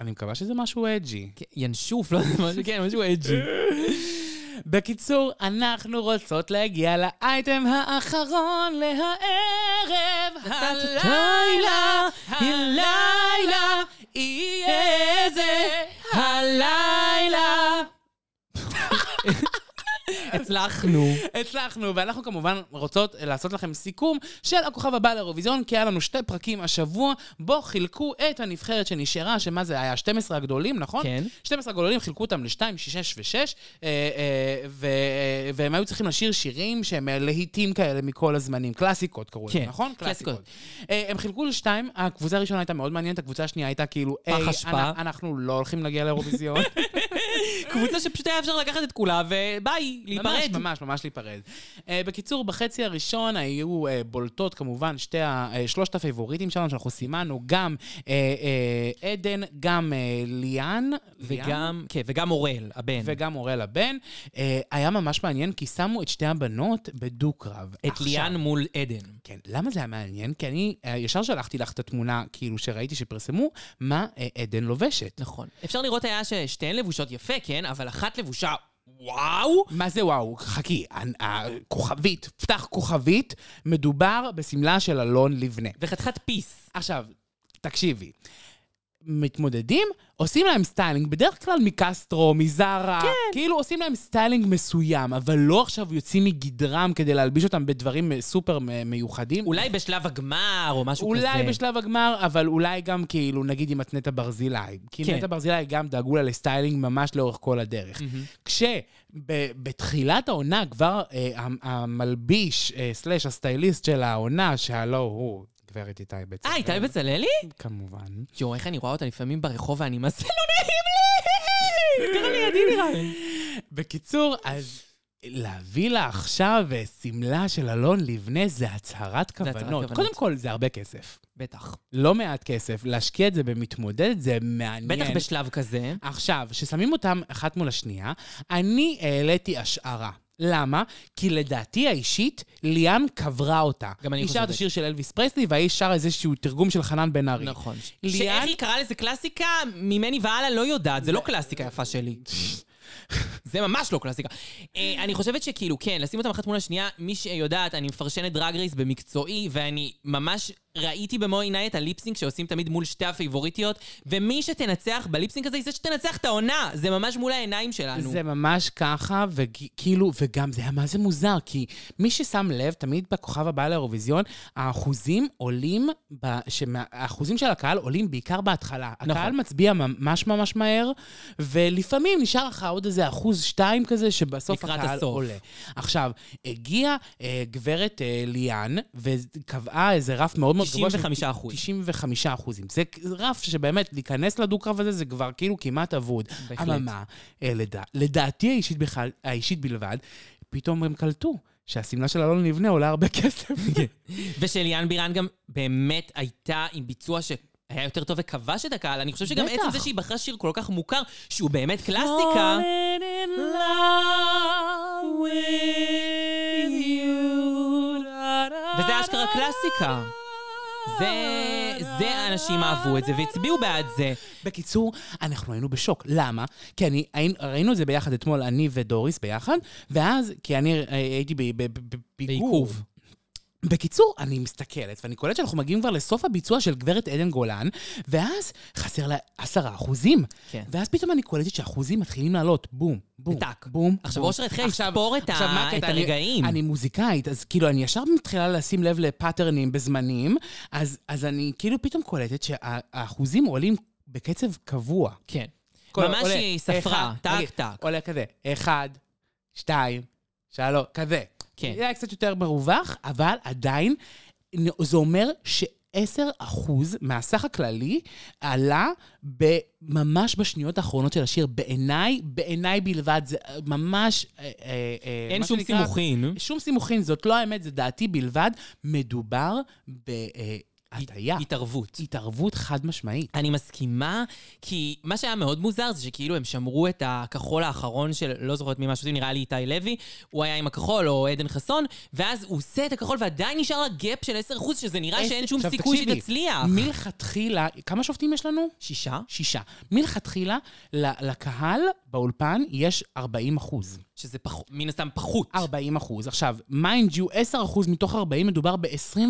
D: אני מקווה שזה משהו אג'י.
E: כן, ינשוף, לא יודע, משהו, כן, משהו אג'י.
D: בקיצור, אנחנו רוצות להגיע לאייטם האחרון להערב.
E: הלילה, הלילה, יהיה זה הלילה. הצלחנו.
D: הצלחנו, ואנחנו כמובן רוצות לעשות לכם סיכום של הכוכב הבא לאירוויזיון, כי היה לנו שתי פרקים השבוע, בו חילקו את הנבחרת שנשארה, שמה זה היה? 12 הגדולים, נכון?
E: כן.
D: 12 הגדולים, חילקו אותם ל-2, 6 ו-6, אה, אה, ו- אה, והם היו צריכים לשיר שירים שהם אה, להיטים כאלה מכל הזמנים, קלאסיקות קראו לזה,
E: כן,
D: נכון?
E: קלאסיקות.
D: אה, הם חילקו לשתיים, הקבוצה הראשונה הייתה מאוד מעניינת, הקבוצה השנייה הייתה כאילו,
E: פח אשפה.
D: אנ- אנחנו לא הולכים להגיע לאירוויזיון.
E: קבוצה שפשוט היה אפשר לקחת את כולה, וביי, להיפרד.
D: ממש, ממש, ממש להיפרד. Uh, בקיצור, בחצי הראשון היו uh, בולטות כמובן שתי ה... Uh, שלושת הפייבוריטים שלנו, שאנחנו סימנו, גם uh, uh, עדן, גם uh, ליאן, ליאן,
E: וגם, כן, וגם אורל, הבן.
D: וגם אוראל הבן. Uh, היה ממש מעניין, כי שמו את שתי הבנות בדו-קרב.
E: את
D: עכשיו,
E: ליאן מול עדן.
D: כן, למה זה היה מעניין? כי אני uh, ישר שלחתי לך את התמונה, כאילו, שראיתי שפרסמו, מה uh, עדן לובשת.
E: נכון. אפשר לראות היה ששתיהן לבושות יפה, כן, אבל אחת לבושה, וואו!
D: מה זה וואו? חכי, ה- ה- כוכבית, פתח כוכבית, מדובר בשמלה של אלון לבנה.
E: וחתיכת פיס.
D: עכשיו, תקשיבי. מתמודדים, עושים להם סטיילינג, בדרך כלל מקסטרו, מזרה, כן. כאילו עושים להם סטיילינג מסוים, אבל לא עכשיו יוצאים מגדרם כדי להלביש אותם בדברים אה, סופר אה, מיוחדים.
E: אולי בשלב הגמר, או משהו כזה.
D: אולי בשלב הגמר, אבל אולי גם כאילו, נגיד עם את נטע ברזילי. כי
E: כן.
D: נטע ברזילי גם דאגו לה לסטיילינג ממש לאורך כל הדרך. כשבתחילת העונה כבר אה, המ- המלביש, אה, סלאש הסטייליסט של העונה, שהלא הוא גברת איתי בצלאל.
E: אה, איתי בצללי?
D: כמובן.
E: יואו, איך אני רואה אותה לפעמים ברחוב ואני מה זה לא נעים לי! היא גרה לידי נראה לי.
D: בקיצור, אז להביא לה עכשיו אה, שמלה של אלון לבנה זה
E: הצהרת
D: הצהרת כוונות.
E: כוונות.
D: קודם כל, זה הרבה כסף.
E: בטח.
D: לא מעט כסף. להשקיע את זה במתמודדת זה מעניין.
E: בטח בשלב כזה.
D: עכשיו, כששמים אותם אחת מול השנייה, אני העליתי השערה. למה? כי לדעתי האישית, ליאם קברה אותה.
E: גם אני
D: היא שרה את
E: חושבת.
D: השיר של אלוויס פרסלי, והאיש שרה איזשהו תרגום של חנן בן ארי.
E: נכון. שאיך
D: ליאן-
E: היא קראה לזה קלאסיקה, ממני והלאה לא יודעת, זה לא קלאסיקה יפה שלי. זה ממש לא קלאסיקה. אה, אני חושבת שכאילו, כן, לשים אותם אחת מול השנייה, מי שיודעת, אני מפרשנת דרג רייס במקצועי, ואני ממש ראיתי במו עיניי את הליפסינג שעושים תמיד מול שתי הפייבוריטיות, ומי שתנצח בליפסינג הזה היא זה שתנצח את העונה, זה ממש מול העיניים שלנו.
D: זה ממש ככה, וכאילו, וגם זה היה מה זה מוזר, כי מי ששם לב, תמיד בכוכב הבא לאירוויזיון, האחוזים עולים, ב, שמה, האחוזים של הקהל עולים בעיקר בהתחלה.
E: נכון.
D: נכון. הקהל מצביע ממש ממש מהר, ולפעמים נשאר לך עוד איזה אחוז שתיים כזה, שבסוף
E: לקראת
D: הקהל
E: הסוף.
D: עולה. עכשיו, הגיעה אה, גברת אה, ליאן, וקבעה איזה רף מאוד מאוד גבוה. של
E: 95%.
D: 95 אחוזים. זה רף שבאמת, להיכנס לדו-קרב הזה, זה כבר כאילו כמעט אבוד.
E: בהחלט.
D: אבל מה, אה, לדע, לדעתי האישית, בכלל, האישית בלבד, פתאום הם קלטו שהשמלה של אלון לבנה עולה הרבה כסף.
E: כן. ושליאן בירן גם באמת הייתה עם ביצוע ש... היה יותר טוב וכבש את הקהל, אני חושב שגם
D: בטח. לא
E: עצם זה שהיא בחרה שיר כל כך מוכר, שהוא באמת קלאסיקה.
D: Falling in love with you, da-da-da-da.
E: וזה אשכרה
D: לא
E: קלאסיקה. זה, זה האנשים אהבו את זה והצביעו בעד זה.
D: בקיצור, אנחנו היינו בשוק. למה? כי אני, היינו- ראינו את זה ביחד אתמול, אני ודוריס ביחד, ואז, כי אני אה, הייתי ב- ב- ב- בפיגור.
E: בעיכוב.
D: בקיצור, אני מסתכלת, ואני קולטת שאנחנו מגיעים כבר לסוף הביצוע של גברת עדן גולן, ואז חסר לה עשרה אחוזים.
E: כן.
D: ואז פתאום אני קולטת שהאחוזים מתחילים לעלות, בום, בום,
E: טק.
D: בום.
E: עכשיו,
D: בום.
E: אושר יתחיל
D: עכשיו-
E: לספור את ה-
D: עכשיו, מה
E: את
D: הקטע? אני-
E: הרגעים.
D: אני מוזיקאית, אז כאילו, אני ישר מתחילה לשים לב לפאטרנים בזמנים, אז, אז אני כאילו פתאום קולטת שהאחוזים עולים בקצב קבוע.
E: כן.
D: כל- אה,
E: ממש
D: עולה,
E: היא ספרה,
D: אחד,
E: טק
D: נגיד,
E: טק.
D: עולה כזה, אחד, שתיים, שלוש, כזה.
E: כן.
D: זה היה קצת יותר מרווח, אבל עדיין, נ- זה אומר ש-10 אחוז מהסך הכללי עלה ב- ממש בשניות האחרונות של השיר. בעיניי, בעיניי בלבד, זה אה, ממש... אה, אה, אה,
E: אין
D: מה
E: שום
D: שנקרא-
E: סימוכין.
D: שום סימוכין, זאת לא האמת, זה דעתי בלבד. מדובר בהטעיה.
E: אה, התערבות.
D: התערבות חד משמעית.
E: אני מסכימה, כי מה שהיה מאוד מוזר זה שכאילו הם שמרו את הכחול האחרון של, לא זוכרת מי מהשותים, נראה לי איתי לוי, הוא היה עם הכחול או עדן חסון, ואז הוא עושה את הכחול ועדיין נשאר לה גאפ של 10%, שזה נראה אה, שאין שום
D: עכשיו,
E: סיכוי
D: תקשיבי,
E: שהיא תצליח.
D: מלכתחילה, כמה שופטים יש לנו?
E: שישה?
D: שישה. מלכתחילה, ל- לקהל באולפן יש 40 אחוז.
E: שזה פח... מן הסתם פחות.
D: 40 אחוז. עכשיו, מיינד יו, 10 אחוז מתוך 40 מדובר ב-25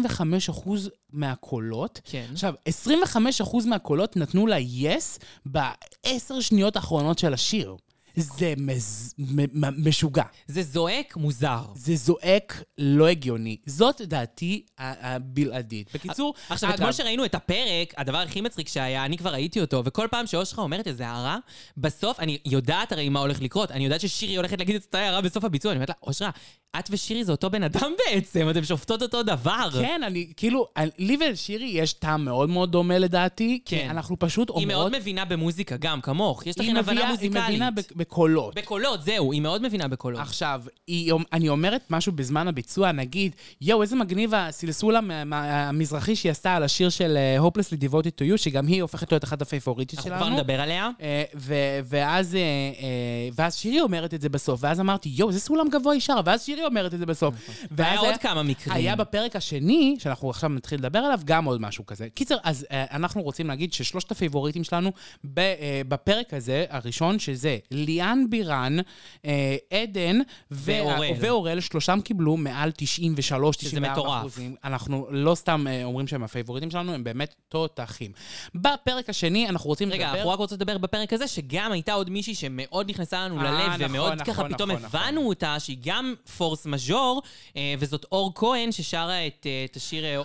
D: אחוז מהקולות.
E: כן.
D: עכשיו, 25 אחוז מהקולות נתנו לה יס בעשר שניות האחרונות של השיר. זה מז... מ- מ- משוגע.
E: זה זועק מוזר.
D: זה זועק לא הגיוני. זאת דעתי ה- הבלעדית. בקיצור,
E: אה, עכשיו, אתמול שראינו את הפרק, הדבר הכי מצחיק שהיה, אני כבר ראיתי אותו, וכל פעם שאושרה אומרת איזה הערה, בסוף, אני יודעת הרי מה הולך לקרות, אני יודעת ששירי הולכת להגיד את אותה הערה בסוף הביצוע, אני אומרת לה, אושרה, את ושירי זה אותו בן אדם בעצם, אתם שופטות אותו דבר.
D: כן, אני, כאילו, אני- לי ולשירי יש טעם מאוד מאוד דומה לדעתי,
E: כן.
D: כי אנחנו פשוט
E: היא
D: אומרות...
E: מאוד מבינה במוזיקה גם, כמוך. יש לכם הבנה
D: מביאה-
E: מוזיקלית.
D: היא מבינה ב-
A: בקולות.
E: בקולות, זהו, היא מאוד מבינה בקולות.
D: עכשיו, היא, אני אומרת משהו בזמן הביצוע, נגיד, יואו, איזה מגניב הסלסול המ- מה- המזרחי שהיא עשתה על השיר של אה, Hopelessly Devoted to You, שגם היא הופכת להיות אחת הפייבוריטית
E: אנחנו
D: שלנו.
E: כבר נדבר עליה.
D: אה, ו- ואז, אה, אה, ואז שירי אומרת את זה בסוף, ואז אמרתי, יואו, איזה סולם גבוה היא שרה, ואז שירי אומרת את זה בסוף. ואז
E: היה נכון. עוד כמה מקרים.
D: היה בפרק השני, שאנחנו עכשיו נתחיל לדבר עליו, גם עוד משהו כזה. קיצר, אז אה, אנחנו רוצים להגיד ששלושת הפייבוריטים שלנו ב- אה, בפרק הזה, הראשון, שזה ליאן בירן, אה, עדן ו-
E: ואורל.
D: ואורל, שלושם קיבלו מעל 93,
E: שזה
D: 94
E: מטורף.
D: אחוזים. אנחנו לא סתם אה, אומרים שהם הפייבוריטים שלנו, הם באמת תותחים. בפרק השני אנחנו רוצים
E: רגע,
D: לדבר...
E: אנחנו רק רוצות לדבר בפרק הזה, שגם הייתה עוד מישהי שמאוד נכנסה לנו
D: אה,
E: ללב,
D: נכון,
E: ומאוד
D: נכון,
E: ככה
D: נכון,
E: פתאום
D: נכון.
E: הבנו אותה, שהיא גם פורס מז'ור, אה, וזאת אור כהן, ששרה את אה, את השיר... אה,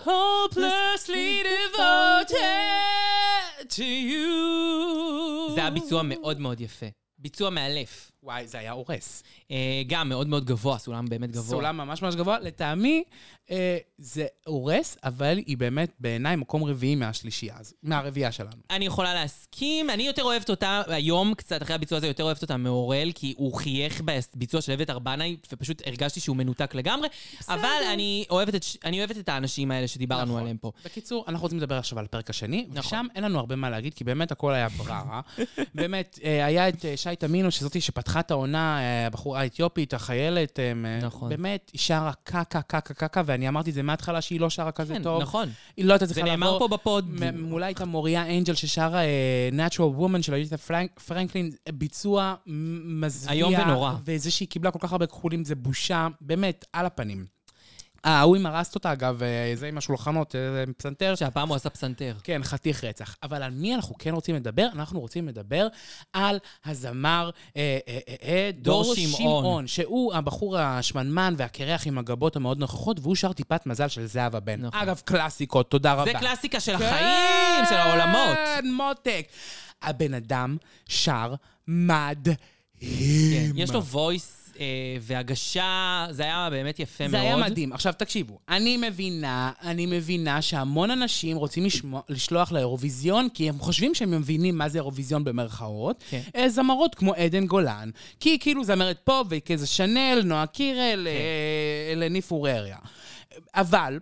D: hopelessly devoted to you.
E: זה היה ביצוע מאוד מאוד יפה. ביצוע מאלף.
D: וואי, זה היה הורס.
E: אה, גם מאוד מאוד גבוה, סולם באמת גבוה.
D: סולם ממש ממש גבוה. לטעמי, אה, זה הורס, אבל היא באמת בעיניי מקום רביעי מהשלישייה, הזו- מהרביעייה שלנו.
E: אני יכולה להסכים, אני יותר אוהבת אותה, היום קצת אחרי הביצוע הזה, יותר אוהבת אותה מאורל, כי הוא חייך בביצוע של אבט ארבנאי, ופשוט הרגשתי שהוא מנותק לגמרי, אבל אני אוהבת את, ש- אני אוהבת את האנשים האלה שדיברנו
D: נכון.
E: עליהם פה.
D: בקיצור, אנחנו רוצים לדבר עכשיו על הפרק השני,
E: נכון.
D: ושם אין לנו הרבה מה להגיד, כי באמת הכל היה בררה. באמת, אה, היה את אה, שי תמינו, שזאתי שפתחה את העונה, אה, הבחורה האתיופית, החיילת, אה,
E: נכון.
D: באמת, היא שרה קקה, קקה, קקה, ואני אמרתי את זה מההתחלה שהיא לא שרה כזה
E: כן,
D: טוב.
E: נכון.
D: היא לא הייתה
E: זה
D: צריכה לעבור...
E: נאמר פה בפוד.
D: מ- מולה הייתה מוריה אנג'ל ששרה אה, Natural Woman של אליטה פרנק- פרנקלין, ביצוע מ- מזוויע.
E: איום ונורא.
D: וזה שהיא קיבלה כל כך הרבה כחולים זה בושה, באמת, על הפנים. אה, ההוא עם הרסת אותה, אגב, אה, זה עם השולחנות, אה, עם פסנתר.
E: שהפעם הוא עשה פסנתר.
D: כן, חתיך רצח. אבל על מי אנחנו כן רוצים לדבר? אנחנו רוצים לדבר על הזמר אה, אה, אה, אה,
E: דור
D: דור
E: שמעון.
D: שמעון, שהוא הבחור השמנמן והקרח עם הגבות המאוד נוכחות, והוא שר טיפת מזל של זהבה בן.
E: נכון.
D: אגב, קלאסיקות, תודה רבה.
E: זה קלאסיקה של החיים, של העולמות.
D: כן, מותק. הבן אדם שר
E: כן,
D: מדהים.
E: יש לו וויס אה, והגשה, זה היה באמת יפה
D: זה
E: מאוד.
D: היה מדהים. עכשיו, תקשיבו, אני מבינה, אני מבינה שהמון אנשים רוצים לשמוע, לשלוח לאירוויזיון, כי הם חושבים שהם מבינים מה זה אירוויזיון במרכאות,
E: כן.
D: אה, זמרות כמו עדן גולן, כי היא כאילו זמרת פה, וכזה שנל, נועה
E: כן.
D: קירל, אה, לני פורריה. אבל...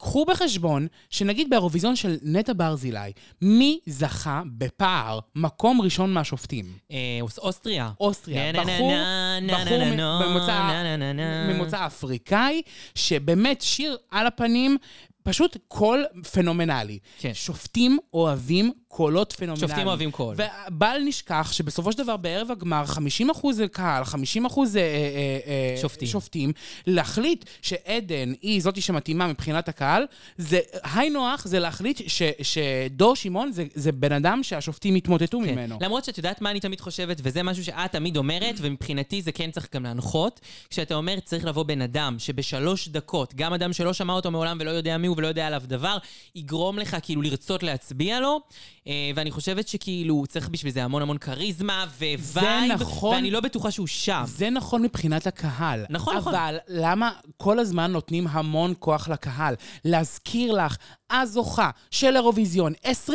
D: קחו בחשבון שנגיד באירוויזיון של נטע ברזילי, מי זכה בפער מקום ראשון מהשופטים?
E: אה, אוס- אוסטריה.
D: אוסטריה.
E: נה, נה,
D: בחור
E: נה, נה,
D: בחור
E: נה, נה,
D: ממוצא-
E: נה, נה, נה.
D: ממוצא אפריקאי, שבאמת שיר על הפנים, פשוט קול פנומנלי.
E: כן.
D: שופטים אוהבים קולות פנומנליים.
E: שופטים אוהבים קול.
D: ובל נשכח שבסופו של דבר בערב הגמר, 50% זה קהל, 50% זה אה, אה, אה,
E: שופטים.
D: שופטים. להחליט שעדן היא זאתי שמתאימה מבחינת הקהל, זה היי נוח זה להחליט ש, שדור שמעון זה, זה בן אדם שהשופטים יתמוטטו
E: כן.
D: ממנו.
E: למרות שאת יודעת מה אני תמיד חושבת, וזה משהו שאת תמיד אומרת, ומבחינתי זה כן צריך גם להנחות, כשאתה אומר צריך לבוא בן אדם שבשלוש דקות, גם אדם שלא שמע אותו מעולם ולא יודע מי הוא ולא יודע עליו דבר, יגרום לך כאילו לרצות להצביע לו, אה, ואני חושבת שכאילו צריך בשביל זה המון המון כריזמה ווייב,
D: נכון.
E: ואני לא בטוחה שהוא שם.
D: זה נכון מבחינת הקהל.
E: נכון, נכון.
D: אבל למה כל הזמן נותנים המון כוח לקהל? להזכיר לך, הזוכה של אירוויזיון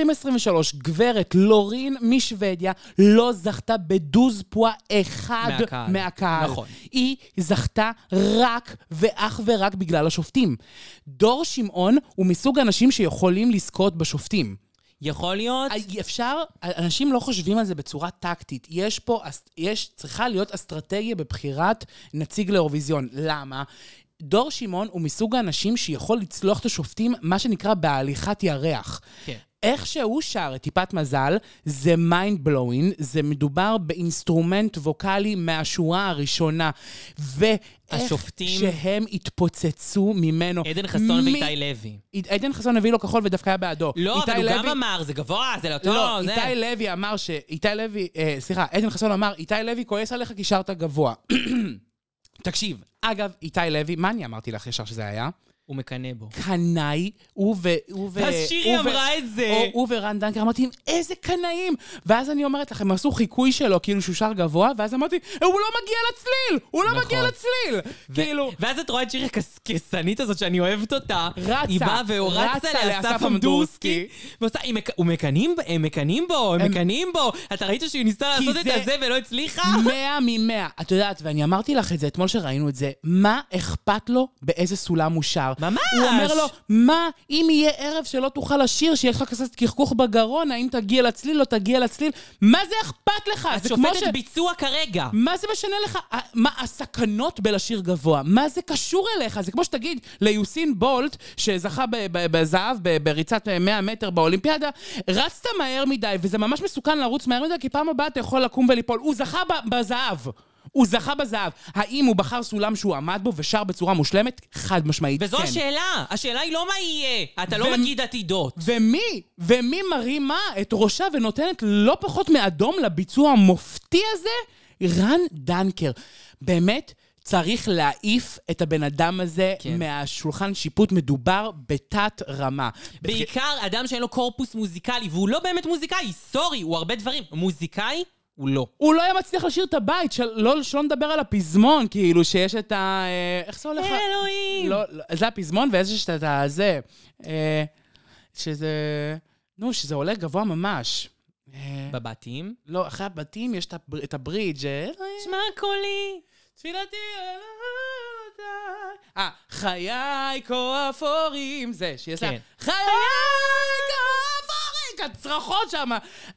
D: 2023, גברת לורין משוודיה, לא זכתה בדוז פועה אחד
E: מהקהל.
D: מהקהל.
E: נכון.
D: היא זכתה רק ואך ורק בגלל השופטים. דור שמעון הוא מסוג האנשים שיכולים לזכות בשופטים.
E: יכול להיות...
D: אי אפשר, אנשים לא חושבים על זה בצורה טקטית. יש פה, אס- יש, צריכה להיות אסטרטגיה בבחירת נציג לאירוויזיון. למה? דור שמעון הוא מסוג האנשים שיכול לצלוח את השופטים, מה שנקרא בהליכת ירח.
E: כן.
D: איך שהוא שר את טיפת מזל, זה מיינד בלואוין, זה מדובר באינסטרומנט ווקאלי מהשורה הראשונה. ואיך
E: השופטים-
D: שהם התפוצצו ממנו.
E: עדן חסון
D: מי-
E: ואיתי לוי.
D: עדן חסון הביא לו כחול ודווקא היה בעדו.
E: לא,
D: איתי
E: אבל הוא גם
D: לוי-
E: אמר, זה גבוה, זה לא טוב,
D: לא,
E: זה...
D: איתי לוי אמר ש... איתי לוי, אה, סליחה, עדן חסון אמר, איתי לוי כועס עליך כי שרת גבוה. תקשיב, אגב, איתי לוי, מה אני אמרתי לך ישר שזה היה?
E: הוא מקנא בו.
D: קנאי, הוא ו... הוא ו-
E: ואז שירי
D: הוא ו-
E: אמרה את זה.
D: או- הוא ורן דנקר אמרתי, איזה קנאים! ואז אני אומרת לכם, עשו חיקוי שלו, כאילו שהוא שר גבוה, ואז אמרתי, הוא לא מגיע לצליל! הוא לא
E: נכון.
D: מגיע לצליל! כאילו...
E: ואז את רואה את שירי הקסקסנית הזאת, שאני אוהבת אותה.
D: רצה,
E: היא באה
D: רצה
E: ורצה לאסף
D: לאסף
E: עמדורסקי.
D: עמדורסקי.
E: ועושה, היא מק- הוא מקנאים, ב- הם מקנאים בו, הם
D: הם-
E: מקנאים בו. אתה ראית שהיא ניסתה
D: כי
E: לעשות את
D: זה-
E: הזה ולא הצליחה?
D: מאה ממאה. את יודעת, ואני אמרתי לך את זה אתמול שראינו את זה, מה אכפת לו באיזה סולם הוא שר?
E: ממש.
D: הוא אומר לו, מה אם יהיה ערב שלא תוכל לשיר, שיהיה לך כזה קחקוח בגרון, האם תגיע לצליל, לא תגיע לצליל? מה זה אכפת לך?
E: את
D: זה כמו ש-
E: שופטת ביצוע כרגע.
D: מה זה משנה לך? ה- מה הסכנות בלשיר גבוה? מה זה קשור אליך? זה כמו שתגיד ליוסין בולט, שזכה ב- ב- בזהב ב- בריצת 100 מטר באולימפיאדה, רצת מהר מדי, וזה ממש מסוכן לרוץ מהר מדי, כי פעם הבאה אתה יכול לקום וליפול. הוא זכה ב- בזהב. הוא זכה בזהב. האם הוא בחר סולם שהוא עמד בו ושר בצורה מושלמת? חד משמעית,
E: וזו
D: כן.
E: השאלה. השאלה היא לא מה יהיה. אתה
D: ו-
E: לא מגיד עתידות.
D: ומי, ומי מרימה את ראשה ונותנת לא פחות מאדום לביצוע המופתי הזה? רן דנקר. באמת, צריך להעיף את הבן אדם הזה
E: כן.
D: כן. מהשולחן שיפוט. מדובר בתת רמה.
E: בעיקר אדם שאין לו קורפוס מוזיקלי, והוא לא באמת מוזיקאי, סורי, הוא הרבה דברים. מוזיקאי? הוא לא.
D: הוא לא היה מצליח לשיר את הבית, של... לא, שלא נדבר על הפזמון, כאילו, שיש את ה... אה, איך זה הולך? ה-
E: אלוהים!
D: לא, לא, זה הפזמון ואיזה שאתה... זה... אה, שזה... נו, שזה עולה גבוה ממש. אה,
E: בבתים?
D: לא, אחרי הבתים יש את הבר- את הברידג' אה,
E: שמע קולי!
D: תפילתי אלוהי. אה, חיי כה אפורים, זה, שיש לה...
E: כן.
D: חיי כה אפורים! הצרחות שם.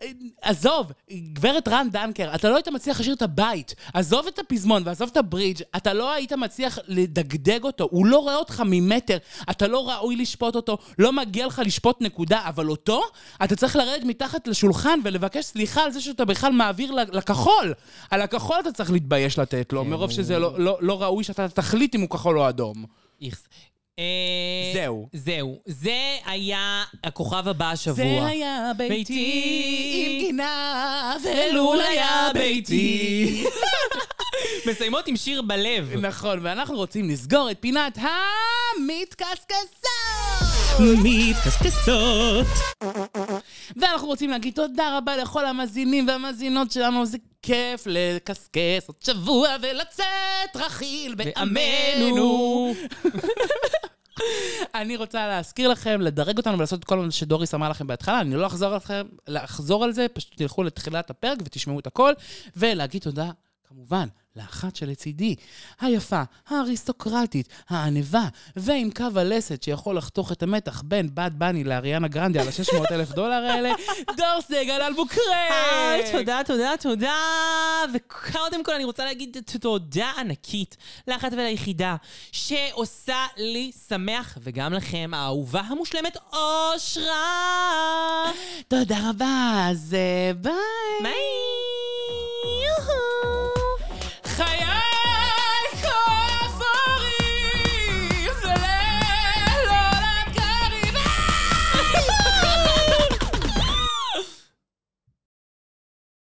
D: אה, עזוב, גברת רן דנקר, אתה לא היית מצליח לשיר את הבית. עזוב את הפזמון ועזוב את הברידג', אתה לא היית מצליח לדגדג אותו. הוא לא רואה אותך ממטר, אתה לא ראוי לשפוט אותו, לא מגיע לך לשפוט נקודה, אבל אותו, אתה צריך לרדת מתחת לשולחן ולבקש סליחה על זה שאתה בכלל מעביר ל- לכחול. על הכחול אתה צריך להתבייש לתת לו, מרוב שזה לא- לא- לא ראוי שאתה תחליט אם הוא כחול או אדום.
E: איכס. אה,
D: זהו.
E: זהו. זה היה הכוכב הבא השבוע.
D: זה היה
E: ביתי.
D: ביתי עם גינה,
E: אלול היה ביתי. מסיימות עם שיר בלב.
D: נכון, ואנחנו רוצים לסגור את פינת המתקסקסות!
C: מתקסקסות.
D: ואנחנו רוצים להגיד תודה רבה לכל המאזינים והמאזינות שלנו, זה כיף לקסקס עוד שבוע ולצאת רכיל בעמנו.
E: בעמנו.
D: אני רוצה להזכיר לכם, לדרג אותנו ולעשות את כל מה שדוריס אמרה לכם בהתחלה, אני לא אחזור, לכם, לחזור על זה, פשוט תלכו לתחילת הפרק ותשמעו את הכל, ולהגיד תודה, כמובן, לאחת שלצידי, היפה, האריסטוקרטית, הענבה, ועם קו הלסת שיכול לחתוך את המתח בין בד בני לאריאנה גרנדי על ה-600 אלף דולר האלה, דור סגל
E: היי,
D: אלבוקרק!
E: אה, תודה, תודה, תודה. וקודם כל אני רוצה להגיד תודה ענקית לאחת וליחידה שעושה לי שמח, וגם לכם, האהובה המושלמת אושרה.
D: תודה רבה, אז אה, ביי!
E: ביי.